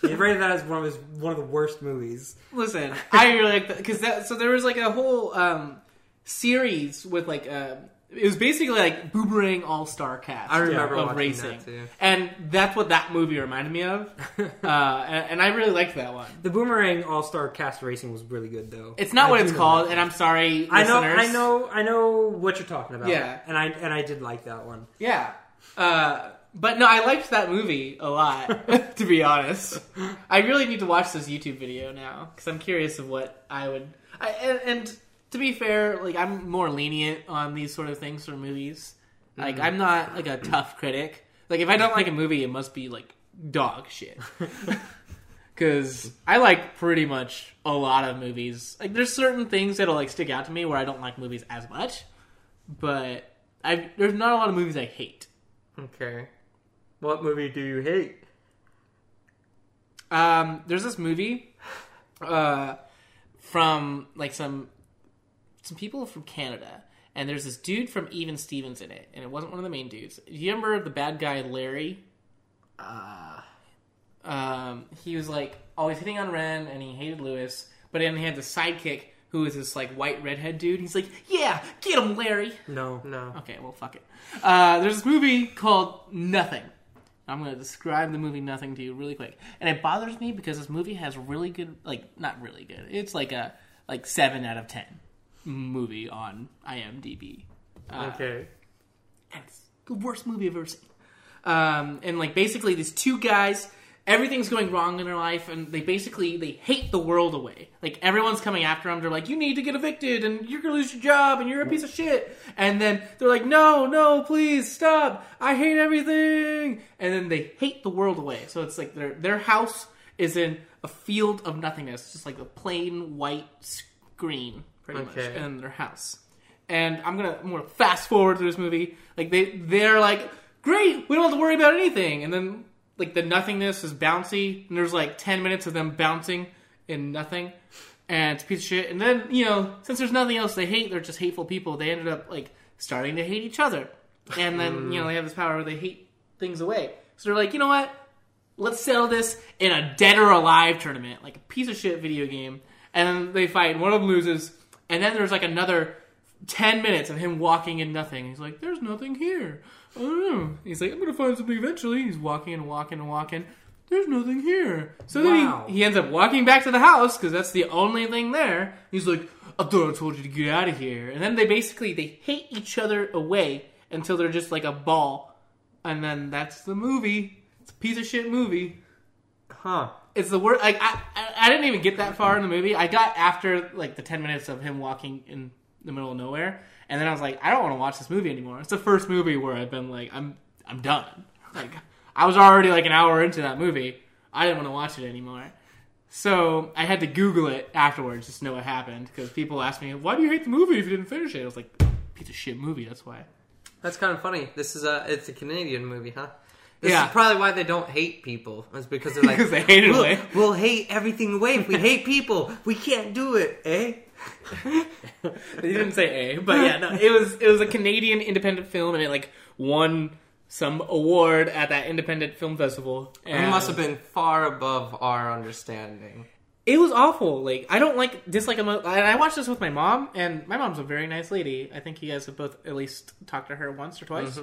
Speaker 3: He rated that as one of his one of the worst movies.
Speaker 1: Listen, I really like that because that. So there was like a whole um, series with like uh, it was basically like boomerang all star cast.
Speaker 2: I remember
Speaker 3: Yeah,
Speaker 1: of
Speaker 2: watching
Speaker 1: racing,
Speaker 2: that too.
Speaker 1: and that's what that movie reminded me of, uh, and, and I really liked that one.
Speaker 3: The Boomerang All Star Cast Racing was really good though.
Speaker 1: It's not
Speaker 3: I
Speaker 1: what
Speaker 3: do
Speaker 1: it's
Speaker 3: know
Speaker 1: called,
Speaker 3: that.
Speaker 1: and I'm sorry,
Speaker 3: I know,
Speaker 1: listeners.
Speaker 3: I know, I know what you're talking about.
Speaker 1: Yeah.
Speaker 3: and I and I did like that one.
Speaker 1: Yeah. Uh, but no, I liked that movie a lot, to be honest. I really need to watch this YouTube video now because I'm curious of what I would. I, and, and to be fair, like I'm more lenient on these sort of things for movies. Like I'm not like a tough critic. Like if I don't like a movie, it must be like dog shit. Because I like pretty much a lot of movies. Like there's certain things that'll like stick out to me where I don't like movies as much, but I there's not a lot of movies I hate.
Speaker 2: Okay, what movie do you hate?
Speaker 1: Um, there's this movie uh, from like some some people from Canada, and there's this dude from Even Stevens in it, and it wasn't one of the main dudes. Do you remember the bad guy Larry? Uh, um, he was like always hitting on Ren, and he hated Lewis, but then he had the sidekick who was this like white redhead dude. He's like, "Yeah, get him, Larry."
Speaker 3: No.
Speaker 2: No.
Speaker 1: Okay, well, fuck it. Uh, there's this movie called Nothing. I'm going to describe the movie Nothing to you really quick, and it bothers me because this movie has really good, like, not really good. It's like a like seven out of ten movie on IMDb. Uh-huh.
Speaker 2: Okay.
Speaker 1: And it's the worst movie I've ever seen. Um, and like basically these two guys, everything's going wrong in their life, and they basically they hate the world away. Like everyone's coming after them. They're like, "You need to get evicted, and you're gonna lose your job, and you're a piece of shit." And then they're like, "No, no, please stop! I hate everything!" And then they hate the world away. So it's like their their house is in a field of nothingness, just like a plain white screen, pretty
Speaker 2: Okay.
Speaker 1: much, in their house and I'm gonna I'm gonna fast forward through this movie. Like they they're like, great, we don't have to worry about anything. And then like the nothingness is bouncy, and there's like ten minutes of them bouncing in nothing, and it's a piece of shit. And then you know since there's nothing else they hate, they're just hateful people. They ended up like starting to hate each other, and then you know they have this power where they hate things away. So they're like, you know what? Let's settle this in a dead or alive tournament, like a piece of shit video game. And then they fight, and one of them loses. And then there's like another 10 minutes of him walking in nothing. He's like, there's nothing here. I don't know. He's like, I'm going to find something eventually. He's walking and walking and walking. There's nothing here. So
Speaker 3: Wow.
Speaker 1: then he, he ends up walking back to the house because that's the only thing there. He's like, I thought I told you to get out of here. And then they basically, they hate each other away until they're just like a ball. And then that's the movie. It's a piece of shit movie.
Speaker 2: Huh.
Speaker 1: It's the word. Like I, I, I didn't even get that far in the movie. I got after like the ten minutes of him walking in the middle of nowhere, and then I was like, I don't want to watch this movie anymore. It's the first movie where I've been like, I'm, I'm done. Like I was already like an hour into that movie. I didn't want to watch it anymore. So I had to Google it afterwards just to know what happened because people asked me, "Why do you hate the movie if you didn't finish it?" I was like, "Piece of shit movie." That's why.
Speaker 2: That's kind of funny. This is a it's a Canadian movie, huh? This
Speaker 1: Yeah.
Speaker 2: is probably why they don't hate people. It's because they're like
Speaker 1: Because they hate it
Speaker 2: we'll,
Speaker 1: away."
Speaker 2: we'll hate everything away if we hate people. We can't do it, eh?
Speaker 1: They didn't say A, but yeah, no, it was it was a Canadian independent film, and it like won some award at that independent film festival. And
Speaker 2: It must have been far above our understanding.
Speaker 1: It was awful. Like I don't like dislike a mo- and I watched this with my mom, and my mom's a very nice lady. I think you guys have both at least talked to her once or twice.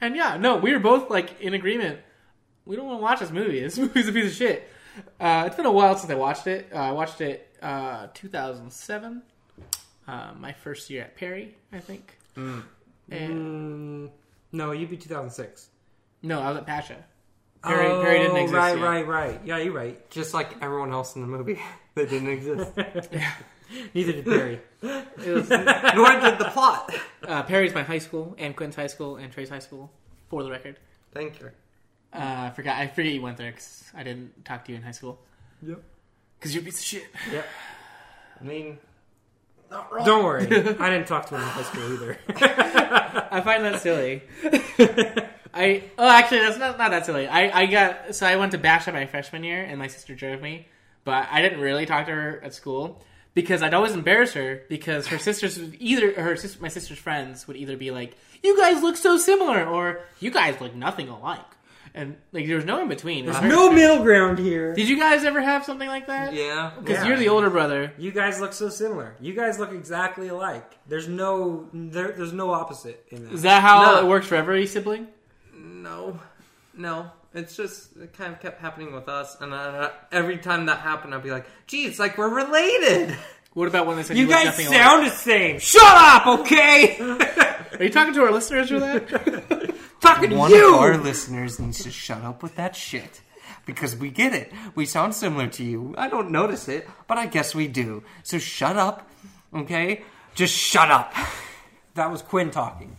Speaker 1: And yeah, no, we were both like in agreement. We don't want to watch this movie. This movie's a piece of shit. Uh, it's been a while since I watched it. Uh, I watched it uh, 2007, uh, my first year at Perry, I think. And-
Speaker 3: Mm, no, you'd be 2006.
Speaker 1: No, I was at Pasha. Perry, Perry didn't
Speaker 3: Oh,
Speaker 1: exist.
Speaker 3: Right,
Speaker 1: yet.
Speaker 3: right, right. Yeah, you're right.
Speaker 2: Just like everyone else in the movie, they didn't exist.
Speaker 3: Neither did Barry.
Speaker 1: It was,
Speaker 2: Nor did the plot.
Speaker 1: uh, Perry's my high school, and Quinn's high school, and Trey's high school, for the record.
Speaker 2: Thank you.
Speaker 1: Uh, I forgot. I forget you went there because I didn't talk to you in high school.
Speaker 3: Yep.
Speaker 1: Because you're a piece of shit.
Speaker 2: I mean, not wrong.
Speaker 3: Don't worry. I didn't talk to him in high school either.
Speaker 1: I find that silly. I oh, actually, that's not not that silly. I I got so I went to Basha my freshman year, and my sister drove me, but I didn't really talk to her at school because I'd always embarrass her because her sisters would either her sister my sister's friends would either be like, "You guys look so similar," or "You guys look nothing alike," and like there was no in between. Her-
Speaker 3: no middle ground here.
Speaker 1: Did you guys ever have something like that?
Speaker 2: Yeah.
Speaker 1: Because
Speaker 3: Yeah.
Speaker 1: you're the older brother.
Speaker 3: You guys look so similar. You guys look exactly alike. There's no there, there's no opposite in that.
Speaker 1: Is that how
Speaker 2: No.
Speaker 1: it works for every sibling?
Speaker 2: No, no. It's just it kind of kept happening with us, and uh, every time that happened, I'd be like, "Gee, it's like we're related."
Speaker 1: What about when they said
Speaker 3: you
Speaker 1: you, look
Speaker 3: guys
Speaker 1: nothing alike?
Speaker 3: sound the same. Shut up, okay?
Speaker 1: Are you talking to our listeners or that?
Speaker 3: Talking to
Speaker 2: One
Speaker 3: you.
Speaker 2: of our listeners needs to shut up with that shit because we get it. We sound similar to you. I don't notice it, but I guess we do. So shut up, okay? Just shut up.
Speaker 3: That was Quinn talking.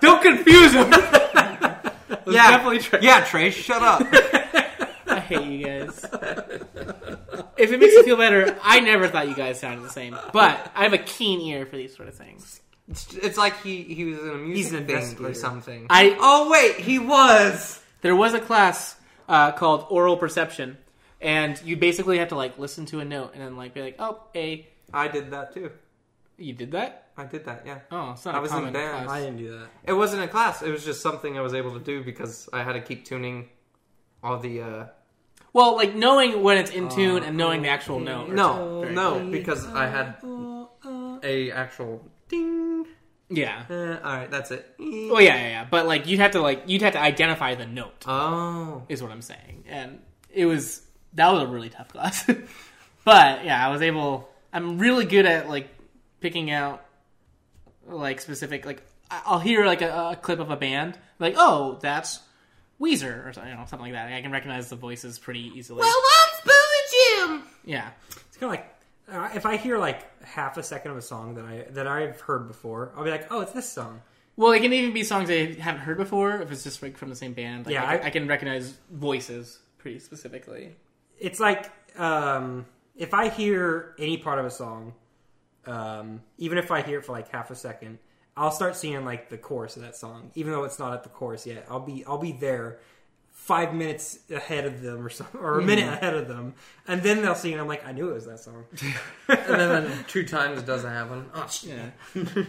Speaker 1: Don't confuse them.
Speaker 2: yeah,
Speaker 1: definitely Trey.
Speaker 2: yeah, Trey, shut up.
Speaker 1: I hate you guys. if it makes you feel better, I never thought you guys sounded the same. But I have a keen ear for these sort of things.
Speaker 2: it's, it's like he he was in a music
Speaker 3: an
Speaker 2: thing
Speaker 3: investigator.
Speaker 2: or something.
Speaker 1: I
Speaker 2: oh wait, he was.
Speaker 1: there was a class uh, called oral perception and you basically have to like listen to a note and then like be like, oh, a,
Speaker 2: I did that too.
Speaker 1: you did that.
Speaker 2: I did that. Yeah.
Speaker 1: Oh, it's not
Speaker 2: I
Speaker 1: a
Speaker 2: was in
Speaker 1: common
Speaker 2: band.
Speaker 1: class.
Speaker 3: I didn't do that.
Speaker 2: It wasn't a class. It was just something I was able to do because I had to keep tuning all the. uh
Speaker 1: Well, like knowing when it's in tune and knowing the actual note. or
Speaker 2: No,
Speaker 1: something.
Speaker 2: no, because I had a actual ding.
Speaker 1: Yeah.
Speaker 2: Uh, all right, that's it.
Speaker 1: Well, yeah, yeah, yeah. But like you'd have to like you'd have to identify the note
Speaker 2: Oh,
Speaker 1: is what I'm saying, and it was that was a really tough class. but yeah, I was able. I'm really good at like picking out like specific like I- I'll hear like a, a clip of a band like oh that's Weezer or something, you know, something like that. I can recognize the voices pretty easily.
Speaker 2: I'm Billy Jim.
Speaker 1: yeah.
Speaker 3: It's kind of like uh, if I hear like half a second of a song that I that I've heard before, I'll be like, "Oh, it's this song."
Speaker 1: Well, it can even be songs I haven't heard before if it's just like from the same band. Like,
Speaker 3: Yeah,
Speaker 1: I,
Speaker 3: I-
Speaker 1: I can recognize voices pretty specifically.
Speaker 3: It's like um, if I hear any part of a song, um, even if I hear it for like half a second, I'll start seeing like the chorus of that song, even though it's not at the chorus yet. I'll be I'll be there five minutes ahead of them or something, or a minute ahead of them, and then they'll see, and I'm like, "I knew it was that song."
Speaker 2: And then two times it doesn't happen. Oh, shit.
Speaker 1: Yeah.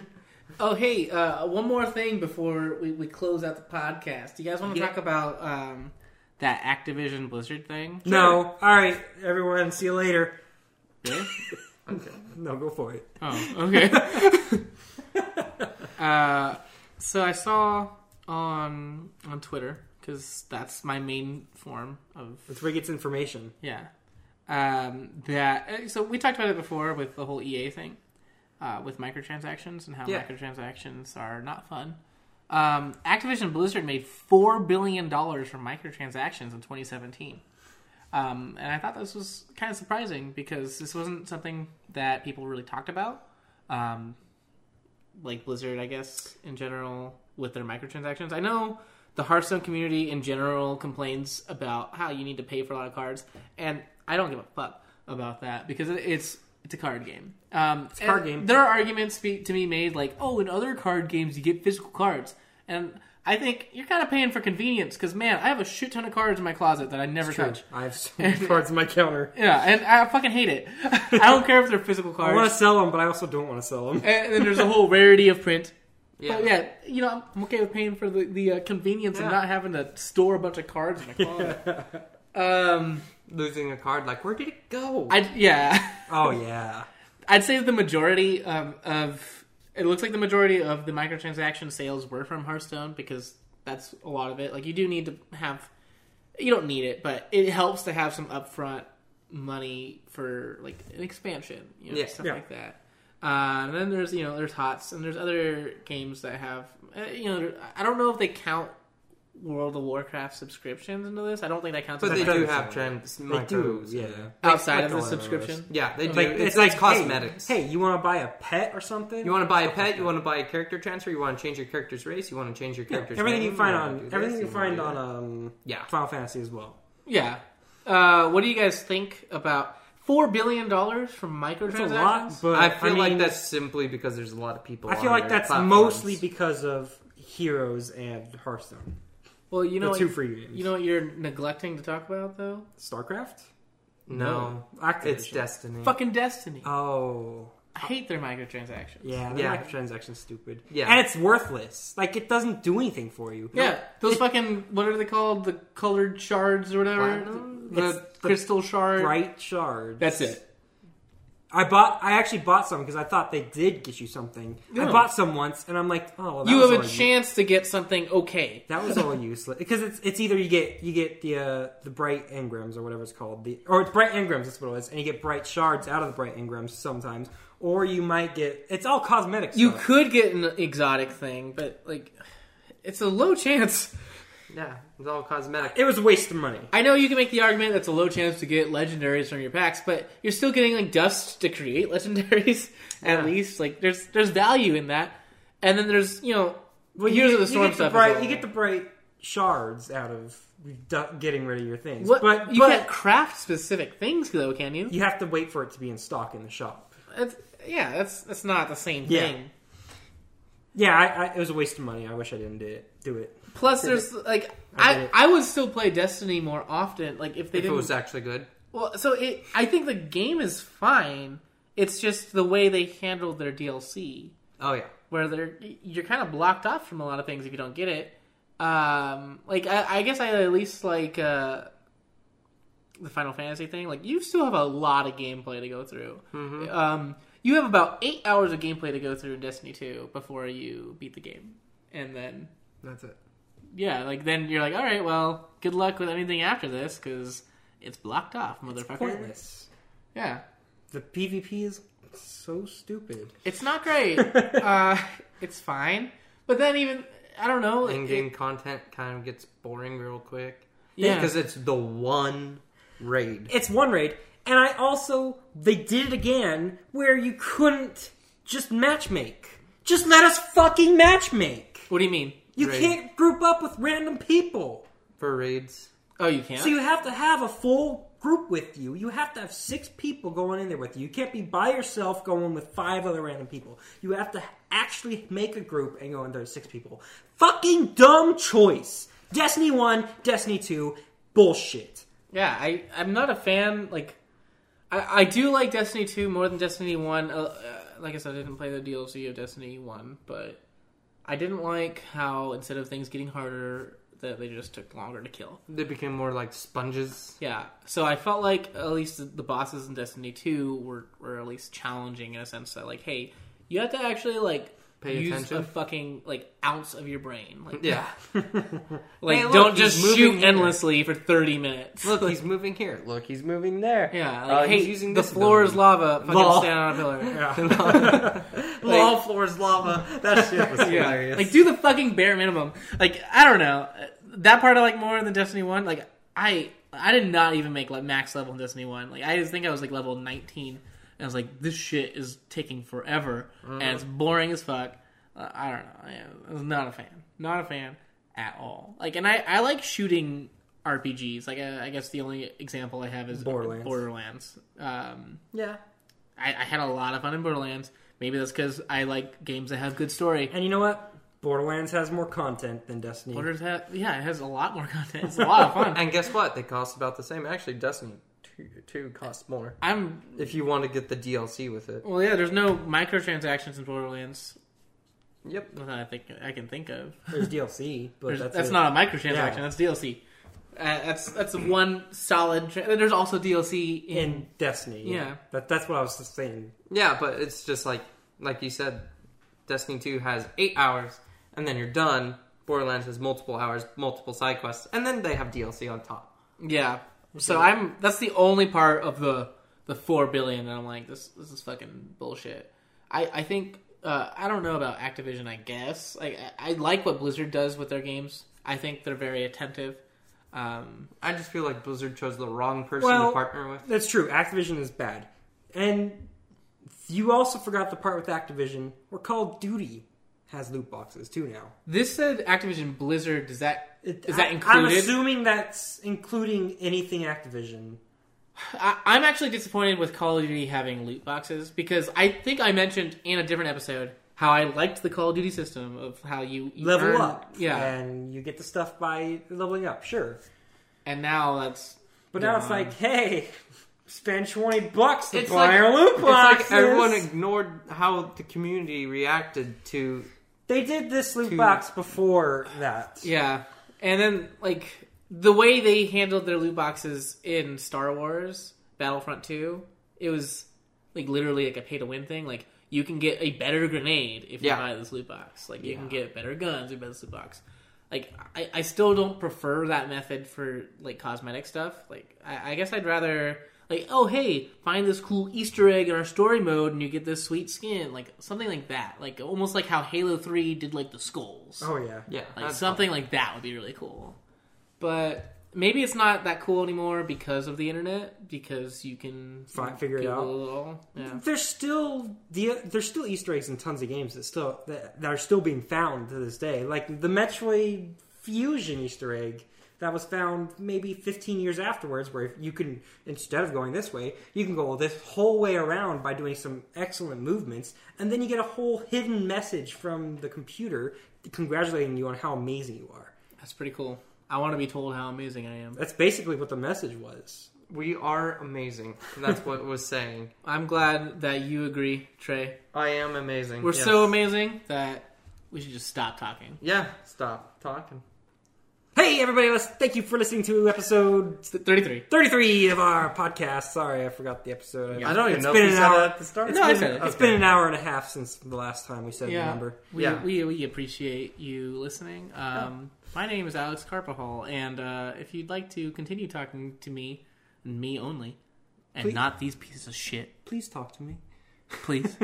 Speaker 1: oh, hey, uh, one more thing before we, we close out the podcast. Do you guys want to
Speaker 2: Yeah.
Speaker 1: talk about um, that Activision Blizzard thing?
Speaker 3: No, all right, everyone, see you later.
Speaker 1: Really?
Speaker 2: Okay.
Speaker 3: No, go for it.
Speaker 1: oh, okay. uh, so I saw on on Twitter because that's my main form of
Speaker 3: That's where he gets information.
Speaker 1: Yeah. Um, that eh, so we talked about it before with the whole EA thing, uh, with microtransactions and how
Speaker 2: Yeah.
Speaker 1: microtransactions are not fun. Um, Activision Blizzard made four billion dollars from microtransactions in 2017, um, and I thought this was kind of surprising because this wasn't something that people really talked about, um, like Blizzard, I guess in general with their microtransactions. I know the Hearthstone community in general complains about how you need to pay for a lot of cards, and I don't give a fuck about that because it- it's it's a card game. Um, it's
Speaker 3: a card game.
Speaker 1: There are arguments be, to be made like, oh, in other card games you get physical cards, and I think you're kind of paying for convenience because man, I have a shit ton of cards in my closet that I never touch.
Speaker 3: I have so many cards on my counter.
Speaker 1: Yeah, and I fucking hate it. I don't care if they're physical
Speaker 3: I
Speaker 1: cards.
Speaker 3: want to sell them, but I also don't want to sell them.
Speaker 1: And then there's a whole rarity of print.
Speaker 2: Yeah.
Speaker 1: But yeah, you know, I'm- I'm okay with paying for the, the uh, convenience of
Speaker 2: Yeah.
Speaker 1: not having to store a bunch of cards in a closet. Um,
Speaker 2: Losing a card, like where did it go?
Speaker 1: I yeah,
Speaker 3: Oh yeah,
Speaker 1: I'd say the majority um, of it looks like the majority of the microtransaction sales were from Hearthstone because that's a lot of it. Like you do need to have, you don't need it, but it helps to have some upfront money for like an expansion, you know,
Speaker 2: Yeah.
Speaker 1: stuff
Speaker 3: Yeah.
Speaker 1: like that. Uh, and then there's you know there's Hots and there's other games that have uh, you know I don't know if they count World of Warcraft subscriptions into this. I don't think that counts
Speaker 2: but
Speaker 1: as
Speaker 2: they
Speaker 3: That
Speaker 2: do
Speaker 3: doesn't
Speaker 2: have
Speaker 3: sound
Speaker 2: trans.
Speaker 3: they do.
Speaker 2: micros.
Speaker 3: Yeah,
Speaker 1: outside of
Speaker 3: Like
Speaker 1: the
Speaker 3: all of those.
Speaker 1: subscription.
Speaker 2: Yeah, they do.
Speaker 1: It's
Speaker 3: like
Speaker 2: it's, like cosmetics.
Speaker 3: Hey, hey you want to buy a pet or something?
Speaker 2: You want to buy a pet? You want to buy a character transfer? You want to change your character's race? You want to change your character's
Speaker 3: everything
Speaker 2: name,
Speaker 3: you find
Speaker 2: wanna do
Speaker 3: on
Speaker 2: this,
Speaker 3: everything you
Speaker 2: wanna
Speaker 3: find
Speaker 2: do
Speaker 3: on
Speaker 2: that.
Speaker 3: um
Speaker 2: Yeah.
Speaker 3: Final Fantasy as well.
Speaker 1: Yeah. Uh, what do you guys think about four billion dollars from microtransactions?
Speaker 3: It's a lot, but
Speaker 2: I feel like
Speaker 3: mean,
Speaker 2: that's simply because there's a lot of people.
Speaker 3: I feel
Speaker 2: on
Speaker 3: like
Speaker 2: their
Speaker 3: that's
Speaker 2: platforms.
Speaker 3: mostly because of Heroes and Hearthstone,
Speaker 1: well, you know,
Speaker 3: the
Speaker 1: what,
Speaker 3: two free games.
Speaker 1: you know what you're neglecting to talk about though.
Speaker 3: StarCraft,
Speaker 2: no.
Speaker 3: Activision.
Speaker 2: It's Destiny.
Speaker 1: Fucking Destiny.
Speaker 3: Oh
Speaker 1: I hate their microtransactions.
Speaker 3: yeah, the
Speaker 2: Yeah.
Speaker 3: microtransaction's stupid.
Speaker 2: Yeah.
Speaker 3: and it's worthless. Like it doesn't do anything for you.
Speaker 1: Yeah, those fucking what are they called? The colored shards or whatever.
Speaker 2: Platinum?
Speaker 1: The,
Speaker 3: It's the
Speaker 1: crystal shard.
Speaker 3: bright shards.
Speaker 1: That's it.
Speaker 3: I bought. I actually bought some because I thought they did get you something.
Speaker 1: No.
Speaker 3: I bought some once, and I'm like, oh, well,
Speaker 1: Oh.
Speaker 3: that
Speaker 1: You
Speaker 3: was
Speaker 1: have
Speaker 3: all
Speaker 1: a
Speaker 3: u-
Speaker 1: chance to get something okay.
Speaker 3: That was all useless because it's it's either you get you get the uh, the bright engrams or whatever it's called the or it's bright engrams that's what it was and you get bright shards out of the bright engrams sometimes or you might get it's all cosmetic
Speaker 1: You
Speaker 3: stuff.
Speaker 1: could get an exotic thing, but like, it's a low chance.
Speaker 2: Yeah, it's all cosmetic.
Speaker 3: it was a waste of money
Speaker 1: I know you can make the argument that's a low chance to get legendaries from your packs, but you're still getting like dust to create legendaries. At
Speaker 2: Yeah.
Speaker 1: least like there's there's value in that. And then there's you know well, Heroes
Speaker 3: you,
Speaker 1: of the
Speaker 3: you
Speaker 1: Storm
Speaker 3: get
Speaker 1: stuff.
Speaker 3: the
Speaker 1: is
Speaker 3: bright, you
Speaker 1: all-
Speaker 3: get the bright shards out of du- getting rid of your things
Speaker 1: what,
Speaker 3: but
Speaker 1: you
Speaker 3: but
Speaker 1: can't craft specific things though, can you?
Speaker 3: you have to wait for it to be in stock in the shop
Speaker 1: That's, yeah, that's that's not the same
Speaker 3: Yeah.
Speaker 1: thing.
Speaker 3: yeah I, I, it was a waste of money I wish I didn't do it do it
Speaker 1: Plus, there's like
Speaker 3: I
Speaker 1: I
Speaker 3: get it.
Speaker 1: I would still play Destiny more often. Like if they
Speaker 2: If it
Speaker 1: didn't
Speaker 2: was actually good,
Speaker 1: Well, so it, I think the game is fine. It's just the way they handled their DLC,
Speaker 2: Oh yeah.
Speaker 1: where they're you're kind of blocked off from a lot of things if you don't get it. Um, like I, I guess I at least like uh, the Final Fantasy thing. Like you still have a lot of gameplay to go through. Um, you have about eight hours of gameplay to go through in Destiny Two before you beat the game, and then
Speaker 4: That's it.
Speaker 1: yeah, like then you're like, all right, well, good luck with anything after this because it's blocked off, motherfucker.
Speaker 3: Pointless.
Speaker 1: yeah,
Speaker 3: The PvP is so stupid.
Speaker 1: it's not great. uh, it's fine, but then even I don't know. it-
Speaker 2: In-game content kind of gets boring real quick.
Speaker 1: Yeah.
Speaker 2: Because it's the one raid.
Speaker 3: It's one raid, and I also they did it again where you couldn't just matchmake. Just let us fucking matchmake.
Speaker 1: what do you mean?
Speaker 3: You
Speaker 2: Raid.
Speaker 3: can't group up with random people.
Speaker 2: For raids.
Speaker 1: Oh, you can't.
Speaker 3: So you have to have a full group with you. You have to have six people going in there with you. You can't be by yourself going with five other random people. You have to actually make a group and go in there with six people. Fucking dumb choice. Destiny 1, Destiny 2, bullshit.
Speaker 1: yeah, I I'm not a fan. Like, I I do like Destiny two more than Destiny one. Uh, uh, like I said, I didn't play the DLC of Destiny one, but I didn't like how instead of things getting harder, that they just took longer to kill.
Speaker 2: They became more like sponges.
Speaker 1: Yeah, so I felt like at least the bosses in Destiny Two were were at least challenging in a sense that like, hey, you have to actually like
Speaker 2: Pay
Speaker 1: use a
Speaker 2: attention.
Speaker 1: fucking like ounce of your brain, like
Speaker 2: Yeah.
Speaker 1: like
Speaker 2: Hey, look,
Speaker 1: don't just
Speaker 2: he's moving
Speaker 1: shoot
Speaker 2: here.
Speaker 1: endlessly for thirty minutes.
Speaker 2: Look, he's moving here. Look, he's moving there.
Speaker 1: yeah,
Speaker 2: Uh,
Speaker 1: like hey,
Speaker 2: he's using
Speaker 1: the
Speaker 2: this
Speaker 1: floor is
Speaker 2: ability.
Speaker 1: lava. Fucking
Speaker 2: Lol.
Speaker 1: stand on a pillar.
Speaker 2: Lol, floor is lava. That shit was hilarious.
Speaker 1: Like do the fucking bare minimum. Like I don't know that part I like more than Destiny One. Like I I did not even make like max level in Destiny One. Like I just think I was like level nineteen, and I was like this shit is taking forever and it's boring as fuck. Uh, I don't know. I- I was not a fan. Not a fan at all. Like and I I like shooting RPGs. Like uh, I, I guess the only example I have is
Speaker 3: Borderlands.
Speaker 1: Borderlands. Um,
Speaker 3: Yeah.
Speaker 1: I, I had a lot of fun in Borderlands. Maybe that's because I like games that have good story.
Speaker 3: And you know what? Borderlands has more content than Destiny.
Speaker 1: What does that? Yeah, it has a lot more content. It's a lot of fun.
Speaker 2: and guess what? They cost about the same. Actually, Destiny 2, 2 costs more.
Speaker 1: I'm
Speaker 2: If you want to get the DLC with it.
Speaker 1: well, yeah. There's no microtransactions in Borderlands
Speaker 2: Yep.
Speaker 1: that I think I can think of.
Speaker 3: There's DLC, but
Speaker 1: There's-
Speaker 3: that's,
Speaker 1: that's
Speaker 3: it.
Speaker 1: not a microtransaction.
Speaker 3: Yeah.
Speaker 1: That's DLC. Uh, that's that's one solid. Tra- there's also DLC in.
Speaker 3: in Destiny.
Speaker 1: Yeah.
Speaker 3: That, that's what I was just saying.
Speaker 2: Yeah, but it's just like like you said, Destiny Two has eight hours, and then you're done. Borderlands has multiple hours, multiple side quests, and then they have DLC on top.
Speaker 1: yeah. So I'm. That's the only part of the the four billion that I'm like this. This is fucking bullshit. I I think uh, I don't know about Activision. I guess like I, I like what Blizzard does with their games. I think they're very attentive. Um,
Speaker 2: I just feel like Blizzard chose the wrong person
Speaker 3: Well-
Speaker 2: to partner with.
Speaker 3: That's true. Activision is bad. And you also forgot the part with Activision where Call of Duty has loot boxes too now.
Speaker 1: This said Activision Blizzard. Does that is
Speaker 3: It-
Speaker 1: that
Speaker 3: I-
Speaker 1: included?
Speaker 3: I'm
Speaker 1: I,
Speaker 3: assuming that's including anything Activision.
Speaker 1: I, am actually disappointed with Call of Duty having loot boxes because I think I mentioned in a different episode how I liked the Call of Duty system of how you, you
Speaker 3: Level
Speaker 1: earn-
Speaker 3: up.
Speaker 1: yeah,
Speaker 3: And you get the stuff by leveling up, sure.
Speaker 1: and now that's
Speaker 3: But now it's
Speaker 1: Gone.
Speaker 3: like, hey, spend 20 bucks to
Speaker 2: It's
Speaker 3: buy
Speaker 2: like-
Speaker 3: our loot
Speaker 2: It's
Speaker 3: boxes.
Speaker 2: like everyone ignored how the community reacted to.
Speaker 3: They did this loot
Speaker 2: Two.
Speaker 3: box before that.
Speaker 1: Yeah, and then like the way they handled their loot boxes in Star Wars Battlefront Two, it was like literally like a pay to win thing. Like you can get a better grenade if
Speaker 2: Yeah.
Speaker 1: you buy this loot box. Like you can get better guns if you buy this loot box. Like I, I still don't prefer that method for like cosmetic stuff. Like I, I guess I'd rather like oh hey find this cool Easter egg in our story mode and you get this sweet skin like something like that. Like almost like how Halo Three did like the skulls.
Speaker 3: Oh, yeah.
Speaker 2: Yeah,
Speaker 1: Like
Speaker 2: that's-
Speaker 1: something like that would be really cool. But maybe it's not that cool anymore because of the internet, because you can
Speaker 3: Fi- figure it
Speaker 1: Google
Speaker 3: out. Mm-hmm.
Speaker 1: it all. Yeah.
Speaker 3: There's still the there's still Easter eggs in tons of games that still that, that are still being found to this day. Like the Metroid Fusion Easter egg that was found maybe 15 years afterwards, where you can instead of going this way, you can go this whole way around by doing some excellent movements, and then you get a whole hidden message from the computer congratulating you on how amazing you are.
Speaker 1: That's pretty cool. I want to be told how amazing I am.
Speaker 3: That's basically what the message was.
Speaker 2: We are amazing. That's what it was saying.
Speaker 1: I'm glad that you agree, Trey.
Speaker 2: I am amazing.
Speaker 1: We're
Speaker 2: yes.
Speaker 1: so amazing that we should just stop talking.
Speaker 2: Yeah, stop talking.
Speaker 3: Hey, everybody, let's thank you for listening to episode
Speaker 1: It's 33.
Speaker 3: 33 of our podcast. Sorry, I forgot the episode.
Speaker 1: Yeah.
Speaker 2: I don't even
Speaker 3: It's
Speaker 2: know
Speaker 3: been
Speaker 2: if we
Speaker 3: an
Speaker 2: said
Speaker 3: hour.
Speaker 2: it at the start.
Speaker 1: It's
Speaker 3: no,
Speaker 1: been-
Speaker 3: it's been,
Speaker 1: okay.
Speaker 3: it's been an hour and a half since the last time we said the number.
Speaker 1: We,
Speaker 2: Yeah.
Speaker 1: We, we appreciate you listening. Um, My name is Alex Carpahol, and uh, if you'd like to continue talking to me, and me only, and
Speaker 3: Please.
Speaker 1: not these pieces of shit,
Speaker 3: Please talk to me.
Speaker 1: please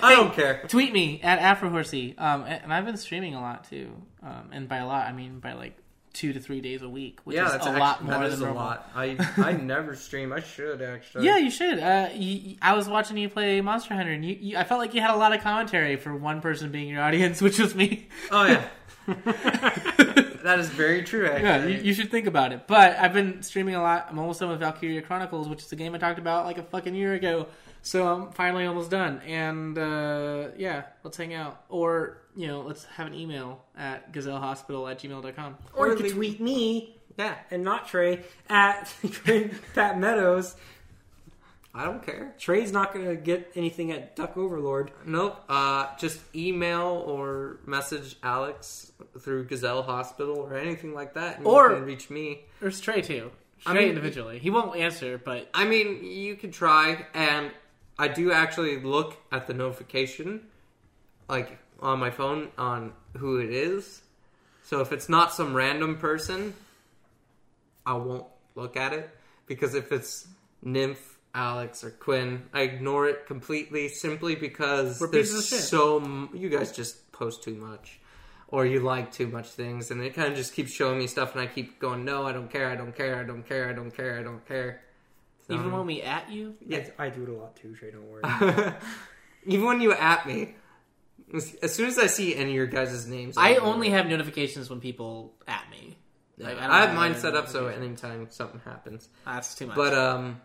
Speaker 2: I don't care.
Speaker 1: tweet me at AfroHorsey. Um, and and I've been streaming a lot too. Um, and by a lot, I mean by like two to three days a week, which
Speaker 2: yeah,
Speaker 1: is
Speaker 2: that's
Speaker 1: a
Speaker 2: actu-
Speaker 1: lot more
Speaker 2: that
Speaker 1: than
Speaker 2: is a
Speaker 1: normal.
Speaker 2: lot. I I never stream. I should actually.
Speaker 1: Yeah, you should. Uh, you, you- I was watching you play Monster Hunter, and you, you, I felt like you had a lot of commentary for one person being your audience, which was me.
Speaker 2: Oh yeah. that is very true.
Speaker 1: Yeah,
Speaker 2: Actually.
Speaker 1: you, you should think about it. But I've been streaming a lot. I'm almost done with Valkyria Chronicles, which is a game I talked about like a fucking year ago. So I'm finally almost done. And uh, yeah, let's hang out. Or, you know, let's have an email at gazellehospital at gmail.com.
Speaker 2: or you
Speaker 3: Or
Speaker 2: can
Speaker 3: leave-
Speaker 2: tweet me. Yeah,
Speaker 3: And not Trey, at Pat Meadows.
Speaker 2: I don't care.
Speaker 3: Trey's not going to get anything at Duck Overlord.
Speaker 2: Nope. Uh, just email or message Alex through Gazelle Hospital or anything like that, and
Speaker 1: Or-
Speaker 2: you can reach me.
Speaker 1: There's Trey too. Trey
Speaker 2: I mean-
Speaker 1: individually. He won't answer, but
Speaker 2: I mean, you could try, and I do actually look at the notification, like on my phone, on who it is. So if it's not some random person, I won't look at it because if it's Nymph, Alex, or Quinn, I ignore it completely simply because
Speaker 1: We're
Speaker 2: there's
Speaker 1: pieces of shit.
Speaker 2: so m- you guys just post too much. Or you like too much things, and it kind of just keeps showing me stuff, and I keep going, "No, I don't care, I don't care, I don't care, I don't care, I don't care." So-
Speaker 1: even when we at you,
Speaker 2: Yeah.
Speaker 3: I, I do it a lot too, Trey, don't worry.
Speaker 2: Even when you at me, as soon as I see any of your guys' names,
Speaker 1: I only have notifications when people at me.
Speaker 2: Yeah,
Speaker 1: Like, I don't
Speaker 2: I, have
Speaker 1: have
Speaker 2: mine
Speaker 1: any
Speaker 2: set up so
Speaker 1: notifications. Ah,
Speaker 2: anytime something happens.
Speaker 1: That's too much.
Speaker 2: But um,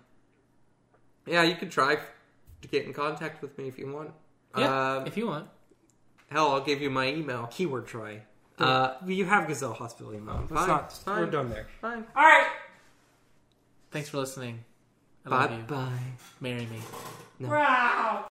Speaker 2: yeah, you could try to get in contact with me if you want.
Speaker 1: yeah,
Speaker 2: Um,
Speaker 1: if you want.
Speaker 2: hell, I'll give you my email.
Speaker 3: Keyword Trey.
Speaker 2: Uh,
Speaker 3: you have Gazelle Hospital email. Let's
Speaker 2: Oh, fine,
Speaker 3: not,
Speaker 2: fine.
Speaker 3: We're done there.
Speaker 2: Fine.
Speaker 3: All right.
Speaker 1: Thanks for listening. I love
Speaker 2: Bye
Speaker 1: you.
Speaker 2: bye.
Speaker 1: Marry me.
Speaker 3: We're out.